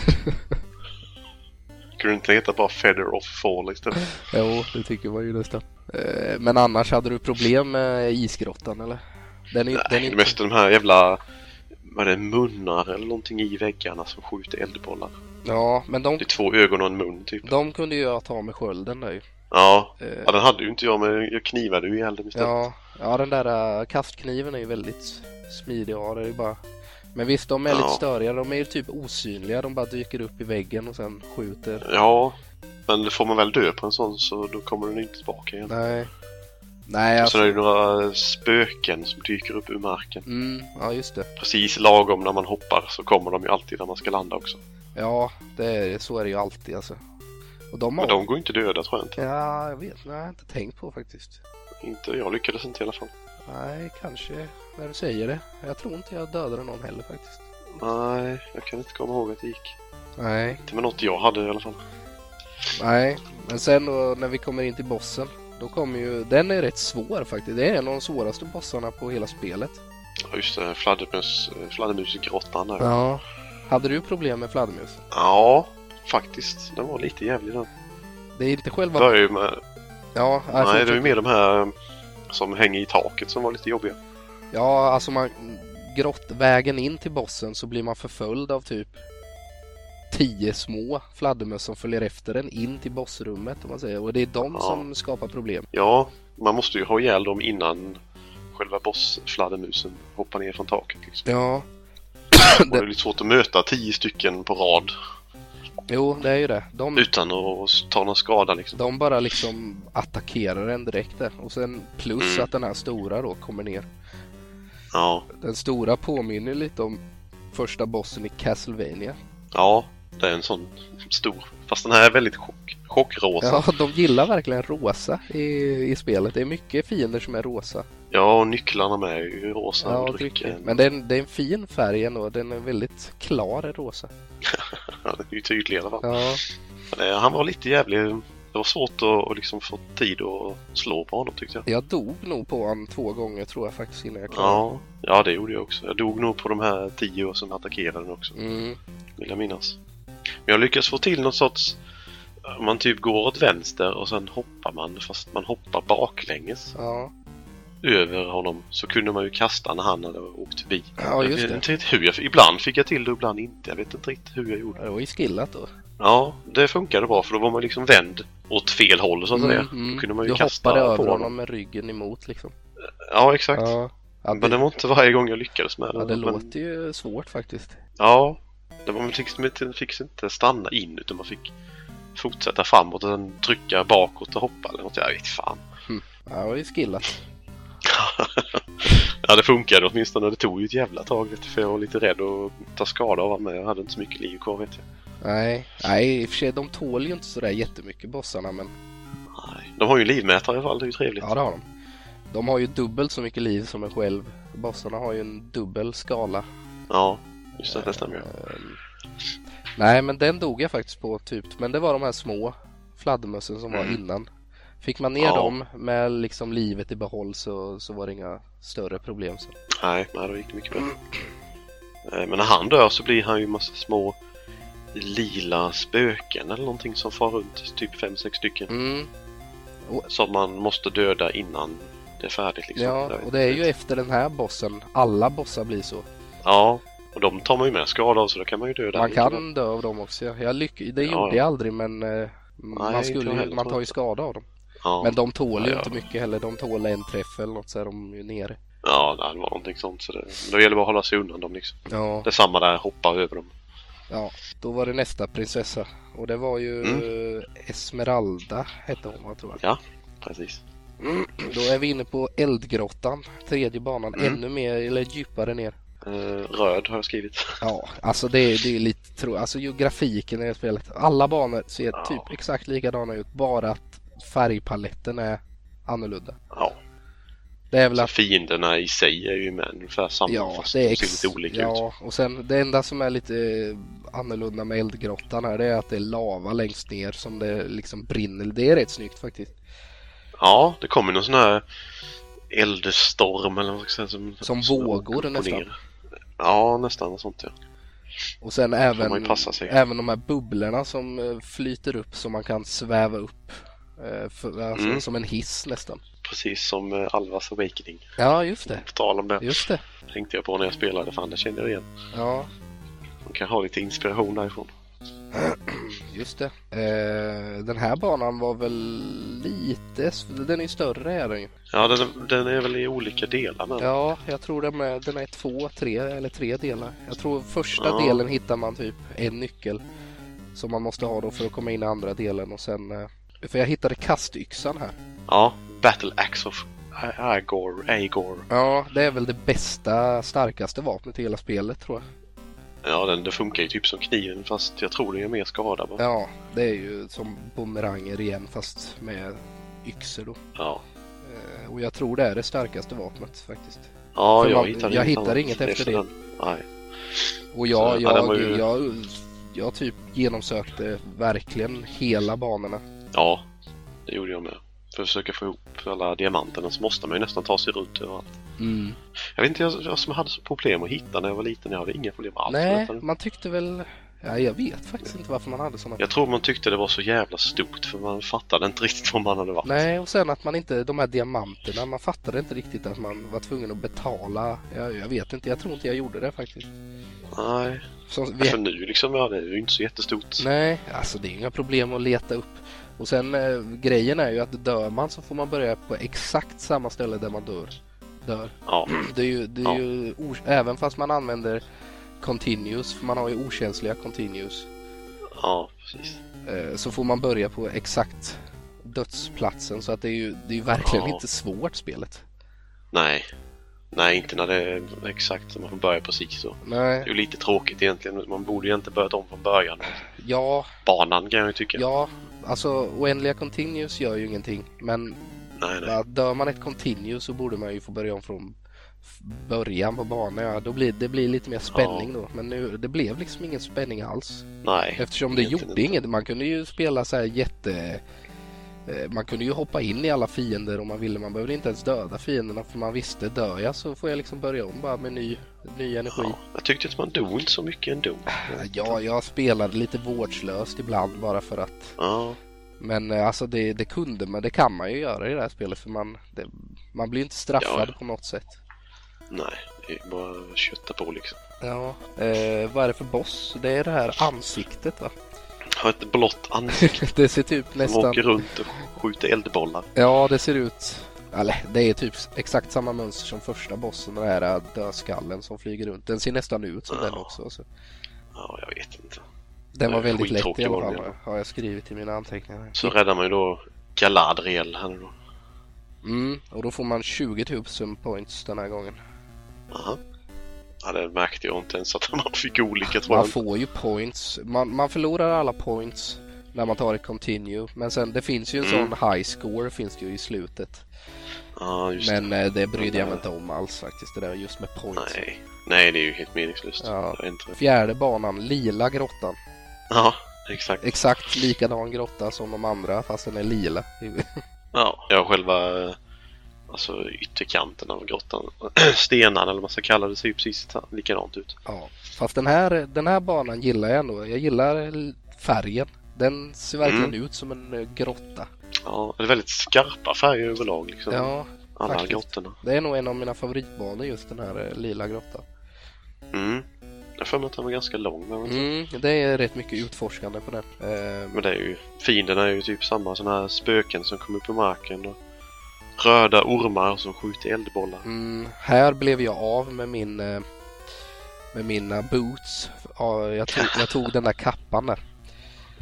Speaker 1: Kunde du inte heta bara Feather of Fall istället?
Speaker 2: jo, det tycker man ju nästan. Eh, men annars hade du problem med isgrottan eller? Den är, ju- den är
Speaker 1: Nej, det
Speaker 2: inte-
Speaker 1: mesta de här jävla... Vad är det? Munnar eller någonting i väggarna som skjuter eldbollar.
Speaker 2: Ja, men de,
Speaker 1: Det är två ögon och en mun typ.
Speaker 2: de kunde ju jag ta med skölden där ju.
Speaker 1: Ja,
Speaker 2: Eh,
Speaker 1: ja den hade ju inte jag men jag knivade ju ihjäl den istället.
Speaker 2: Ja, ja den där äh, kastkniven är ju väldigt smidig och det är bara... Men visst, de är
Speaker 1: Ja.
Speaker 2: lite störiga. De är ju typ osynliga. De bara dyker upp i väggen och sen skjuter.
Speaker 1: Ja, men får man väl dö på en sån så då kommer den inte tillbaka igen.
Speaker 2: Nej. Nej,
Speaker 1: Och sen
Speaker 2: alltså...
Speaker 1: är det ju några spöken som dyker upp ur marken.
Speaker 2: Mm, ja, just det.
Speaker 1: Precis lagom när man hoppar så kommer de ju alltid när man ska landa också.
Speaker 2: Ja, det är, så är det ju alltid alltså. Och de har...
Speaker 1: Men de går ju inte döda tror jag inte.
Speaker 2: Ja, jag vet. Nej, jag har inte tänkt på faktiskt.
Speaker 1: Inte, jag lyckades inte i alla fall.
Speaker 2: Nej, kanske när du säger det. Jag tror inte jag dödade någon heller faktiskt.
Speaker 1: Nej, jag kan inte komma ihåg att det gick.
Speaker 2: Nej,
Speaker 1: Inte med något jag hade i alla fall.
Speaker 2: Nej, men sen då när vi kommer in till bossen. Då kommer ju, den är rätt svår faktiskt. Det är en av de svåraste bossarna på hela spelet.
Speaker 1: Ja, just det, fladdermus, eh, fladdermusgrottan där.
Speaker 2: Ja. Hade du problem med fladdermus?
Speaker 1: Ja, faktiskt. Den var lite jävlig den.
Speaker 2: Det är inte själva...
Speaker 1: Börjar ju med...
Speaker 2: Ja, alltså,
Speaker 1: Nej,
Speaker 2: jag
Speaker 1: det är ju
Speaker 2: tycker-
Speaker 1: mer de här um, som hänger i taket som var lite jobbiga.
Speaker 2: ja, alltså man... Grottvägen in till bossen så blir man förföljd av typ tio små fladdermöss som följer efter en in till bossrummet om man säger. Och det är de
Speaker 1: Ja.
Speaker 2: som skapar problem.
Speaker 1: Ja, man måste ju ha ihjäl dem innan själva bossfladdermusen hoppar ner från taket. Liksom.
Speaker 2: Ja,
Speaker 1: Och det är lite svårt att möta tio stycken på rad
Speaker 2: jo det är ju det. De...
Speaker 1: utan att ta någon skada liksom.
Speaker 2: De bara liksom attackerar en direkt där. Och sen plus
Speaker 1: Mm.
Speaker 2: att den här stora då kommer ner.
Speaker 1: Ja,
Speaker 2: Den stora påminner lite om första bossen i Castlevania.
Speaker 1: ja det är en sån stor. Fast den här är väldigt chock, chockrosa. Ja.
Speaker 2: Ja, de gillar verkligen rosa i, i spelet. Det är mycket fiender som är rosa.
Speaker 1: och nycklarna med är ju rosa.
Speaker 2: Ja,
Speaker 1: och
Speaker 2: och mycket.
Speaker 1: drycken.
Speaker 2: Men det är, en, det är en fin färg ändå. Den är väldigt klar rosa.
Speaker 1: Ja, den är ju tydlig i alla fall.
Speaker 2: Ja,
Speaker 1: Men, eh, Han var lite jävlig. Det var svårt att att liksom få tid att slå på honom tyckte jag.
Speaker 2: jag dog nog på honom två gånger tror jag faktiskt innan jag klarade
Speaker 1: Ja, ja det gjorde jag också. Jag dog nog på de här tio och sen attackerade den också.
Speaker 2: Mm.
Speaker 1: Vill jag minnas. Men jag lyckades få till någon sorts... Man typ går åt vänster och sen hoppar man fast man hoppar baklänges
Speaker 2: Ja.
Speaker 1: över honom. Så kunde man ju kasta när han hade åkt förbi.
Speaker 2: ja, just
Speaker 1: jag vet
Speaker 2: det.
Speaker 1: inte riktigt hur jag... Ibland fick jag till det, ibland inte. Jag vet inte riktigt hur jag gjorde.
Speaker 2: Det var ju skillat då.
Speaker 1: Ja, det funkade bra för då var man liksom vänd åt fel håll så att säga.
Speaker 2: Mm,
Speaker 1: Då kunde man ju
Speaker 2: du
Speaker 1: kasta
Speaker 2: hoppade över
Speaker 1: på
Speaker 2: honom.
Speaker 1: honom.
Speaker 2: med ryggen emot liksom.
Speaker 1: Ja, exakt.
Speaker 2: Ja, ja, det,
Speaker 1: Men det var inte varje gång jag lyckades med det.
Speaker 2: ja, det
Speaker 1: men...
Speaker 2: låter ju svårt faktiskt.
Speaker 1: Ja, det var man fick, man fick inte stanna in utan man fick fortsätta framåt och sen trycka bakåt och hoppa eller något. Jag vet fan.
Speaker 2: Ja, det var ju skillat.
Speaker 1: Ja, det funkade åtminstone. Det tog ju ett jävla tag vet du, för jag var lite rädd att ta skada av honom men jag hade inte så mycket liv kvar vet jag.
Speaker 2: Nej, nej i och för sig de tål ju inte sådär jättemycket bossarna men
Speaker 1: Nej. De har ju en livmätare i alla fall, det är ju trevligt.
Speaker 2: ja det har de. De har ju dubbelt så mycket liv som en själv. Bossarna har ju en dubbel skala.
Speaker 1: Ja, just det, det stämmer ju.
Speaker 2: Ehm, Nej men den dog jag faktiskt på typ. Men det var de här små fladdermössen som var
Speaker 1: Mm.
Speaker 2: innan. Fick man ner
Speaker 1: Ja.
Speaker 2: dem med liksom livet i behåll så, så var det inga större problem. Så.
Speaker 1: Nej, nej, då gick det mycket bättre. Eh, Men när han dör så blir han ju massa små lila spöken eller någonting som far runt, typ fem sex stycken.
Speaker 2: Mm,
Speaker 1: Som man måste döda innan det är färdigt liksom.
Speaker 2: ja,
Speaker 1: Jag vet
Speaker 2: och det är
Speaker 1: inte.
Speaker 2: ju efter den här bossen. Alla bossar blir så.
Speaker 1: Ja, och de tar man ju med skada av så då kan man ju döda
Speaker 2: Man
Speaker 1: lite väl.
Speaker 2: kan dö av dem också. ja. Jag lyck... Det
Speaker 1: Ja, ja.
Speaker 2: gjorde jag aldrig men eh, man,
Speaker 1: inte jag
Speaker 2: skulle ju,
Speaker 1: heller,
Speaker 2: man
Speaker 1: tror
Speaker 2: tar ju
Speaker 1: inte.
Speaker 2: skada av dem.
Speaker 1: Ja,
Speaker 2: Men de tål ju
Speaker 1: Ja, ja.
Speaker 2: inte mycket heller. De tål en träff eller något så är de ju nere.
Speaker 1: ja nej, det var någonting sånt. Så det, men då gäller det bara att hålla sig undan dem liksom.
Speaker 2: Ja,
Speaker 1: Det är samma där, hoppa över dem.
Speaker 2: då var det nästa prinsessa. Och det var ju
Speaker 1: Mm.
Speaker 2: eh, Esmeralda hette hon va, tror jag.
Speaker 1: Precis.
Speaker 2: Då är vi inne på Eldgrottan, tredje banan,
Speaker 1: Mm.
Speaker 2: ännu mer eller djupare ner.
Speaker 1: Eh, röd har jag skrivit.
Speaker 2: Ja, alltså det är, det är lite tro... Alltså ju grafiken i det här spelet. Alla banor ser
Speaker 1: Ja.
Speaker 2: typ exakt likadana ut bara att färgpaletten är annorlunda.
Speaker 1: Ja,
Speaker 2: Det är väl
Speaker 1: så
Speaker 2: att
Speaker 1: fienderna i sig är ju med ungefär samma
Speaker 2: Ja,
Speaker 1: fast
Speaker 2: det är
Speaker 1: de
Speaker 2: ex...
Speaker 1: ser lite olika ut.
Speaker 2: ja, och sen det enda som är lite eh, annorlunda med eldgrottan här det är att det är lava längst ner som det liksom brinner. Det är rätt snyggt faktiskt.
Speaker 1: Ja, det kommer någon sån här eldstorm eller vad man ska säga, som,
Speaker 2: Som vågor
Speaker 1: åker upp och
Speaker 2: nästan.
Speaker 1: ner. Ja, nästan något sånt ja.
Speaker 2: Och sen
Speaker 1: man ju
Speaker 2: även,
Speaker 1: passa sig.
Speaker 2: även de här bubblorna som eh, flyter upp som man kan sväva upp. eh, För, alltså,
Speaker 1: Mm.
Speaker 2: Som en hiss nästan.
Speaker 1: Precis som eh, Alvas Awakening.
Speaker 2: Ja, just det.
Speaker 1: På tal om det
Speaker 2: Just det.
Speaker 1: tänkte jag på när jag spelade för annars känner jag igen.
Speaker 2: Ja,
Speaker 1: Man kan ha lite inspiration därifrån.
Speaker 2: just det. Eh, den här banan var väl lite... s- Den är ju större är den ju.
Speaker 1: Ja, den, den är väl i olika delar men...
Speaker 2: Ja, jag tror den är, den är två, tre eller tre delar. Jag tror första
Speaker 1: Ja.
Speaker 2: delen hittar man typ en nyckel som man måste ha då för att komma in i andra delen och sen... eh, För jag hittade kastyxan här.
Speaker 1: Ja, Battle Axe of Agor, Agor.
Speaker 2: Ja, det är väl det bästa, starkaste vapnet i hela spelet tror jag.
Speaker 1: Ja, den, det funkar ju typ som kniven fast jag tror det gör mer skada bara.
Speaker 2: Ja, det är ju som bumeranger igen fast med yxor då.
Speaker 1: Ja.
Speaker 2: Eh, Och jag tror det är det starkaste vapnet faktiskt.
Speaker 1: Ja,
Speaker 2: För
Speaker 1: jag
Speaker 2: man-
Speaker 1: hittade
Speaker 2: jag
Speaker 1: inget
Speaker 2: hittar
Speaker 1: annat
Speaker 2: inget efter det.
Speaker 1: den. Nej. Så,
Speaker 2: Och jag,
Speaker 1: ja, den var
Speaker 2: jag,
Speaker 1: ju-
Speaker 2: jag, jag, jag typ genomsökte verkligen hela banorna.
Speaker 1: Ja, det gjorde jag med. För att försöka få ihop alla diamanterna så måste man ju nästan ta sig runt överallt.
Speaker 2: Mm.
Speaker 1: Jag vet inte, jag, jag som hade så problem att hitta när jag var liten, jag hade inga problem alls med
Speaker 2: Nej,
Speaker 1: detta nu.
Speaker 2: man tyckte väl... Ja, jag vet faktiskt inte varför man hade sådana
Speaker 1: Jag tror man tyckte det var så jävla stort för man fattade inte riktigt var man hade varit.
Speaker 2: Nej, och sen att man inte, de här diamanterna, man fattade inte riktigt att man var tvungen att betala. Jag, jag vet inte, jag tror inte jag gjorde det faktiskt.
Speaker 1: Nej.
Speaker 2: Som,
Speaker 1: För
Speaker 2: vi,
Speaker 1: nu liksom, ja, det är ju inte så jättestort.
Speaker 2: nej, alltså det är inga problem att leta upp. Och sen eh, grejen är ju att dör man så får man börja på exakt samma ställe där man dör. dör.
Speaker 1: Ja,
Speaker 2: Det är ju, det är
Speaker 1: Ja.
Speaker 2: ju or- även fast man använder continuous, för man har ju okänsliga continuous,
Speaker 1: ja precis.
Speaker 2: eh, så får man börja på exakt dödsplatsen. Så att det är ju, det är ju verkligen
Speaker 1: Ja.
Speaker 2: inte svårt spelet.
Speaker 1: Nej. Nej, inte när det är exakt som man får börja precis så. Det är
Speaker 2: Nej,
Speaker 1: ju lite tråkigt egentligen. Man borde ju inte börjat om från början.
Speaker 2: ja,
Speaker 1: Banan kan jag ju tycka.
Speaker 2: Ja, alltså oändliga continues gör ju ingenting. Men
Speaker 1: Nej, nej.
Speaker 2: bara, dör man ett continue så borde man ju få börja om från f- början på banan. Ja, då blir, det blir lite mer spänning då. Men nu, det blev liksom ingen spänning alls.
Speaker 1: Nej.
Speaker 2: Eftersom det
Speaker 1: Egentligen
Speaker 2: gjorde
Speaker 1: inte.
Speaker 2: inget. Man kunde ju spela så här jätte... eh, Man kunde ju hoppa in i alla fiender om man ville. Man behövde inte ens döda fienderna för man visste dör jag så får jag liksom börja om bara med ny, ny energi.
Speaker 1: Ja. Jag tyckte att man dog inte så mycket ändå.
Speaker 2: Ja, jag spelade lite vårdslöst ibland bara för att
Speaker 1: Ja.
Speaker 2: Men eh, alltså det, det kunde man, det kan man ju göra i det här spelet för man, det, man blir ju inte straffad
Speaker 1: Ja.
Speaker 2: på något sätt.
Speaker 1: Nej. Det är bara att kötta på liksom.
Speaker 2: Ja. Eh, vad är det för boss? Det är det här ansiktet va?
Speaker 1: Har ett blått ansikte
Speaker 2: Det ser typ
Speaker 1: som
Speaker 2: nästan...
Speaker 1: åker runt och skjuter eldbollar.
Speaker 2: Ja, det ser ut... Eller det är typ exakt samma mönster som första bossen, den här eh, dödskallen som flyger runt. Den ser nästan ut som
Speaker 1: Ja.
Speaker 2: den också. Så.
Speaker 1: Ja, jag vet inte. Det
Speaker 2: Den var
Speaker 1: är
Speaker 2: väldigt lätt i
Speaker 1: skittråkig
Speaker 2: alla
Speaker 1: var den
Speaker 2: fall, har jag skrivit i mina anteckningar.
Speaker 1: Så räddar man ju då Galadriel här nu då.
Speaker 2: Mm, och då får man 20 000 points den här gången.
Speaker 1: Aha. Ja, det märkte jag inte ens att man fick olika tror
Speaker 2: Man
Speaker 1: jag.
Speaker 2: får ju points. Man, man förlorar alla points när man tar ett continue. Men sen det finns ju en
Speaker 1: Mm.
Speaker 2: sån high score finns det ju i slutet.
Speaker 1: Ja, just
Speaker 2: Men
Speaker 1: det.
Speaker 2: eh, det brydde jag mig
Speaker 1: Nej.
Speaker 2: inte om alls faktiskt det där just med points.
Speaker 1: Nej. Nej, det är ju helt meningslöst.
Speaker 2: Ja.
Speaker 1: Jag är inte...
Speaker 2: Fjärde banan, lila grottan.
Speaker 1: ja exakt.
Speaker 2: Exakt likadan grotta som de andra fast den är lila.
Speaker 1: Ja. Jag har själva eh, alltså, ytterkanten av grottan. Stenarna eller vad man ska kalla det ser ju precis likadant ut.
Speaker 2: ja. Fast den här, den här banan gillar jag ändå. Jag gillar l- färgen. Den ser verkligen
Speaker 1: Mm.
Speaker 2: ut som en eh, grotta.
Speaker 1: Ja, det är väldigt skarpa färger överlag liksom.
Speaker 2: Ja,
Speaker 1: Alla
Speaker 2: faktiskt.
Speaker 1: grottorna.
Speaker 2: det är nog en av mina favoritbanor just den här eh, lila grottan.
Speaker 1: Mm. Jag har för mig att den var ganska lång. Men,
Speaker 2: Mm, det är rätt mycket utforskande på den. Eh,
Speaker 1: men det är ju, fienderna är ju typ samma sådana här spöken som kommer upp ur marken. Och röda ormar som skjuter eldbollar.
Speaker 2: mm, här blev jag av med min eh, med mina boots. Ja, jag, tog, jag tog den där kappan där.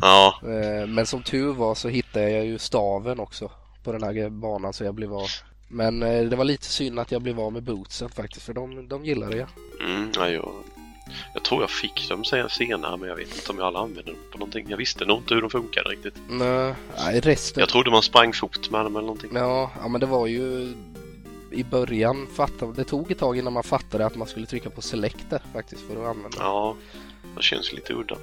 Speaker 1: Ja,
Speaker 2: Eh, men som tur var så hittade jag ju staven också på den här banan så jag blev av. Men eh, det var lite synd att jag blev av med bootsen faktiskt för de, de gillade jag.
Speaker 1: mm, ja jag, jag tror jag fick dem sen- senare men jag vet inte om jag alla använde dem på någonting. Jag visste nog inte hur de funkade riktigt.
Speaker 2: Nej, nej, resten.
Speaker 1: Jag trodde man sprang fot med dem eller någonting.
Speaker 2: Ja, ja, men det var ju i början fattade, det tog ett tag innan man fattade att man skulle trycka på select där faktiskt för att använda
Speaker 1: Ja, det känns lite udda.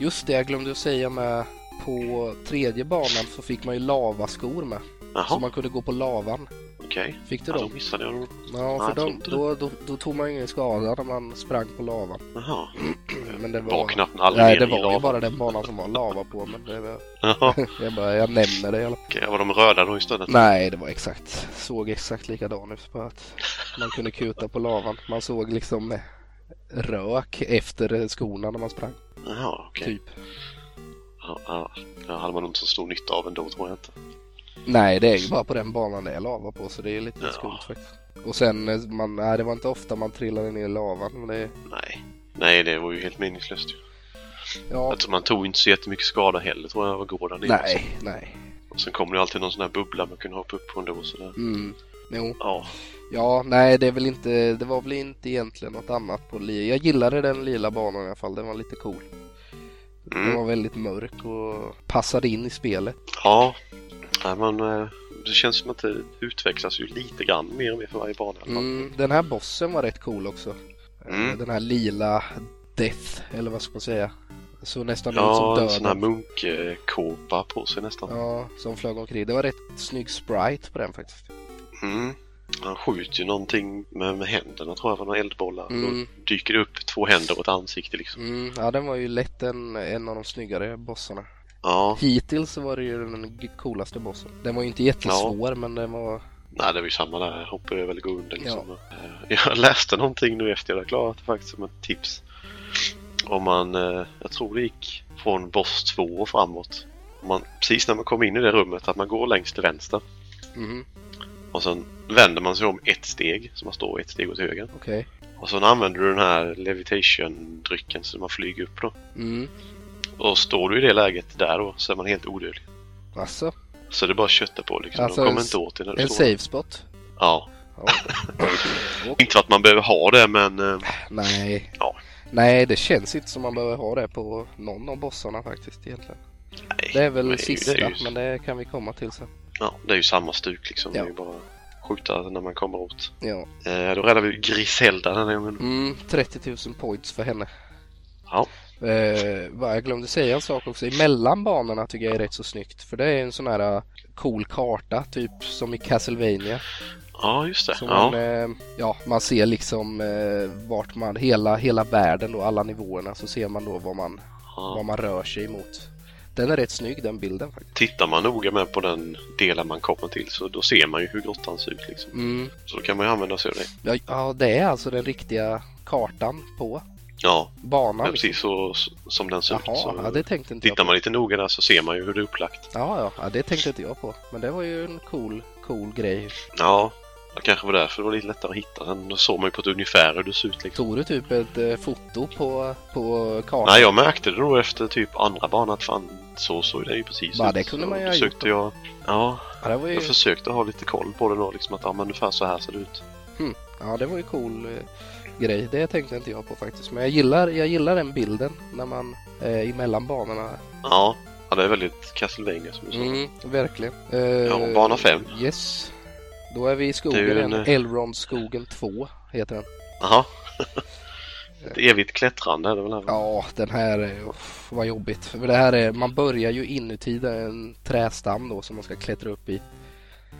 Speaker 2: Just det, jag glömde att säga med på tredje banan så fick man ju lavaskor med. Så
Speaker 1: Jaha,
Speaker 2: man kunde gå på lavan.
Speaker 1: okej.
Speaker 2: Fick du
Speaker 1: Ja, då
Speaker 2: dem?
Speaker 1: missade jag dem.
Speaker 2: Ja,
Speaker 1: jag
Speaker 2: för
Speaker 1: tror
Speaker 2: dem,
Speaker 1: inte det.
Speaker 2: då, då, då tog man ju ingen skada när man sprang på lavan.
Speaker 1: Jaha,
Speaker 2: Men det
Speaker 1: det var
Speaker 2: var...
Speaker 1: knappt aldrig Nej,
Speaker 2: Nej, det
Speaker 1: i
Speaker 2: var ju
Speaker 1: lavan.
Speaker 2: bara den banan som var lava på. Men det var,
Speaker 1: Jaha,
Speaker 2: jag, bara, jag nämner det i alla fall.
Speaker 1: okej. Var de röda då istället?
Speaker 2: Nej, det var exakt. Såg exakt likadan ut. Bara att man kunde kuta på lavan. Man såg liksom eh, rök efter skorna när man sprang.
Speaker 1: Jaha, okej.
Speaker 2: Typ.
Speaker 1: Ja, ja. Det hade man nog inte så stor nytta av ändå tror jag inte.
Speaker 2: Nej, det är ju bara på den banan det är lava på så det är lite
Speaker 1: Ja.
Speaker 2: skumt faktiskt. Och sen, eh, man, nej, det var inte ofta man trillade ner i lavan. Men det,
Speaker 1: Nej. Nej, det var ju helt meningslöst ju.
Speaker 2: ja,
Speaker 1: Alltså, man tog inte så jättemycket skada heller tror jag, av att gå där nere.
Speaker 2: nej, nej.
Speaker 1: Och sen kom det ju alltid någon sån här bubbla man kunde hoppa upp på ändå och sådär.
Speaker 2: Mm. Jo,
Speaker 1: Ja,
Speaker 2: ja, nej, det är väl inte, det var väl inte egentligen något annat på li. Jag gillade den lila banan i alla fall, den var lite cool. Den
Speaker 1: mm.
Speaker 2: var väldigt mörk och passade in i spelet.
Speaker 1: ja. Nej, men eh, det känns som att det utvecklas ju lite grann mer och mer för varje bana. i alla fall.
Speaker 2: Mm, den här bossen var rätt cool också. Eh,
Speaker 1: Mm.
Speaker 2: Den här lila Death, eller vad ska man säga? Så nästan ut som
Speaker 1: Ja, en
Speaker 2: döden.
Speaker 1: sån här munkkåpa på sig nästan.
Speaker 2: Ja, som flög omkring. Det var rätt snygg sprite på den faktiskt.
Speaker 1: Mm. Han skjuter ju någonting med, med händerna tror jag, var några eldbollar.
Speaker 2: Mm.
Speaker 1: Då dyker det upp två händer och ett ansikte liksom.
Speaker 2: Mm, ja, den var ju lätt en, en av de snyggare bossarna.
Speaker 1: Ja,
Speaker 2: Hittills så var det ju den g- coolaste bossen. Den var ju inte jättesvår, men den var...
Speaker 1: nej det var ju samma där. Hoppa över eller gå under
Speaker 2: Ja.
Speaker 1: liksom. Eh, Jag läste någonting nu efter jag hade klarat det faktiskt som ett tips. Om man, eh, jag tror det gick från boss 2 och framåt. Om man, precis när man kom in i det rummet, att man går längst till vänster.
Speaker 2: Mm,
Speaker 1: Och sen vänder man sig om ett steg, så man står ett steg åt höger.
Speaker 2: okej.
Speaker 1: Och sen använder du den här levitation-drycken så man flyger upp då.
Speaker 2: Mm,
Speaker 1: Och står du i det läget där då så är man helt odödlig.
Speaker 2: alltså,
Speaker 1: Så det är bara att kötta på liksom.
Speaker 2: Alltså,
Speaker 1: De kommer
Speaker 2: en-
Speaker 1: inte åt dig när du
Speaker 2: en
Speaker 1: står där.
Speaker 2: safe spot.
Speaker 1: Ja.
Speaker 2: Ja. Och,
Speaker 1: Inte för att man behöver ha det men eh,
Speaker 2: nej.
Speaker 1: Ja.
Speaker 2: Nej, det känns inte som man behöver ha det på någon av bossarna faktiskt egentligen.
Speaker 1: nej.
Speaker 2: Det är väl
Speaker 1: det är ju-
Speaker 2: sista,
Speaker 1: det är ju-
Speaker 2: men det kan vi komma till sen.
Speaker 1: Ja, det är ju samma stuk liksom.
Speaker 2: Ja.
Speaker 1: Det är ju bara att skjuta när man kommer åt.
Speaker 2: Ja.
Speaker 1: Eh, då räddar vi Griselda den här gången.
Speaker 2: Mm, 30 000 points för henne.
Speaker 1: Ja.
Speaker 2: Eh, vad jag glömde säga en sak också. Emellan banorna tycker jag är rätt så snyggt. För det är en sån här eh, cool karta, typ som i Castlevania.
Speaker 1: Ja, just det.
Speaker 2: Som
Speaker 1: Ja.
Speaker 2: man, eh, ja, man ser liksom eh, vart man, hela, hela världen då, alla nivåerna. Så ser man då vad man,
Speaker 1: ja.
Speaker 2: vad man rör sig emot. Den är rätt snygg den bilden faktiskt.
Speaker 1: Tittar man noga med på den delen man kommer till så då ser man ju hur grottan ser ut liksom.
Speaker 2: Mm.
Speaker 1: Så då kan man ju använda sig av det.
Speaker 2: Ja, ja, det är alltså den riktiga kartan på
Speaker 1: Ja,
Speaker 2: banan. liksom.
Speaker 1: men precis så s- som den ser
Speaker 2: Jaha,
Speaker 1: ut. Så,
Speaker 2: ja, det tänkte inte jag på.
Speaker 1: Tittar man lite noga där så ser man ju hur det är upplagt.
Speaker 2: Ja, ja, ja, det tänkte inte jag på. Men det var ju en cool, cool grej.
Speaker 1: Ja, det kanske var därför det var lite lättare att hitta den. Då såg man ju på ett ungefär hur det ser ut liksom.
Speaker 2: Tog du typ ett eh, foto på, på kartan?
Speaker 1: Nej, jag märkte det nog efter typ andra banan att fan, så såg det ju precis
Speaker 2: Ja,
Speaker 1: ut.
Speaker 2: det kunde
Speaker 1: Så
Speaker 2: man ju ha
Speaker 1: försökte jag, Ja,
Speaker 2: Ja, det var ju,
Speaker 1: jag försökte ha lite koll på det då liksom att ja, men ungefär så här ser det ut.
Speaker 2: ja, det var ju cool eh, grej. Det tänkte inte jag på faktiskt. Men jag gillar, jag gillar den bilden när man eh, emellan banorna.
Speaker 1: Ja, ja det är väldigt Castlevania som du sa.
Speaker 2: Mm, verkligen. Eh,
Speaker 1: Ja, bana fem.
Speaker 2: Yes. Då är vi i skogen
Speaker 1: Det är ju
Speaker 2: igen.
Speaker 1: en, eh,
Speaker 2: Elrond-skogen 2 heter den.
Speaker 1: Jaha. Ett evigt klättrande är det väl här?
Speaker 2: Ja, den här är- uff, vad jobbigt. För det här är, man börjar ju inuti en trästam då som man ska klättra upp i.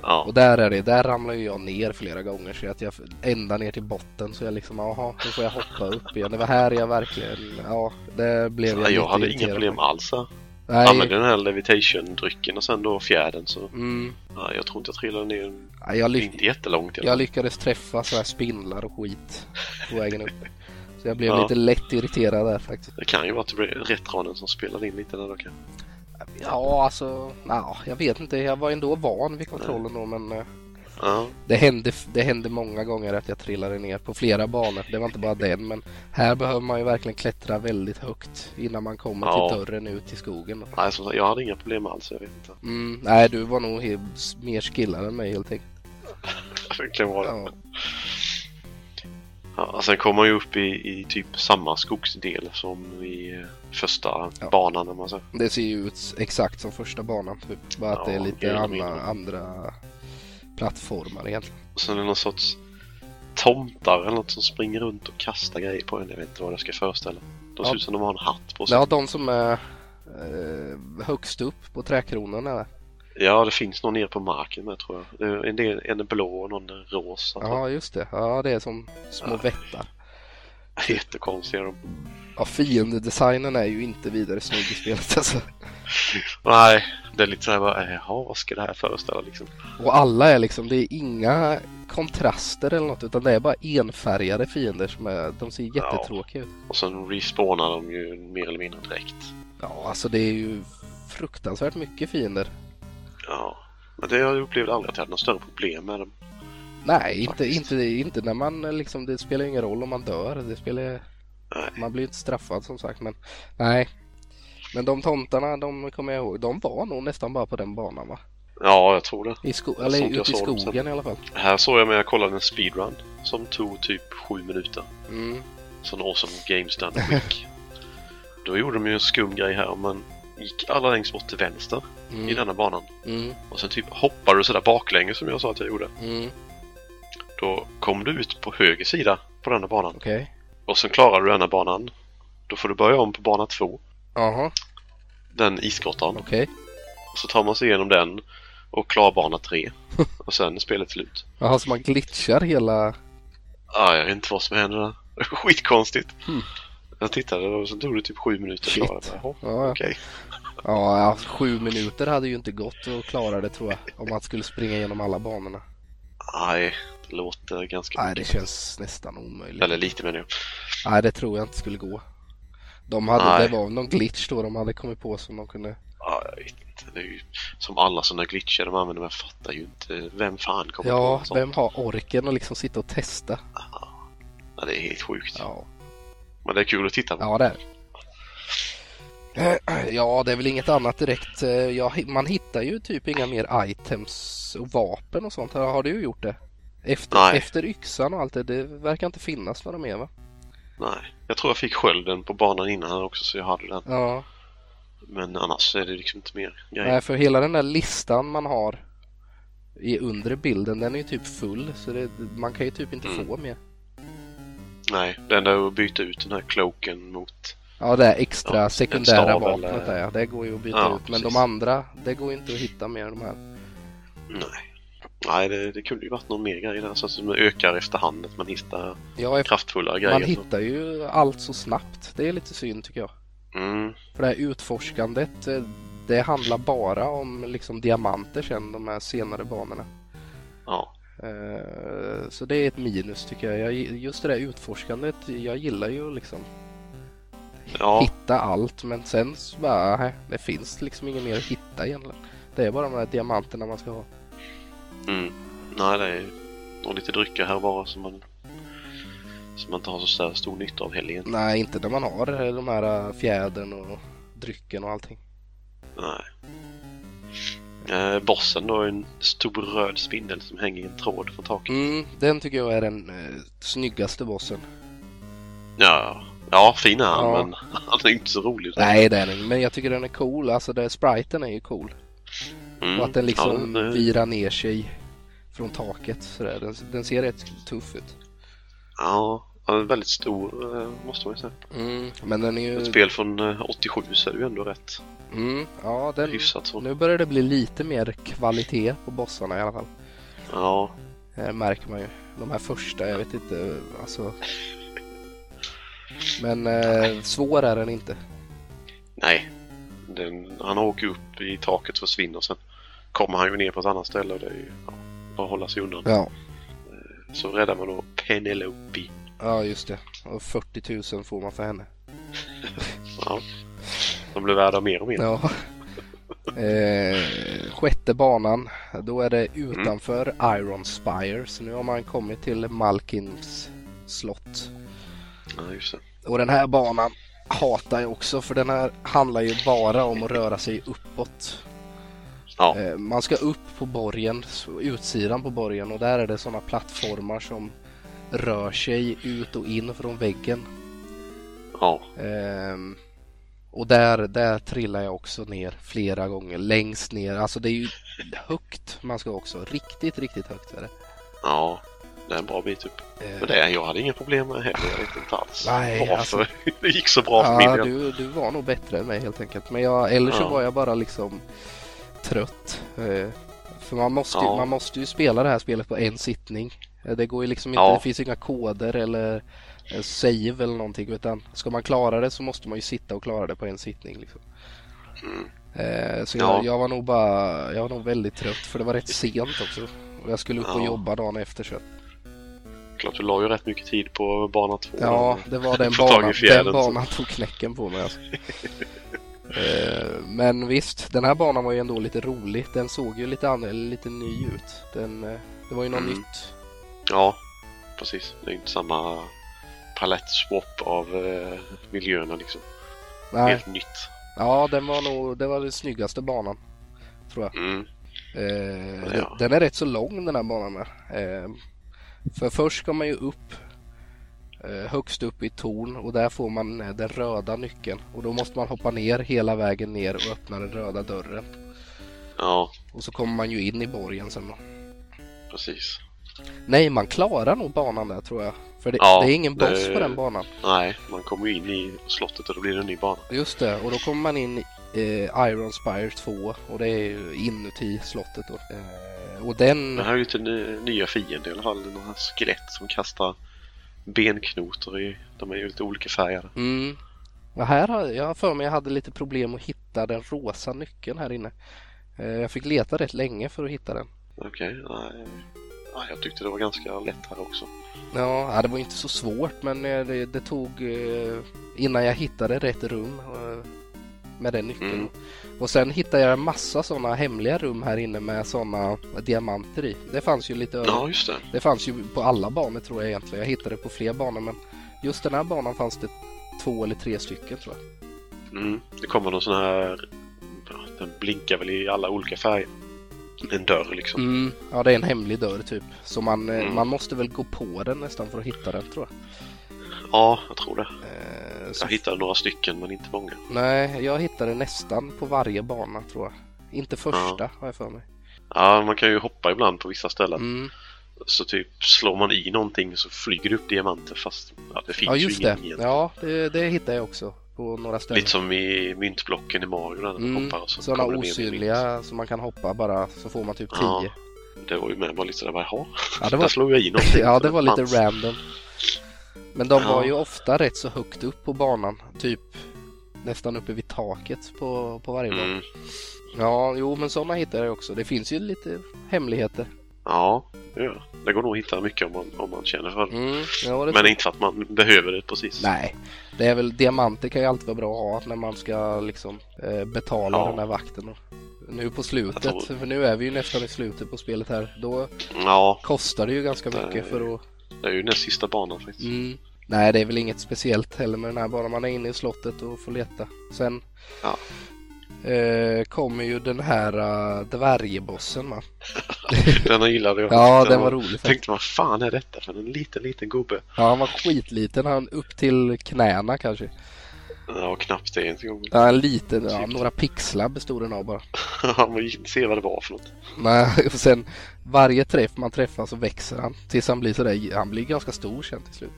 Speaker 1: ja.
Speaker 2: Och där är det, där ramlar ju jag ner flera gånger så att jag ända ner till botten så jag liksom jaha, nu får jag hoppa upp igen. Det var här jag verkligen, ja, det blev
Speaker 1: Jag,
Speaker 2: jag
Speaker 1: jag
Speaker 2: lite
Speaker 1: hade inga
Speaker 2: irriterad
Speaker 1: problem
Speaker 2: på.
Speaker 1: alls här. Använde
Speaker 2: Nej,
Speaker 1: den här levitation-drycken och sen då fjärden så...
Speaker 2: mm,
Speaker 1: Ja, jag tror inte jag trillade ner
Speaker 2: ja, jag, lyck,
Speaker 1: inte jättelångt i alla
Speaker 2: jag lyckades träffa så här spindlar och skit på vägen upp. Så jag blev
Speaker 1: Ja.
Speaker 2: lite lätt irriterad där faktiskt.
Speaker 1: Det kan ju vara att det blir retronen som spelar in lite där då kanske.
Speaker 2: Ja, alltså, ja, jag vet inte, jag var ändå van vid kontrollen då men eh,
Speaker 1: Ja,
Speaker 2: Det hände, det hände många gånger att jag trillade ner på flera banor. Det var inte bara den, men här behöver man ju verkligen klättra väldigt högt innan man kommer
Speaker 1: Ja.
Speaker 2: till dörren ut i skogen.
Speaker 1: nej som sagt, jag hade inga problem alls, jag vet inte.
Speaker 2: Mm, nej, du var nog he- s- mer skillad än mig helt enkelt.
Speaker 1: Det kan vara det.
Speaker 2: Ja,
Speaker 1: Ja, och sen kommer man ju upp i, i typ samma skogsdel som i eh, första
Speaker 2: Ja.
Speaker 1: banan om man säger.
Speaker 2: det ser ju ut s- exakt som första banan, typ. bara att det är
Speaker 1: Ja,
Speaker 2: lite
Speaker 1: mer eller
Speaker 2: anna,
Speaker 1: mindre.
Speaker 2: andra plattformar egentligen.
Speaker 1: Och sen är det någon sorts tomtar eller något som springer runt och kastar grejer på en. Jag vet inte vad jag ska föreställa. De ser
Speaker 2: Ja.
Speaker 1: ut som de har en hatt på sig.
Speaker 2: Ja, de som är eh, högst upp på träkronorna. där.
Speaker 1: Ja, det finns någon nere på marken med tror jag. Det är En, del, en är blå och någon är rosa. tror jag.
Speaker 2: Ja, just det. Ja, det är som små
Speaker 1: Ja.
Speaker 2: vättar.
Speaker 1: Jättekonstiga de.
Speaker 2: Ja, fiendedesignen är ju inte vidare snygg i spelet alltså.
Speaker 1: Nej, det är lite såhär bara, jaha, vad ska det här föreställa liksom?
Speaker 2: Och alla är liksom, det är inga kontraster eller något utan det är bara enfärgade fiender som är, de ser jättetråkiga ut.
Speaker 1: Och sen respawnar de ju mer eller mindre direkt.
Speaker 2: Ja, alltså det är ju fruktansvärt mycket fiender.
Speaker 1: Ja. Men det jag upplevde aldrig att jag hade något större problem med dem.
Speaker 2: Nej, inte,
Speaker 1: Faktiskt.
Speaker 2: inte, inte när man liksom, det spelar ju ingen roll om man dör. Det spelar,
Speaker 1: Nej.
Speaker 2: man blir ju inte straffad som sagt men nej. Men de tomtarna, de kommer jag ihåg, de var nog nästan bara på den banan va?
Speaker 1: Ja, jag tror det.
Speaker 2: I sko-
Speaker 1: såg
Speaker 2: eller
Speaker 1: inte jag
Speaker 2: ute i
Speaker 1: såg dem sen.
Speaker 2: skogen i alla fall.
Speaker 1: Här såg jag med jag kollade en speedrun som tog typ sju minuter.
Speaker 2: Mm.
Speaker 1: Sån awesome games done quick. Då gjorde de ju en skum grej här. Man gick allra längst bort till vänster i
Speaker 2: Mm.
Speaker 1: denna banan.
Speaker 2: Mm.
Speaker 1: Och sen typ hoppade du sådär baklänges som jag sa att jag gjorde.
Speaker 2: Mm.
Speaker 1: Då kom du ut på höger sida på denna banan.
Speaker 2: Okej.
Speaker 1: Och sen klarar du denna banan. Då får du börja om på bana två.
Speaker 2: Jaha,
Speaker 1: Den isgrottan.
Speaker 2: okej.
Speaker 1: Och så tar man sig igenom den och klarar bana 3. Och sen är spelet slut.
Speaker 2: Jaha, så man glitchar hela...
Speaker 1: Ah, jag vet inte vad som händer där. Skitkonstigt.
Speaker 2: Hmm.
Speaker 1: Jag tittade och så tog det typ sju minuter att
Speaker 2: Shit.
Speaker 1: klara det. Jaha,
Speaker 2: Ja, ja.
Speaker 1: Okej.
Speaker 2: ja, ja, sju minuter hade ju inte gått att klara det tror jag. Om man skulle springa igenom alla banorna.
Speaker 1: Nej, det låter ganska
Speaker 2: Nej, det
Speaker 1: mycket.
Speaker 2: känns nästan omöjligt.
Speaker 1: Eller lite menar jag.
Speaker 2: Nej, det tror jag inte skulle gå. De hade,
Speaker 1: Nej.
Speaker 2: det var någon glitch då de hade kommit på som de kunde...
Speaker 1: Ja, jag vet inte. Det är ju som alla sådana glitcher de använder, men jag fattar ju inte. Vem fan kommer på
Speaker 2: Ja,
Speaker 1: något sånt?
Speaker 2: vem har orken att liksom sitta och testa?
Speaker 1: Ja, det är helt sjukt.
Speaker 2: Ja,
Speaker 1: Men det är kul att titta på.
Speaker 2: ja det är det. Ja, det är väl inget annat direkt. Eh, Ja, hi- man hittar ju typ inga mer items och vapen och sånt. Har har du gjort det? Efter,
Speaker 1: Nej.
Speaker 2: efter yxan och allt det, det verkar inte finnas några mer va?
Speaker 1: Nej. Jag tror jag fick skölden på banan innan också, så jag hade den.
Speaker 2: Ja,
Speaker 1: Men annars är det liksom inte mer grejer.
Speaker 2: nej för hela den där listan man har i undre bilden, den är ju typ full så det, man kan ju typ inte
Speaker 1: Mm.
Speaker 2: få mer.
Speaker 1: Nej, det enda är att byta ut den här cloaken mot...
Speaker 2: Ja, det är extra
Speaker 1: Ja, en
Speaker 2: sekundära
Speaker 1: stav
Speaker 2: vapnet
Speaker 1: eller-
Speaker 2: där ja. Det går ju att byta
Speaker 1: Ja,
Speaker 2: ut. Men
Speaker 1: precis.
Speaker 2: de andra, det går ju inte att hitta mer de här.
Speaker 1: Nej. Nej, det, det kunde ju varit någon mer grej där. Så att man ökar efterhand, att man hittar
Speaker 2: Ja, efter-
Speaker 1: kraftfullare grejer.
Speaker 2: man hittar ju allt så snabbt. Det är lite synd tycker jag.
Speaker 1: Mm,
Speaker 2: För det här utforskandet, eh, det handlar bara om liksom diamanter sen, de här senare banorna.
Speaker 1: ja.
Speaker 2: Eh, Så det är ett minus tycker jag. jag. gi- Just det där utforskandet, jag gillar ju liksom
Speaker 1: Ja,
Speaker 2: hitta allt men sen så bara, nej, det finns liksom inget mer att hitta egentligen. Det är bara de här diamanterna man ska ha.
Speaker 1: mm. Nej, det är och lite drycker här och var som man, som man inte har så stor, stor nytta av heller egentligen.
Speaker 2: Nej, inte när man har eh, de här eh, fjädern och drycken och allting.
Speaker 1: Nej. Eh, bossen då är en stor röd spindel som hänger i en tråd från taket.
Speaker 2: Mm, den tycker jag är den eh, snyggaste bossen.
Speaker 1: Ja, ja fin är han
Speaker 2: Mm. Ja.
Speaker 1: men han är inte så rolig.
Speaker 2: Nej, det är den Men jag tycker den är cool. Alltså, det, spriten är ju cool.
Speaker 1: Mm.
Speaker 2: Och att den liksom
Speaker 1: Ja, eh, det,
Speaker 2: virar ner sig från taket. Sådär. Den, den ser rätt tuff ut.
Speaker 1: ja, han är väldigt stor eh, måste man ju säga.
Speaker 2: Mm, men den är
Speaker 1: Ett
Speaker 2: ju...
Speaker 1: spel från eh, 87 så är det ju ändå rätt
Speaker 2: Mm, ja, den...
Speaker 1: hyfsat så.
Speaker 2: Nu börjar det bli lite mer kvalitet på bossarna i alla fall.
Speaker 1: Ja,
Speaker 2: Det Eh, märker man ju. De här första, jag vet inte. Alltså... Men eh, svår är den inte.
Speaker 1: nej. Den, han åker upp i taket och försvinner och sen kommer han ju ner på ett annat ställe och det är ju ja, bara att hålla sig undan.
Speaker 2: Ja.
Speaker 1: Så räddar man då Penelope.
Speaker 2: Ja, just det. Och 40 000 får man för henne.
Speaker 1: Ja. De blir värda mer och mer.
Speaker 2: Ja. Eh, sjätte banan, då är det utanför Iron Spire. Så nu har man kommit till Malkins slott.
Speaker 1: Ja, just det.
Speaker 2: Och den här banan hatar jag också för den här handlar ju bara om att röra sig uppåt.
Speaker 1: Ja.
Speaker 2: Eh, man ska upp på borgen, så- utsidan på borgen och där är det sådana plattformar som rör sig ut och in från väggen.
Speaker 1: Ja.
Speaker 2: Ehm, och där, där trillar jag också ner flera gånger, längst ner. Alltså det är ju högt man ska också, riktigt, riktigt högt är det.
Speaker 1: Ja, det är en bra bit upp.
Speaker 2: Ehm,
Speaker 1: Men det, jag hade inga problem med det heller. Jag vet inte alls
Speaker 2: Nej, alltså-
Speaker 1: varför det gick så bra för min
Speaker 2: ja,
Speaker 1: del.
Speaker 2: du, du var nog bättre än mig helt enkelt. Men jag, eller så
Speaker 1: Ja.
Speaker 2: var jag bara liksom trött. Eh, för man måste, ju-
Speaker 1: Ja.
Speaker 2: man måste ju spela det här spelet på en sittning. Eh, Det går ju liksom inte,
Speaker 1: Ja.
Speaker 2: det finns inga koder eller eh, save eller någonting utan ska man klara det så måste man ju sitta och klara det på en sittning. Liksom.
Speaker 1: Mm.
Speaker 2: Eh, så
Speaker 1: Ja.
Speaker 2: jag, jag var nog bara, jag var nog väldigt trött för det var rätt sent också. Och jag skulle upp och
Speaker 1: Ja.
Speaker 2: jobba dagen efter så.
Speaker 1: Klart du la ju rätt mycket tid på bana två.
Speaker 2: Ja, det var den
Speaker 1: Få Mm. tag i
Speaker 2: banan.
Speaker 1: fjärden,
Speaker 2: den
Speaker 1: så.
Speaker 2: banan tog knäcken på mig alltså. Eh, Men visst, den här banan var ju ändå lite rolig. Den såg ju lite, an- eller lite ny ut. Den, eh, det var ju något
Speaker 1: Mm.
Speaker 2: nytt.
Speaker 1: Ja, precis. Det är inte samma palett-swap av eh, miljöerna liksom.
Speaker 2: Nej,
Speaker 1: Helt nytt.
Speaker 2: ja, den var nog det var den snyggaste banan. Tror jag.
Speaker 1: Mm.
Speaker 2: Eh,
Speaker 1: Ja.
Speaker 2: den- Den är rätt så lång den här banan med. Eh, för först ska man ju upp eh, högst upp i ett torn och där får man eh, den röda nyckeln. Och då måste man hoppa ner hela vägen ner och öppna den röda dörren.
Speaker 1: Ja,
Speaker 2: Och så kommer man ju in i borgen sen då.
Speaker 1: precis.
Speaker 2: Nej, man klarar nog banan där tror jag. För det,
Speaker 1: Ja,
Speaker 2: det är ingen
Speaker 1: det-
Speaker 2: boss på den banan.
Speaker 1: Nej, man kommer ju in i slottet och då blir det en ny bana.
Speaker 2: Just det, och då kommer man in i eh, Iron Spire 2 och det är ju inuti slottet då. Eh, och den...
Speaker 1: Det här är ju inte ny, nya fiender i alla fall. Några skelett som kastar benknotor i... De är ju lite olika färgade.
Speaker 2: Mm. Ja, här har, jag har för mig jag hade lite problem att hitta den rosa nyckeln här inne. Eh, jag fick leta rätt länge för att hitta den.
Speaker 1: Okej, nej. nej. Jag tyckte det var ganska lätt här också.
Speaker 2: Ja, ja, det var inte så svårt men eh, det, det tog eh, innan jag hittade rätt rum eh, med den nyckeln.
Speaker 1: Mm.
Speaker 2: Och sen hittade jag en massa sådana hemliga rum här inne med sådana diamanter i. Det fanns ju lite över,
Speaker 1: Ja, just det.
Speaker 2: det fanns ju på alla banor tror jag egentligen. Jag hittade på fler banor men just den här banan fanns det två eller tre stycken tror jag.
Speaker 1: Mm. Det kommer någon sån här... ja, Den blinkar väl i alla olika färger. En dörr liksom.
Speaker 2: Mm, ja det är en hemlig dörr typ. Så man, eh,
Speaker 1: Mm.
Speaker 2: man måste väl gå på den nästan för att hitta den tror jag. Mm.
Speaker 1: Ja, jag tror det.
Speaker 2: Eh, så,
Speaker 1: Jag hittade några stycken men inte många.
Speaker 2: nej, jag hittade nästan på varje bana tror jag. Inte första har jag för mig.
Speaker 1: Ja, man kan ju hoppa ibland på vissa ställen.
Speaker 2: Mm,
Speaker 1: Så typ slår man i någonting så flyger det upp diamanter fast ja, det finns
Speaker 2: ja
Speaker 1: ju
Speaker 2: just det.
Speaker 1: ingenting egentligen.
Speaker 2: Ja det, det hittade jag också på några ställen.
Speaker 1: Lite som i myntblocken i Mario där man
Speaker 2: Mm,
Speaker 1: hoppar och så
Speaker 2: sådana
Speaker 1: kommer det ner en mynt.
Speaker 2: osynliga som man kan hoppa bara så får man typ 10.
Speaker 1: Ja.
Speaker 2: Ja,
Speaker 1: Det var ju med bara lite sådär bara jaha,
Speaker 2: det
Speaker 1: där
Speaker 2: var,
Speaker 1: slog jag i någonting.
Speaker 2: ja,
Speaker 1: så
Speaker 2: det var lite
Speaker 1: fanns.
Speaker 2: random. Men de
Speaker 1: Ja.
Speaker 2: var ju ofta rätt så högt upp på banan. Typ nästan uppe vid taket på, på varje bana.
Speaker 1: Mm.
Speaker 2: Ja, jo men sådana hittar jag också. Det finns ju lite hemligheter.
Speaker 1: Ja, det gör det. Det går nog att hitta mycket om man, om man känner för det.
Speaker 2: Mm, ja, det
Speaker 1: Men inte för att man behöver det precis.
Speaker 2: Nej, det är väl diamanter kan ju alltid vara bra att ha när man ska liksom eh, betala
Speaker 1: Ja.
Speaker 2: den här vakten. Och nu på slutet,
Speaker 1: Jag tror-
Speaker 2: för nu är vi ju nästan i slutet på spelet här, då
Speaker 1: Ja,
Speaker 2: kostar det ju ganska
Speaker 1: Nej.
Speaker 2: mycket för att...
Speaker 1: det är ju den sista banan faktiskt.
Speaker 2: Mm. Nej, det är väl inget speciellt heller med den här, bara man är inne i slottet och får leta. Sen
Speaker 1: Ja.
Speaker 2: eh, kommer ju den här eh, dvärgbossen va?
Speaker 1: Den gillade jag.
Speaker 2: Ja, den var rolig faktiskt.
Speaker 1: Tänkte vad fan är detta för en liten, liten gubbe?
Speaker 2: Ja, han var skitliten, han upp till knäna kanske.
Speaker 1: Ja, knappt det ens en gång.
Speaker 2: Ja, en liten, ja,
Speaker 1: Typ.
Speaker 2: några pixlar bestod den av bara.
Speaker 1: Han vill inte se vad det var för något.
Speaker 2: Nej, och sen varje träff man träffar så växer han tills han blir sådär, han blir ganska stor sen till slut.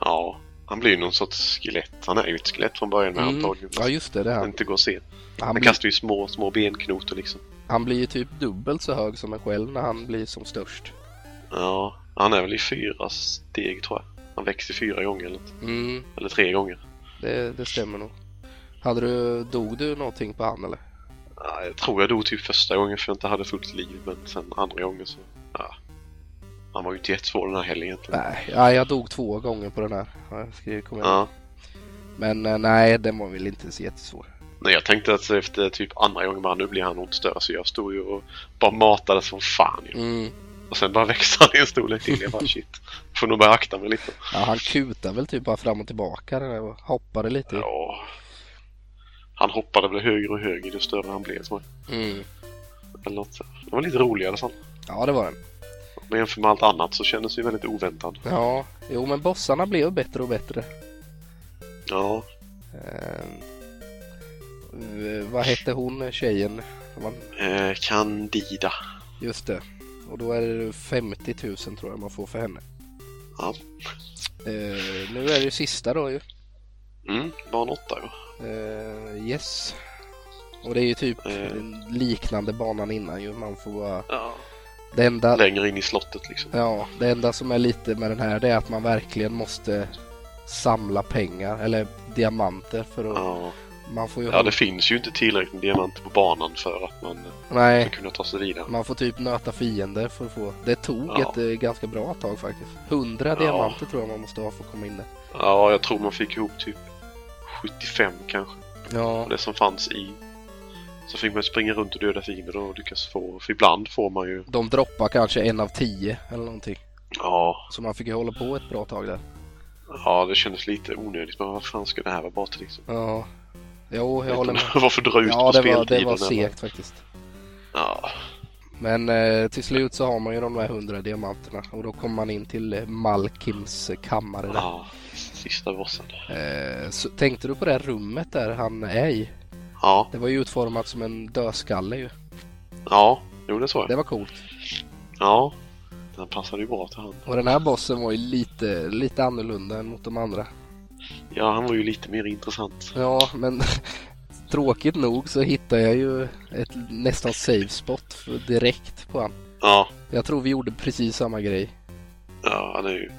Speaker 1: Ja, han blir ju någon sorts skelett. Han är ju ett skelett från början med antagligen.
Speaker 2: Mm. Ja just det, det är
Speaker 1: Det
Speaker 2: han.
Speaker 1: inte går att se.
Speaker 2: Han
Speaker 1: Han
Speaker 2: blir,
Speaker 1: kastar ju små, små benknotor liksom.
Speaker 2: han blir ju typ dubbelt så hög som en själv när han blir som störst.
Speaker 1: Ja, han är väl i fyra steg tror jag. Han växer fyra gånger eller, något.
Speaker 2: Mm,
Speaker 1: eller tre gånger.
Speaker 2: det, det stämmer nog. Hade du, dog du någonting på han eller?
Speaker 1: Ja, jag tror jag dog typ första gången för jag inte hade fullt liv, men sen andra gången så... Ja. Han var ju inte jättesvår den här helgen egentligen.
Speaker 2: Nej, ja, jag dog två gånger på den här. har jag skrivit, kommer jag ihåg.
Speaker 1: Ja.
Speaker 2: Men eh, nej, den var väl inte så jättesvår.
Speaker 1: Nej, jag tänkte att efter typ andra gången bara nu blir han nog inte större så jag stod ju och bara matade som fan ju.
Speaker 2: Mm.
Speaker 1: Och sen bara växte han i en storlek till. Jag bara shit. Får nog börja akta mig lite.
Speaker 2: Ja, han kutade väl typ bara fram och tillbaka den där och hoppade lite.
Speaker 1: Ja. Han hoppade väl högre och högre ju större han blev tror jag.
Speaker 2: Mm.
Speaker 1: Eller något. så. Det var lite roligare i alla fall.
Speaker 2: Ja, det var den.
Speaker 1: Men jämfört med allt annat så kändes det ju väldigt oväntat.
Speaker 2: Ja, jo men bossarna blev bättre och bättre.
Speaker 1: Ja,
Speaker 2: Eh, v- Eh, vad hette hon tjejen? Man,
Speaker 1: eh, Candida.
Speaker 2: just det. Och då är det 50 000 tror jag man får för henne.
Speaker 1: Ja.
Speaker 2: Eh, nu är det ju sista då ju.
Speaker 1: Mm, var en åtta ja.
Speaker 2: Eh, yes. Och det är ju typ
Speaker 1: Mm.
Speaker 2: liknande banan innan ju. Man får bara...
Speaker 1: ja.
Speaker 2: Det enda,
Speaker 1: Längre in i slottet liksom.
Speaker 2: ja, det enda som är lite med den här det är att man verkligen måste samla pengar eller diamanter för att...
Speaker 1: Ja.
Speaker 2: Man får ju...
Speaker 1: ja, det
Speaker 2: hålla-
Speaker 1: finns ju inte tillräckligt med diamanter på banan för att man eh,
Speaker 2: Nej.
Speaker 1: ska kunna ta sig vidare.
Speaker 2: Man får typ nöta fiender för att få... Det tog
Speaker 1: Ja.
Speaker 2: ett eh, ganska bra tag faktiskt. 100
Speaker 1: Ja.
Speaker 2: diamanter tror jag man måste ha för att komma in där.
Speaker 1: Ja, jag tror man fick ihop typ 75 kanske.
Speaker 2: Ja,
Speaker 1: Det som fanns i. Så fick man springa runt och döda fiender och lyckas få. För ibland får man ju.
Speaker 2: de droppar kanske en av tio eller någonting.
Speaker 1: Ja,
Speaker 2: Så man fick ju hålla på ett bra tag där.
Speaker 1: ja det kändes lite onödigt. Men vad fan ska det här vara bara till liksom?
Speaker 2: Ja, jo, jag håller med.
Speaker 1: Varför dra ut
Speaker 2: Ja,
Speaker 1: på
Speaker 2: det var,
Speaker 1: speltiden?
Speaker 2: det var
Speaker 1: när man-
Speaker 2: segt faktiskt.
Speaker 1: Ja,
Speaker 2: Men eh, till slut så har man ju de där 100 diamanterna och då kommer man in till eh, Malkims kammare där.
Speaker 1: ja, sista bossen.
Speaker 2: Eh, så, tänkte du på det här rummet där han är i?
Speaker 1: Ja,
Speaker 2: Det var ju utformat som en dödskalle ju.
Speaker 1: ja, jo det såg jag.
Speaker 2: Det var coolt.
Speaker 1: Ja. Den passade ju bra till han.
Speaker 2: Och den här bossen var ju lite, lite annorlunda än mot de andra.
Speaker 1: Ja, han var ju lite mer intressant.
Speaker 2: Ja, men tråkigt nog så hittade jag ju ett nästan save spot för- direkt på han.
Speaker 1: Ja,
Speaker 2: Jag tror vi gjorde precis samma grej.
Speaker 1: ja han är ju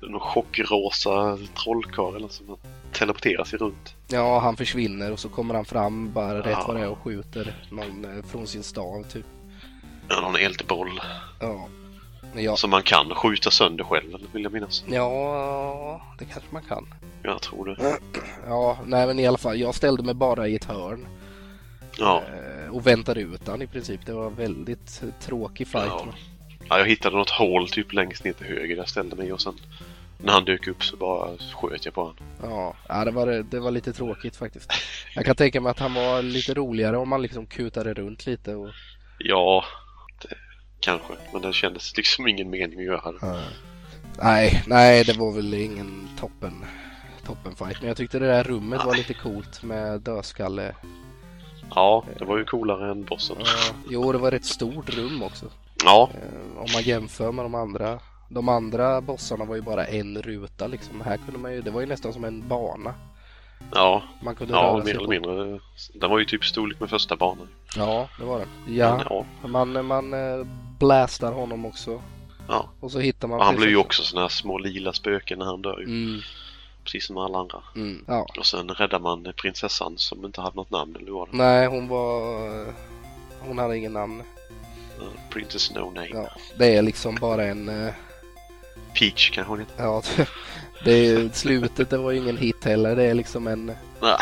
Speaker 1: någon chockrosa trollkarl eller som teleporterar sig runt.
Speaker 2: Ja, han försvinner och så kommer han fram bara rätt
Speaker 1: Ja.
Speaker 2: vad det är och skjuter någon eh, från sin stav typ.
Speaker 1: Ja, någon eldboll
Speaker 2: Ja. Men jag,
Speaker 1: som man kan skjuta sönder själv, eller vill jag minnas.
Speaker 2: ja, det kanske man kan.
Speaker 1: Jag tror det.
Speaker 2: Ja, nej men i alla fall. Jag ställde mig bara i ett hörn
Speaker 1: Ja,
Speaker 2: eh, och väntade ut han i princip. Det var en väldigt tråkig fight.
Speaker 1: Ja. ja jag hittade något hål typ längst ner till höger där jag ställde mig och sen när han dök upp så bara sköt jag på honom.
Speaker 2: Ja, ja det, var, det var lite tråkigt faktiskt. Jag kan tänka mig att han var lite roligare om man liksom kutade runt lite. Och...
Speaker 1: Ja, det, kanske. Men det kändes liksom ingen mening att göra det.
Speaker 2: Nej, nej, det var väl ingen toppen, toppenfight. Men jag tyckte det där rummet var lite coolt med dödskalle.
Speaker 1: Ja, det var ju coolare än bossen.
Speaker 2: Ja, jo, det var ett stort rum också.
Speaker 1: Ja,
Speaker 2: Eh, Om man jämför med de andra. De andra bossarna var ju bara en ruta liksom. Här kunde man ju, det var ju nästan som en bana.
Speaker 1: ja,
Speaker 2: Man kunde
Speaker 1: ja
Speaker 2: röra sig
Speaker 1: mer eller
Speaker 2: på.
Speaker 1: mindre. Den var ju typ storlek med första banan.
Speaker 2: Ja, det var det.
Speaker 1: Men
Speaker 2: Ja,
Speaker 1: ja,
Speaker 2: man, man eh, blastar honom också.
Speaker 1: ja.
Speaker 2: Och så hittar man...
Speaker 1: Och han
Speaker 2: precis-
Speaker 1: blir ju också såna här små lila spöken när han dör ju.
Speaker 2: Mm,
Speaker 1: Precis som alla andra.
Speaker 2: mm. Ja.
Speaker 1: Och sen räddar man prinsessan som inte hade något namn eller vad det
Speaker 2: Nej, hon var... eh, Hon hade ingen namn.
Speaker 1: var. Eh, Princess No Name.
Speaker 2: Mm. Ja, det är liksom bara en... eh,
Speaker 1: Peach kanske hon heter.
Speaker 2: Ja, det är, slutet det var ju ingen hit heller. Det är liksom en,
Speaker 1: Nej,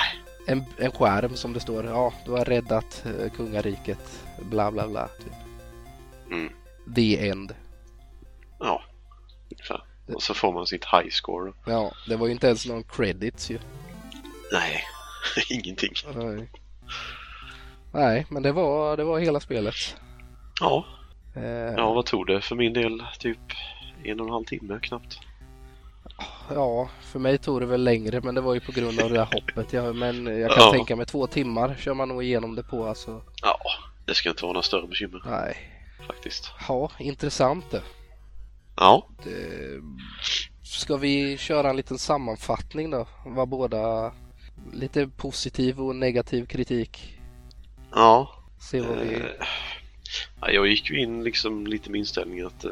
Speaker 2: en, en skärm som det står ja, du har räddat eh, kungariket. Bla bla bla. Typ.
Speaker 1: Mm.
Speaker 2: The end.
Speaker 1: ja. Ungefär. Och så får man sitt high score. då.
Speaker 2: Ja, det var ju inte ens någon credits ju.
Speaker 1: Nej, ingenting.
Speaker 2: Nej. Nej, men det var, det var hela spelet.
Speaker 1: Ja.
Speaker 2: Eh,
Speaker 1: ja, vad tog det för min del? Typ en och en halv timme knappt.
Speaker 2: Ja, för mig tog det väl längre men det var ju på grund av det där hoppet. Jag, men jag kan
Speaker 1: Ja.
Speaker 2: tänka mig två timmar kör man nog igenom det på alltså.
Speaker 1: Ja, det ska inte vara några större bekymmer
Speaker 2: Nej.
Speaker 1: faktiskt.
Speaker 2: Ja, intressant det.
Speaker 1: Ja,
Speaker 2: det. Ska vi köra en liten sammanfattning då? Vad båda... Lite positiv och negativ kritik.
Speaker 1: ja.
Speaker 2: Se vad vi...
Speaker 1: Eh, ja, jag gick ju in liksom lite med inställningen att, eh,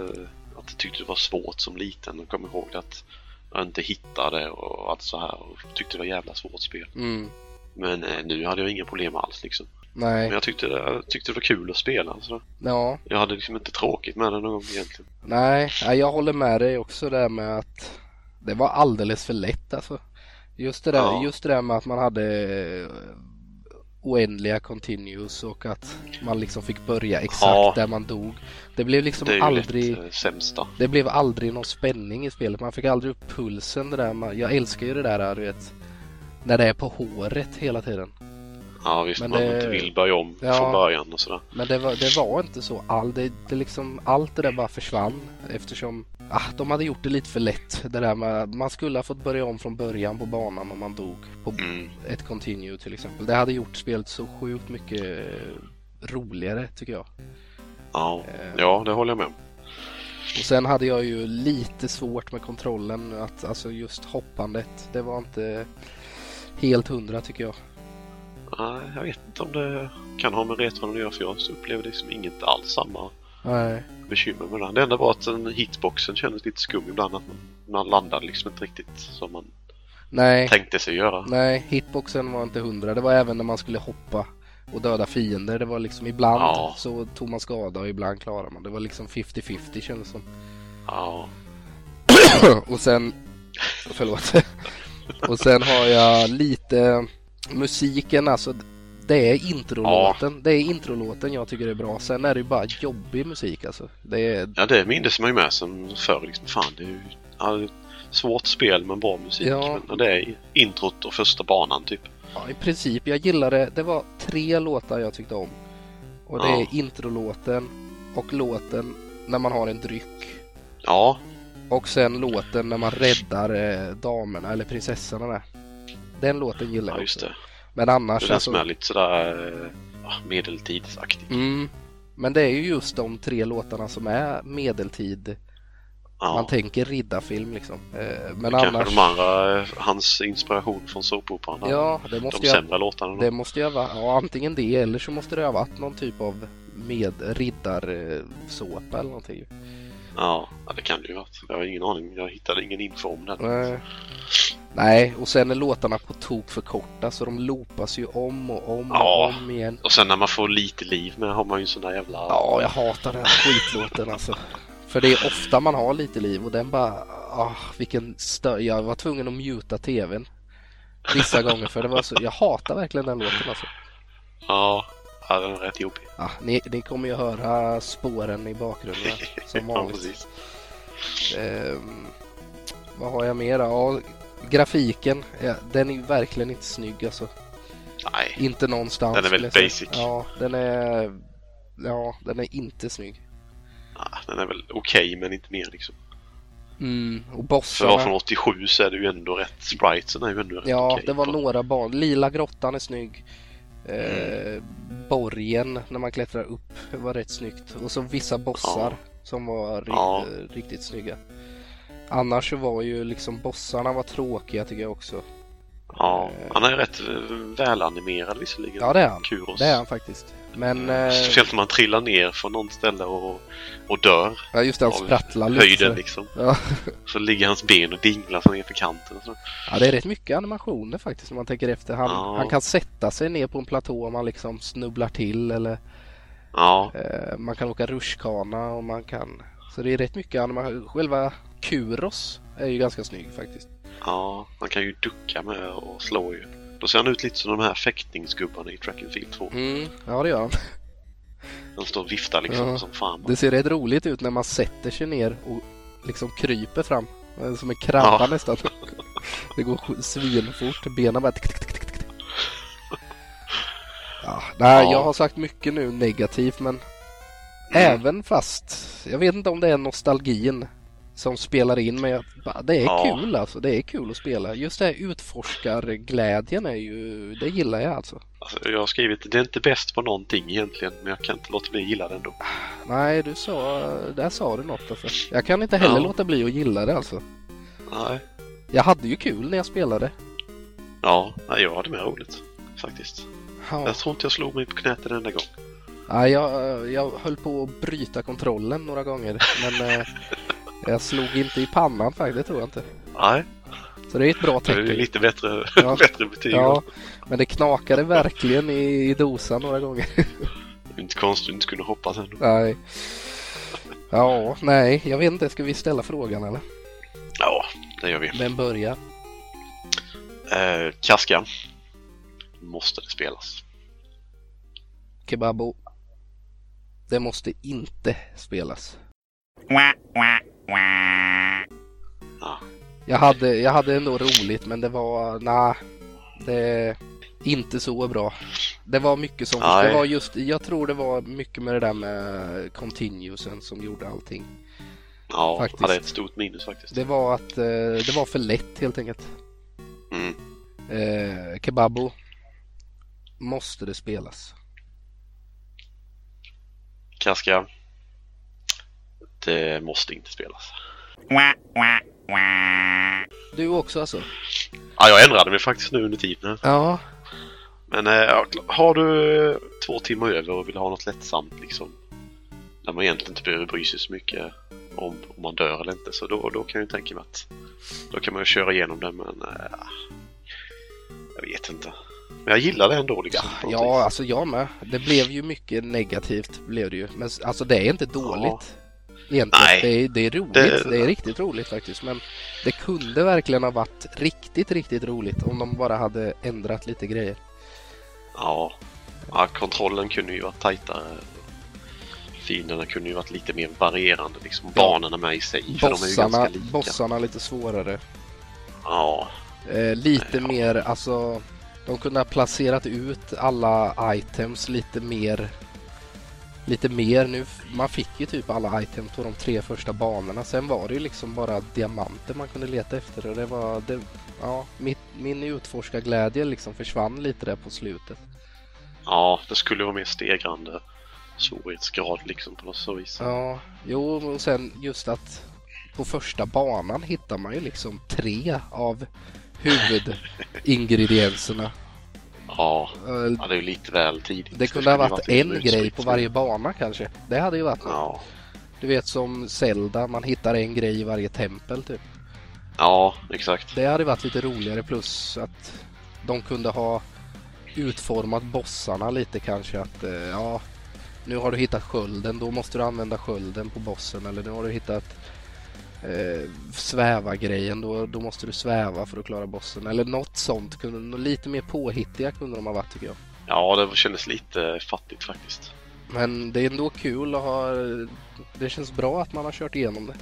Speaker 1: att jag tyckte det var svårt som liten och kom ihåg att jag inte hittade och allt så här och tyckte det var jävla svårt spel.
Speaker 2: Mm.
Speaker 1: Men eh, nu hade jag inga problem alls liksom. Men
Speaker 2: Nej.
Speaker 1: jag tyckte det, jag tyckte det var kul att spela. Så
Speaker 2: Ja.
Speaker 1: jag hade liksom inte tråkigt med det någon gång egentligen.
Speaker 2: Nej, nej, jag håller med dig också där med att det var alldeles för lätt alltså. Just det där,
Speaker 1: Ja.
Speaker 2: just det där med att man hade eh, oändliga continues och att man liksom fick börja exakt
Speaker 1: Ja.
Speaker 2: där man dog. Det blev liksom
Speaker 1: det är ju
Speaker 2: aldrig,
Speaker 1: lätt eh, sämsta.
Speaker 2: det blev aldrig någon spänning i spelet. Man fick aldrig upp pulsen det där. Man, jag älskar ju det där, du vet, när det är på håret hela tiden.
Speaker 1: Ja visst,
Speaker 2: Men
Speaker 1: man
Speaker 2: det-
Speaker 1: inte vill börja om
Speaker 2: Ja.
Speaker 1: från början och sådär.
Speaker 2: Men det var, det var inte så. All, det, det liksom, allt det där bara försvann eftersom ah, de hade gjort det lite för lätt. Det där med, man skulle ha fått börja om från början på banan om man dog på
Speaker 1: Mm.
Speaker 2: ett continue till exempel. Det hade gjort spelet så sjukt mycket eh, roligare tycker jag.
Speaker 1: Ja.
Speaker 2: Eh,
Speaker 1: ja, det håller jag med om.
Speaker 2: Och sen hade jag ju lite svårt med kontrollen, att, alltså just hoppandet. Det var inte helt hundra tycker jag.
Speaker 1: Nej, jag vet inte om det kan ha med retron att göra för jag upplevde liksom inget alls samma
Speaker 2: Nej.
Speaker 1: bekymmer med den. Det enda var att den hitboxen kändes lite skum ibland. Att man, man landade liksom inte riktigt som man
Speaker 2: Nej.
Speaker 1: tänkte sig göra.
Speaker 2: Nej, hitboxen var inte hundra. Det var även när man skulle hoppa och döda fiender. Det var liksom ibland
Speaker 1: Ja.
Speaker 2: så tog man skada och ibland klarade man. Det var liksom 50-50 kändes som.
Speaker 1: Ja,
Speaker 2: och sen... Förlåt. och sen har jag lite musiken alltså. Det är introlåten. Det är introlåten jag tycker är bra. Sen är det ju bara jobbig musik alltså. Det är...
Speaker 1: ja det mindes man ju med som förr. Liksom, fan, det är ju ja, det är ett svårt spel men bra musik.
Speaker 2: Ja.
Speaker 1: Men, och det är introt och första banan typ.
Speaker 2: Ja, i princip. Jag gillade, det var tre låtar jag tyckte om. Och det
Speaker 1: Ja.
Speaker 2: är introlåten och låten när man har en dryck.
Speaker 1: Ja,
Speaker 2: Och sen låten när man räddar eh, damerna eller prinsessorna där. Den låten gillar
Speaker 1: ja
Speaker 2: jag
Speaker 1: just
Speaker 2: också.
Speaker 1: det.
Speaker 2: Men
Speaker 1: Det
Speaker 2: annars
Speaker 1: där som är lite sådär eh, ja, medeltidsaktigt.
Speaker 2: mm, Men det är ju just de tre låtarna som är medeltid Man
Speaker 1: Ja,
Speaker 2: tänker riddarfilm liksom. Eh, Men
Speaker 1: kanske
Speaker 2: annars...
Speaker 1: de andra, eh, hans inspiration från såpoperan.
Speaker 2: Ja, det måste
Speaker 1: de
Speaker 2: ju ha
Speaker 1: sämre låtarna. då.
Speaker 2: Det måste ju ha varit, ja antingen det eller så måste det ha varit någon typ av med riddarsåpa eller någonting.
Speaker 1: Ja, ja, det kan det ju varit. Jag har ingen aning. Jag hittade ingen info om den.
Speaker 2: Nej. Eh, Nej, och sen är låtarna på tok för korta så de loopas ju om och om och
Speaker 1: Ja.
Speaker 2: om igen.
Speaker 1: Och sen när man får lite liv med har man ju en sån där jävla...
Speaker 2: Ja, jag hatar den här skitlåten alltså. För det är ofta man har lite liv och den bara, ah, vilken stör. Jag var tvungen att muta tvn vissa gånger för det var så, jag hatar verkligen den låten alltså.
Speaker 1: Ja, ja den är rätt jobbig.
Speaker 2: Ah, ni, ni kommer ju höra spåren i bakgrunden som
Speaker 1: Ja,
Speaker 2: vanligt.
Speaker 1: precis.
Speaker 2: Ehm, vad har jag mer? då? Ja, grafiken, ja, den är ju verkligen inte snygg alltså.
Speaker 1: Nej,
Speaker 2: Inte någonstans.
Speaker 1: Den är
Speaker 2: skulle jag
Speaker 1: väldigt
Speaker 2: säga.
Speaker 1: basic.
Speaker 2: Ja, den är... Ja, den är inte snygg.
Speaker 1: ja, den är väl okej men inte mer liksom.
Speaker 2: Mm, och
Speaker 1: För att vara från
Speaker 2: bossarna.
Speaker 1: 87 så är det ju ändå rätt. Spritesen är ju ändå rätt
Speaker 2: Ja,
Speaker 1: okej
Speaker 2: det var
Speaker 1: på-
Speaker 2: några barn. Lila grottan är snygg.
Speaker 1: Mm.
Speaker 2: Eh, borgen när man klättrar upp var rätt snyggt. Och så vissa bossar som var ri-
Speaker 1: Ja.
Speaker 2: eh, riktigt snygga. Annars så var ju liksom bossarna var tråkiga tycker jag också.
Speaker 1: Ja, han är ju rätt eh, välanimerad visserligen.
Speaker 2: Ja, det är han.
Speaker 1: Kuros.
Speaker 2: Det är han faktiskt. Men... eh,
Speaker 1: Speciellt om man trillar ner från någon ställe och, och dör.
Speaker 2: Ja just det, han
Speaker 1: av
Speaker 2: sprattlar lite.
Speaker 1: Höjden
Speaker 2: så-
Speaker 1: liksom.
Speaker 2: Ja.
Speaker 1: Så ligger hans ben och dinglar sig ner för kanten. och Så.
Speaker 2: ja, det är rätt mycket animationer faktiskt när man tänker efter. Han,
Speaker 1: Ja.
Speaker 2: han kan sätta sig ner på en platå om man liksom snubblar till eller
Speaker 1: Ja,
Speaker 2: eh, man kan åka rutschkana och man kan... Så det är rätt mycket animationer. Själva Kuros är ju ganska snygg faktiskt.
Speaker 1: ja, man kan ju ducka med och slå ju. Då ser han ut lite som de här fäktningsgubbarna i Track and Field 2.
Speaker 2: Mm. Ja, det gör han.
Speaker 1: Han står och viftar liksom
Speaker 2: Ja.
Speaker 1: som fan.
Speaker 2: Det ser rätt roligt ut när man sätter sig ner och liksom kryper fram. Eh, Som en krabba
Speaker 1: Ja.
Speaker 2: nästan. Det går sk- svinfort, benen bara... tick, tick, tick, tick, tick. Ja, nej,
Speaker 1: Ja.
Speaker 2: Jag har sagt mycket nu negativt men
Speaker 1: Mm.
Speaker 2: även fast jag vet inte om det är nostalgin som spelar in men jag, bara, det är
Speaker 1: Ja.
Speaker 2: kul alltså. Det är kul att spela. Just det här utforskarglädjen är ju, det gillar jag alltså.
Speaker 1: Alltså, jag har skrivit det är inte bäst på någonting egentligen men jag kan inte låta bli att gilla det ändå.
Speaker 2: Nej, du sa, där sa du något alltså. Jag kan inte heller
Speaker 1: Ja.
Speaker 2: låta bli att gilla det alltså.
Speaker 1: Nej.
Speaker 2: Jag hade ju kul när jag spelade.
Speaker 1: Ja, nej, jag hade mer roligt faktiskt.
Speaker 2: Ja.
Speaker 1: Jag tror inte jag slog mig på knät en enda gång.
Speaker 2: Ja, jag, eh, jag höll på att bryta kontrollen några gånger men eh, jag slog inte i pannan faktiskt, det tror jag inte.
Speaker 1: Nej,
Speaker 2: Så det är ett bra
Speaker 1: det är ju
Speaker 2: tecken.
Speaker 1: lite bättre,
Speaker 2: Ja.
Speaker 1: bättre betyg.
Speaker 2: Ja, men det knakade verkligen i, i dosan några gånger.
Speaker 1: Det är Inte konstigt du inte kunde hoppas ändå.
Speaker 2: Nej. Ja, nej, jag vet inte. Ska vi ställa frågan eller?
Speaker 1: Ja, det gör vi.
Speaker 2: Vem börjar?
Speaker 1: Eh, Kaska. Måste det spelas?
Speaker 2: Kebabo. Det måste inte spelas.
Speaker 1: Ja.
Speaker 2: Jag hade, jag hade ändå roligt men det var, nej, det är inte så bra. Det var mycket som, det
Speaker 1: Nej.
Speaker 2: var just, jag tror det var mycket med det där med continuusen som gjorde allting.
Speaker 1: Ja,
Speaker 2: Faktiskt.
Speaker 1: ja, det är ett stort minus faktiskt.
Speaker 2: Det var att, eh, det var för lätt helt enkelt.
Speaker 1: Mm.
Speaker 2: Eh, kebabo, måste det spelas?
Speaker 1: Kaska. Det måste inte spelas.
Speaker 2: Du också alltså?
Speaker 1: Ja, jag ändrade mig faktiskt nu under tiden.
Speaker 2: Ja,
Speaker 1: Men eh, ja, kl- har du eh, två timmar över och vill ha något lättsamt liksom. Där man egentligen inte behöver bry sig så mycket om, om man dör eller inte. Så då, då kan jag ju tänka mig att då kan man ju köra igenom det men... Eh, jag vet inte. Men jag gillar det ändå liksom. på något
Speaker 2: ja
Speaker 1: vis.
Speaker 2: alltså jag med. Det blev ju mycket negativt blev det ju. Men s- alltså det är inte dåligt. Egentligen.
Speaker 1: Nej.
Speaker 2: Det, är, det är roligt. Det...
Speaker 1: Det-
Speaker 2: är riktigt roligt faktiskt. Men det kunde verkligen ha varit riktigt, riktigt roligt om de bara hade ändrat lite grejer.
Speaker 1: Ja. ja, kontrollen kunde ju varit tajtare. Fienderna kunde ju varit lite mer varierande liksom. Banorna med i sig. För de är ju
Speaker 2: Bossarna,
Speaker 1: ganska lika.
Speaker 2: bossarna lite svårare.
Speaker 1: Ja,
Speaker 2: Eh, lite
Speaker 1: Ja.
Speaker 2: mer, alltså. De kunde ha placerat ut alla items lite mer. Lite mer nu. f- Man fick ju typ alla items på de tre första banorna. Sen var det ju liksom bara diamanter man kunde leta efter och det var... Det, ja, mitt, min utforskarglädje liksom försvann lite där på slutet.
Speaker 1: ja, det skulle vara mer stegrande svårighetsgrad liksom på något så vis.
Speaker 2: Ja, jo, och sen just att på första banan hittar man ju liksom tre av huvudingredienserna.
Speaker 1: Ja,
Speaker 2: Eh,
Speaker 1: ja, det är ju lite väl tidigt.
Speaker 2: Det kunde
Speaker 1: skulle
Speaker 2: ha
Speaker 1: ju
Speaker 2: varit
Speaker 1: lite
Speaker 2: en grej
Speaker 1: utspritt.
Speaker 2: på varje bana kanske. Det hade ju varit
Speaker 1: Ja,
Speaker 2: Du vet som Zelda, man hittar en grej i varje tempel typ.
Speaker 1: ja exakt.
Speaker 2: Det hade varit lite roligare plus att de kunde ha utformat bossarna lite kanske att eh, ja, nu har du hittat skölden, då måste du använda skölden på bossen eller nu har du hittat eh, sväva-grejen, då, då måste du sväva för att klara bossen eller något sånt. Kunde, nå- lite mer påhittiga kunde de ha varit tycker jag.
Speaker 1: Ja, det kändes lite fattigt faktiskt.
Speaker 2: Men det är ändå kul att ha, det känns bra att man har kört igenom det.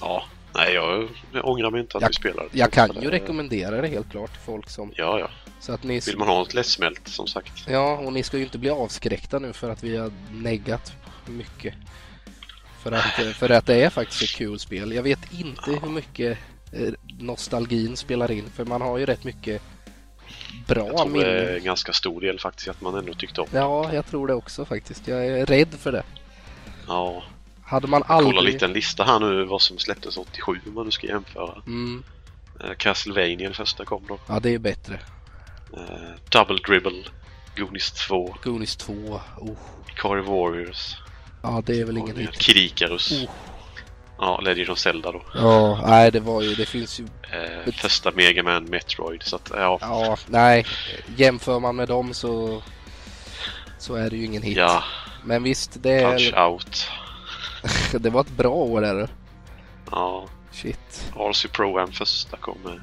Speaker 1: Ja, nej jag, jag ångrar mig inte att
Speaker 2: Jag-
Speaker 1: vi spelade.
Speaker 2: Jag kan ju
Speaker 1: Eh,
Speaker 2: rekommendera det helt klart till folk som...
Speaker 1: Ja, ja.
Speaker 2: Så att ni...
Speaker 1: Vill man ha något lättsmält som sagt.
Speaker 2: Ja, och ni ska ju inte bli avskräckta nu för att vi har neggat mycket. För att, eh, för att det är faktiskt ett kul spel. Jag vet inte hur mycket eh, nostalgin spelar in, för man har ju rätt mycket
Speaker 1: Jag
Speaker 2: bra
Speaker 1: tror det är
Speaker 2: minnen.
Speaker 1: en ganska stor del faktiskt att man ändå tyckte om.
Speaker 2: Ja, jag tror det också faktiskt. Jag är rädd för det.
Speaker 1: Ja,
Speaker 2: Hade man
Speaker 1: kolla
Speaker 2: aldrig...
Speaker 1: lite en lista här nu vad som släpptes 87 om man nu ska jämföra.
Speaker 2: Mm,
Speaker 1: Eh, Castlevania den första kom då.
Speaker 2: ja, det är bättre.
Speaker 1: Eh, Double Dribble. Goonies 2.
Speaker 2: Goonies 2. Oh.
Speaker 1: Ikari Warriors.
Speaker 2: Ja, det är väl ingen
Speaker 1: och
Speaker 2: hit.
Speaker 1: Kirikarus.
Speaker 2: Oh.
Speaker 1: Ja, Legend of Zelda då.
Speaker 2: Ja, nej, det var ju... Det finns ju
Speaker 1: Eh, första Mega Man Metroid. Så att, ja,
Speaker 2: Ja, nej. Jämför man med dem så, så är det ju ingen hit.
Speaker 1: ja.
Speaker 2: Men visst, det,
Speaker 1: Punch
Speaker 2: är,
Speaker 1: Out.
Speaker 2: det var ett bra år där. du.
Speaker 1: Ja,
Speaker 2: Shit.
Speaker 1: RC Pro Am första kom med.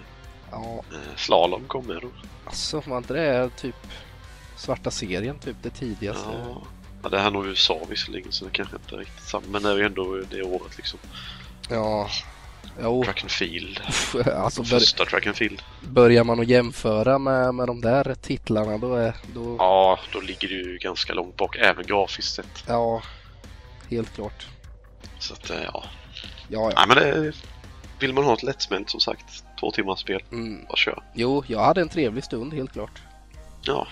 Speaker 2: Ja,
Speaker 1: Eh, Slalom kom med då.
Speaker 2: alltså var inte det typ svarta serien typ det tidigaste?
Speaker 1: Ja. ja, det här är nog USA visserligen så det kanske inte är riktigt samma. Men det är ju ändå det året liksom.
Speaker 2: Ja. Jo,
Speaker 1: Track and Field.
Speaker 2: pff, alltså bör,
Speaker 1: Första Track and Field.
Speaker 2: börjar man att jämföra med, med de där titlarna då är... Då,
Speaker 1: Ja,
Speaker 2: ja.
Speaker 1: då ligger du ju ganska långt bak även grafiskt sett.
Speaker 2: helt klart.
Speaker 1: Så att, eh, ja.
Speaker 2: Ja,
Speaker 1: Nej
Speaker 2: ja.
Speaker 1: men det... Vill man ha ett lättsmält som sagt, två timmars spel,
Speaker 2: Mm.
Speaker 1: bara kör.
Speaker 2: Jo, jag hade en trevlig stund helt klart.
Speaker 1: Ja.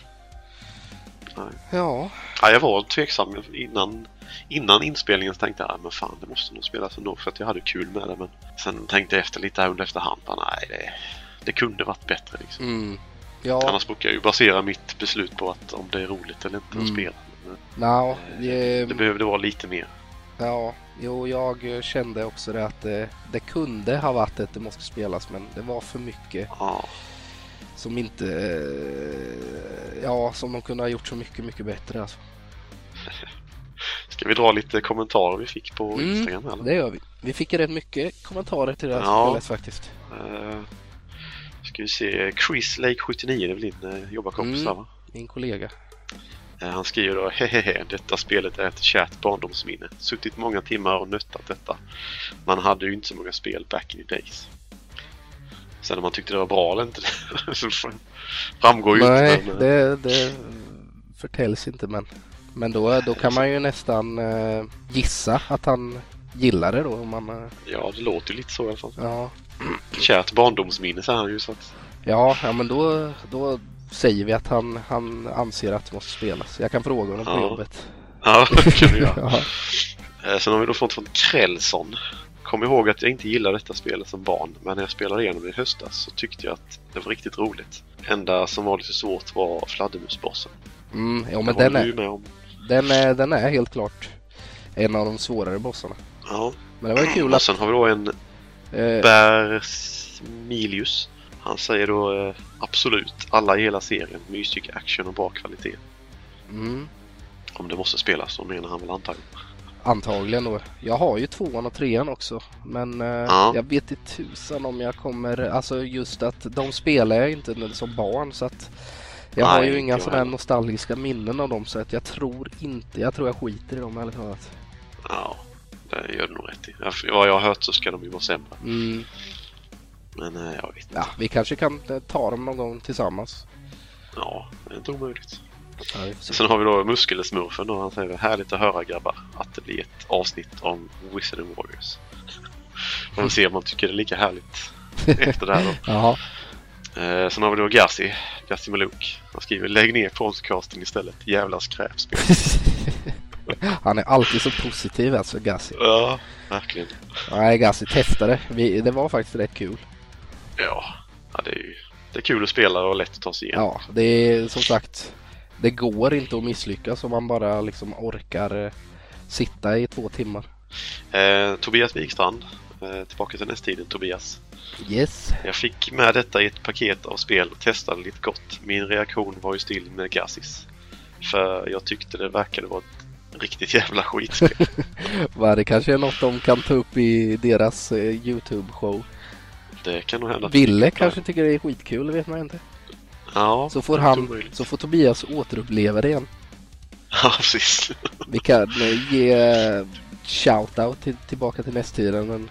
Speaker 2: Ja,
Speaker 1: ja, jag var tveksam innan, innan inspelningen så tänkte jag, "Ah, men fan det måste nog spelas ändå för att jag hade kul med det. Men sen tänkte jag efter lite här under efterhand, bara, nej det, det kunde varit bättre liksom.
Speaker 2: mm. Ja,
Speaker 1: Annars brukar jag ju basera mitt beslut på att om det är roligt eller inte att
Speaker 2: Mm.
Speaker 1: spela.
Speaker 2: nja,
Speaker 1: Det,
Speaker 2: ehm.
Speaker 1: det behövde vara lite mer.
Speaker 2: Ja, jo, jag kände också det att det, det kunde ha varit ett det måste spelas men det var för mycket
Speaker 1: Ja,
Speaker 2: som inte... eh, Ja, som de kunde ha gjort så mycket, mycket bättre alltså.
Speaker 1: Ska vi dra lite kommentarer vi fick på
Speaker 2: Mm,
Speaker 1: Instagram eller?
Speaker 2: Det gör vi. Vi fick ju rätt mycket kommentarer till det här
Speaker 1: Ja.
Speaker 2: spelet faktiskt.
Speaker 1: Eh, ska vi se, Chris Lake 79, det är väl din eh, jobbarkompis
Speaker 2: Mm.
Speaker 1: där va?
Speaker 2: Min kollega.
Speaker 1: Eh, han skriver då hehehe, detta spelet är ett kärt barndomsminne. Suttit många timmar och nöttat detta. Man hade ju inte så många spel back in the days. Sen om man tyckte det var bra eller inte, det framgår ju
Speaker 2: Nej,
Speaker 1: inte. Men, eh,
Speaker 2: det, det förtäljs inte men... Men då, då kan man ju nästan eh, gissa att han gillar det då om man... eh,
Speaker 1: Ja, det låter ju lite så i alla fall.
Speaker 2: Ja,
Speaker 1: Kärt barndomsminne säger han ju så att...
Speaker 2: Ja, ja men då, då säger vi att han, han anser att det måste spelas. Jag kan fråga honom på
Speaker 1: Ja.
Speaker 2: jobbet.
Speaker 1: Ja, det kan vi göra.
Speaker 2: Ja.
Speaker 1: Eh, Sen har vi då fått från Krellson. Kom ihåg att jag inte gillade detta spelet som barn, men när jag spelade igenom det i höstas så tyckte jag att det var riktigt roligt. Enda som var lite svårt var fladdermusbossen.
Speaker 2: Mm, ja, men
Speaker 1: Det
Speaker 2: den
Speaker 1: håller du
Speaker 2: är,
Speaker 1: ju med om.
Speaker 2: den, är, den är helt klart en av de svårare bossarna.
Speaker 1: Ja. alltså,
Speaker 2: Men det var ju kul
Speaker 1: Och
Speaker 2: att...
Speaker 1: sen har vi då en
Speaker 2: Eh,
Speaker 1: Bersmilius. Han säger då eh, absolut alla i hela serien, mysig action och bra kvalitet.
Speaker 2: mm,
Speaker 1: Om det måste spelas, så menar han väl antagligen.
Speaker 2: antagligen då. Jag har ju tvåan och trean också. Men eh,
Speaker 1: Ja.
Speaker 2: jag vet inte tusan om jag kommer... Alltså just att de spelar jag ju inte när- som barn så att... Jag har
Speaker 1: Nej,
Speaker 2: ju
Speaker 1: inte
Speaker 2: inga
Speaker 1: jag
Speaker 2: sådana här
Speaker 1: heller.
Speaker 2: nostalgiska minnen av dem så att jag tror inte... Jag tror jag skiter i dem ärligt talat.
Speaker 1: Ja, det gör du nog rätt i. Ja, Vad jag har hört så ska de ju vara sämre.
Speaker 2: Mm.
Speaker 1: Men eh, jag vet inte.
Speaker 2: Ja, vi kanske kan eh, ta dem någon gång tillsammans.
Speaker 1: Ja, det är inte omöjligt.
Speaker 2: Ja, vi får se.
Speaker 1: Sen har vi då Muskelsmurfen och han säger härligt att höra grabbar att det blir ett avsnitt om Wizard and Warriors. Får vi se om man tycker det är lika härligt efter det här då.
Speaker 2: Ja,
Speaker 1: Eh, sen har vi då Gassi, Gassi Maluk. Han skriver lägg ner podcasten istället, jävla skräpspel.
Speaker 2: Han är alltid så positiv alltså, Gassi.
Speaker 1: Ja, verkligen.
Speaker 2: Nej, Gassi testade. Vi, det var faktiskt rätt kul.
Speaker 1: Ja, ja det är ju det är kul att spela och lätt att ta sig igenom.
Speaker 2: Ja, det är som sagt, det går inte att misslyckas om man bara liksom orkar eh, sitta i två timmar.
Speaker 1: Eh, Tobias Wikstrand, eh, tillbaka till nästtiden Tobias.
Speaker 2: Yes.
Speaker 1: Jag fick med detta i ett paket av spel och testade lite gott. Min reaktion var ju still med Gassis. För jag tyckte det verkade vara ett riktigt jävla skitspel.
Speaker 2: Va, det kanske är något de kan ta upp i deras eh, YouTube-show.
Speaker 1: Det kan nog hända. att-
Speaker 2: Ville kanske tycker det är skitkul, vet man inte.
Speaker 1: Ja,
Speaker 2: Så får,
Speaker 1: det är inte
Speaker 2: han,
Speaker 1: omöjligt.
Speaker 2: så får Tobias återuppleva det igen.
Speaker 1: Ja, precis.
Speaker 2: Vi kan eh, ge eh, shout-out till, tillbaka till nästtiden. En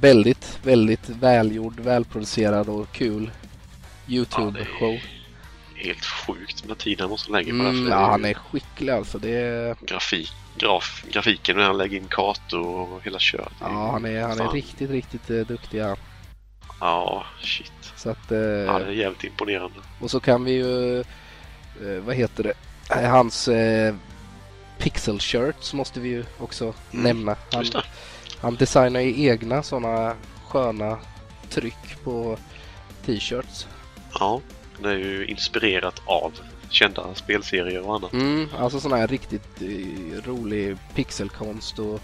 Speaker 2: väldigt, väldigt välgjord, välproducerad och kul YouTube-show.
Speaker 1: Helt sjukt med tiden han måste lägga på det här,
Speaker 2: Mm,
Speaker 1: för
Speaker 2: ja,
Speaker 1: det är
Speaker 2: han
Speaker 1: ju
Speaker 2: är skicklig alltså. Det är,
Speaker 1: grafik, graf, grafiken när han lägger in kartor och hela köret. Det är ju-
Speaker 2: ja, han är, han är
Speaker 1: Fan.
Speaker 2: riktigt, riktigt eh, duktig. han.
Speaker 1: ja, shit.
Speaker 2: Så att, eh,
Speaker 1: Ja, det är jävligt imponerande.
Speaker 2: Och så kan vi ju, eh, vad heter det, Eh, hans eh, pixel shirts måste vi ju också nämna. Han,
Speaker 1: Mm. Just det.
Speaker 2: han designar ju egna sådana sköna tryck på t-shirts.
Speaker 1: Ja, det är ju inspirerat av kända spelserier och annat.
Speaker 2: Mm, alltså sån här riktigt eh, rolig pixelkonst och,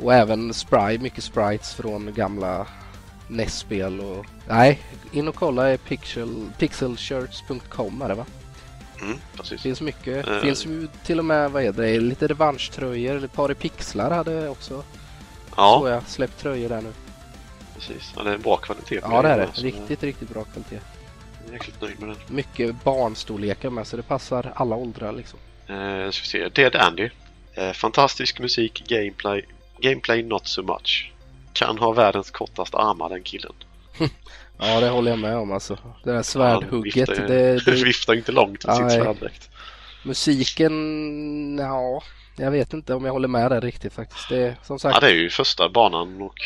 Speaker 2: och även sprite, mycket sprites från gamla NES-spel och... Nej, in och kolla i pixel, pixelshirts.com är det va?
Speaker 1: Mm, precis.
Speaker 2: Finns mycket.
Speaker 1: Eh.
Speaker 2: Finns ju till och med, vad är det, lite revanschtröjor, eller par i pixlar hade också,
Speaker 1: Ja,
Speaker 2: såg jag, släppt tröjor där nu.
Speaker 1: precis. Ja, det är en bra kvalitet på
Speaker 2: Ja det är det,
Speaker 1: alltså.
Speaker 2: riktigt, riktigt bra kvalitet.
Speaker 1: Jag är jäkligt nöjd med den.
Speaker 2: Mycket barnstorlekar med, så det passar alla åldrar liksom.
Speaker 1: Eh, ska vi se. Dead Andy. Eh, fantastisk musik, gameplay, gameplay not so much. Kan ha världens kortaste armar den killen.
Speaker 2: Ja, det håller jag med om alltså. Det där svärdhugget,
Speaker 1: viftar ju-
Speaker 2: det, det,
Speaker 1: viftar ju inte långt med sitt
Speaker 2: Nej.
Speaker 1: svärd direkt.
Speaker 2: Musiken, ja. Jag vet inte om jag håller med där riktigt faktiskt. Det är som
Speaker 1: Ja,
Speaker 2: sagt.
Speaker 1: det är ju första banan och,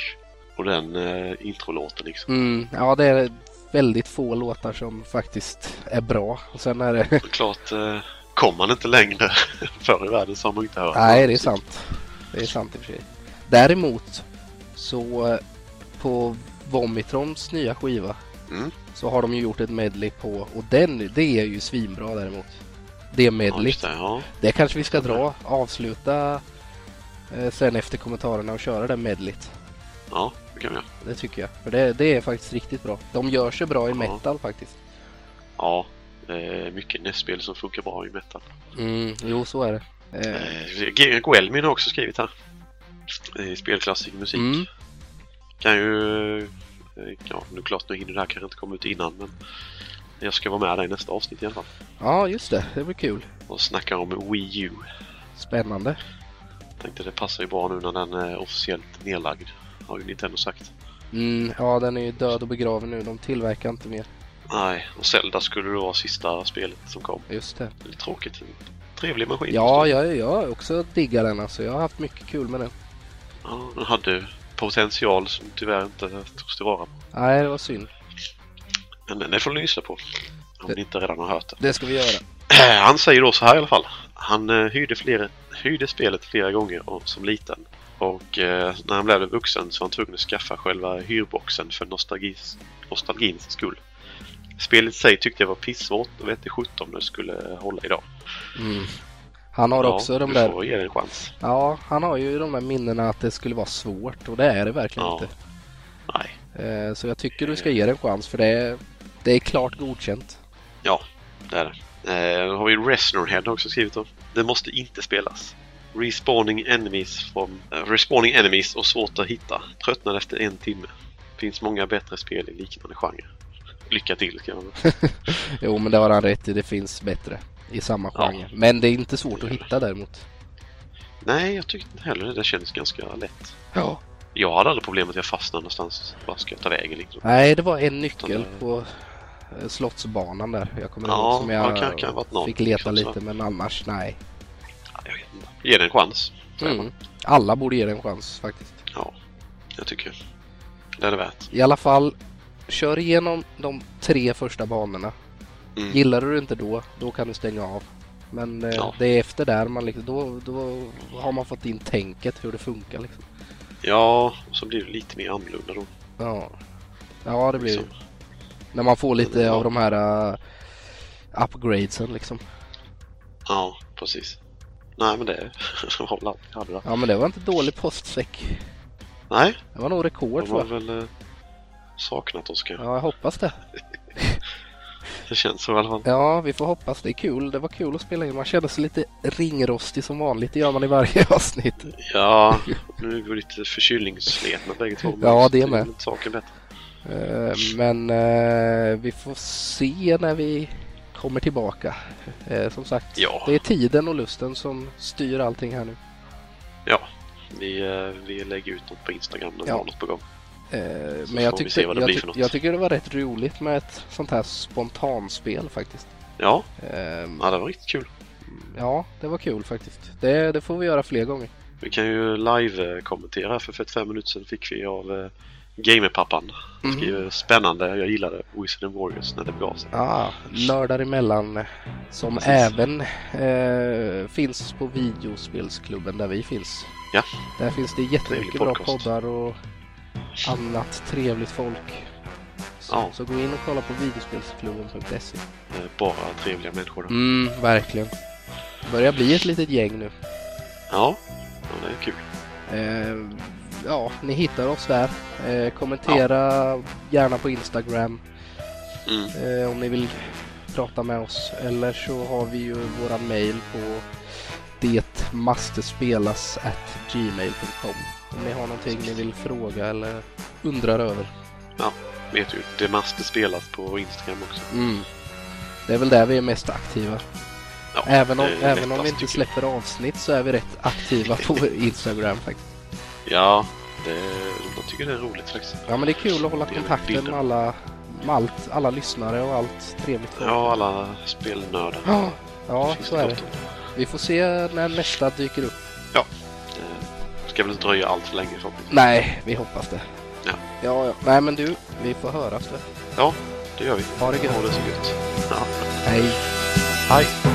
Speaker 1: och den eh, introlåten liksom.
Speaker 2: Mm, ja, det är väldigt få låtar som faktiskt är bra. Och sen är det...
Speaker 1: Och klart, eh, kom man inte längre förr i världen så har man ju inte hört
Speaker 2: Nej, det är
Speaker 1: musik.
Speaker 2: sant. Det är sant i och för sig. Däremot så eh, på Vomitrons nya skiva
Speaker 1: Mm.
Speaker 2: så har de ju gjort ett medley på och den, det är ju svinbra däremot. Det
Speaker 1: Ja,
Speaker 2: medley.
Speaker 1: just det, ja.
Speaker 2: Det kanske vi ska dra, avsluta eh, sen efter kommentarerna och köra det medlet.
Speaker 1: ja, det kan vi göra.
Speaker 2: Det tycker jag. För det, det är faktiskt riktigt bra. De gör sig bra i
Speaker 1: Ja.
Speaker 2: metal faktiskt.
Speaker 1: Ja, eh, mycket nästspel som funkar bra i metal.
Speaker 2: Mm, jo, så är det. Eh,
Speaker 1: Eh, G- Guelmin har också skrivit här. I spelklassik musik.
Speaker 2: Mm.
Speaker 1: Kan ju... eh, Ja, nu klart nu hinner det här kanske inte komma ut innan men jag ska vara med dig i nästa avsnitt i alla fall
Speaker 2: ja, just det. Det blir kul.
Speaker 1: och snacka om Wii U.
Speaker 2: Spännande.
Speaker 1: Tänkte det passar ju bra nu när den är officiellt nedlagd. Har ju Nintendo sagt.
Speaker 2: Mm, ja, den är ju död och begraven nu. De tillverkar inte mer.
Speaker 1: Nej, och Zelda skulle då vara sista spelet som kom.
Speaker 2: Just det.
Speaker 1: Lite tråkigt. Trevlig maskin.
Speaker 2: Ja, jag, jag också diggar den alltså. Jag har haft mycket kul med den.
Speaker 1: Ja, Den hade potential som tyvärr inte togs tillvara på.
Speaker 2: Nej, det var synd.
Speaker 1: Men den får ni lyssna på. Om ni inte redan har hört det.
Speaker 2: Det ska vi göra.
Speaker 1: Han säger då så här i alla fall. Han eh, hyrde, fler, hyrde spelet flera gånger och, som liten. Och eh, när han blev vuxen så var han tvungen att skaffa själva hyrboxen för nostalgis, nostalgins skull. Spelet i sig tyckte jag var pissvårt och vette sjutton om det skulle hålla idag.
Speaker 2: Mm. Han har också de
Speaker 1: du
Speaker 2: där...
Speaker 1: får ge det en chans.
Speaker 2: Ja, han har ju de där minnena att det skulle vara svårt och det är det verkligen
Speaker 1: Ja.
Speaker 2: inte.
Speaker 1: Nej,
Speaker 2: Eh, Så jag tycker du ska ge det en chans för det är, det är klart godkänt.
Speaker 1: ja, det är det. Eh, då har vi Resnorhead också skrivit om. Det måste inte spelas. Respawning enemies, from, eh, respawning enemies och svårt att hitta. Tröttnade efter en timme. Finns många bättre spel i liknande genre. Lycka till ska jag säga.
Speaker 2: Jo, men det har han rätt i. Det finns bättre i samma
Speaker 1: Ja.
Speaker 2: genre. Men det är inte svårt att hitta däremot.
Speaker 1: Nej, jag tyckte inte heller det. Det kändes ganska lätt.
Speaker 2: Ja.
Speaker 1: Jag hade aldrig problem med att jag fastnade någonstans. Vad ska jag ta vägen liksom?
Speaker 2: Nej, det var en nyckel
Speaker 1: Utan det-
Speaker 2: på eh, Slottsbanan där. Jag kommer
Speaker 1: Ja,
Speaker 2: ihåg som jag
Speaker 1: ja, kan- kan ha varit någon,
Speaker 2: fick leta
Speaker 1: liksom, så.
Speaker 2: lite, men annars nej.
Speaker 1: Ja, Jag vet inte. Ge det en chans. säger
Speaker 2: Mm.
Speaker 1: man.
Speaker 2: Alla borde ge det en chans faktiskt.
Speaker 1: Ja, jag tycker det är det värt.
Speaker 2: I alla fall, kör igenom de tre första banorna.
Speaker 1: Mm.
Speaker 2: Gillar du det inte då, då kan du stänga av. Men eh,
Speaker 1: Ja.
Speaker 2: det är efter där man liksom, då, då har man fått in tänket hur det funkar liksom.
Speaker 1: Ja, och så blir det lite mer annorlunda då.
Speaker 2: Ja, ja det blir ju.
Speaker 1: liksom.
Speaker 2: När man får lite
Speaker 1: Ja.
Speaker 2: av de här eh, upgradesen liksom.
Speaker 1: Ja, precis. Nej, men det var väl allt jag hade där.
Speaker 2: Ja men det var inte dålig postsäck.
Speaker 1: Nej,
Speaker 2: Det var nog rekord
Speaker 1: de
Speaker 2: tror
Speaker 1: har
Speaker 2: jag.
Speaker 1: väl eh, saknat oss kanske.
Speaker 2: Ja, jag hoppas det.
Speaker 1: Det känns så i alla fall.
Speaker 2: Ja, vi får hoppas. Det är kul. Det var kul att spela in. Man kände sig lite ringrostig som vanligt. Det gör man i varje avsnitt.
Speaker 1: Ja, nu är vi lite förkylningssletna bägge två. men
Speaker 2: Ja, det
Speaker 1: är
Speaker 2: med.
Speaker 1: väl inte Saken bättre.
Speaker 2: Eh, Men eh, vi får se när vi kommer tillbaka. Eh, Som sagt,
Speaker 1: Ja.
Speaker 2: det är tiden och lusten som styr allting här nu.
Speaker 1: Ja, vi, eh, vi lägger ut något på Instagram när vi
Speaker 2: Ja.
Speaker 1: har något på gång.
Speaker 2: Eh,
Speaker 1: Så
Speaker 2: Men jag
Speaker 1: får vi
Speaker 2: tyckte,
Speaker 1: se vad det
Speaker 2: jag,
Speaker 1: blir för
Speaker 2: tyck-
Speaker 1: något.
Speaker 2: jag tycker det var rätt roligt med ett sånt här spontanspel faktiskt.
Speaker 1: Ja,
Speaker 2: Eh,
Speaker 1: ja det var riktigt kul.
Speaker 2: Ja, det var kul faktiskt. Det, det får vi göra fler gånger.
Speaker 1: Vi kan ju live-kommentera. här. För 45 minuter sedan fick vi av eh, Gamerpappan. Han
Speaker 2: Mhm.
Speaker 1: Mm. skriver spännande, jag gillade Wizard and Warriors när det begav sig.
Speaker 2: Ja, Nördar emellan som
Speaker 1: Precis.
Speaker 2: även eh, finns på videospelsklubben där vi finns.
Speaker 1: Ja.
Speaker 2: Där finns det jättemycket
Speaker 1: Trevlig
Speaker 2: bra
Speaker 1: podcast.
Speaker 2: poddar och annat trevligt folk. Så,
Speaker 1: Ja.
Speaker 2: så gå in och kolla på videospelsklubben.se.
Speaker 1: Eh, Bara trevliga människor. då.
Speaker 2: Mm, verkligen. Det börjar bli ett litet gäng nu.
Speaker 1: Ja, ja det är kul.
Speaker 2: Eh, ja, ni hittar oss där. Eh, kommentera gärna på Instagram
Speaker 1: Mm.
Speaker 2: eh, om ni vill prata med oss. Eller så har vi ju våra mejl på detmastespelas@gmail.com om ni har någonting ni vill fråga eller undrar över.
Speaker 1: Vet du, det måste spelas på Instagram också.
Speaker 2: Mm. Det är väl där vi är mest aktiva.
Speaker 1: Ja,
Speaker 2: även om,
Speaker 1: det är
Speaker 2: även om vi
Speaker 1: lättast,
Speaker 2: inte
Speaker 1: tycker jag.
Speaker 2: släpper avsnitt så är vi rätt aktiva på Instagram faktiskt.
Speaker 1: Ja, det, jag tycker det är roligt faktiskt.
Speaker 2: Ja men det är kul att hålla
Speaker 1: Dela
Speaker 2: kontakten
Speaker 1: bilder.
Speaker 2: med alla, med allt, alla lyssnare och allt trevligt folk.
Speaker 1: Ja, alla spelnördar.
Speaker 2: Ja, ja
Speaker 1: Finns
Speaker 2: så är
Speaker 1: gott
Speaker 2: det.
Speaker 1: om.
Speaker 2: Vi får se när nästa dyker upp.
Speaker 1: Eh, Ska väl inte dröja allt för länge förhoppningsvis.
Speaker 2: Nej, vi hoppas det.
Speaker 1: Ja.
Speaker 2: ja, ja. Nej men du, vi får höras. du.
Speaker 1: Det gör vi.
Speaker 2: Ha det gött.
Speaker 1: Ha det så gött.
Speaker 2: Hej.
Speaker 1: Hej!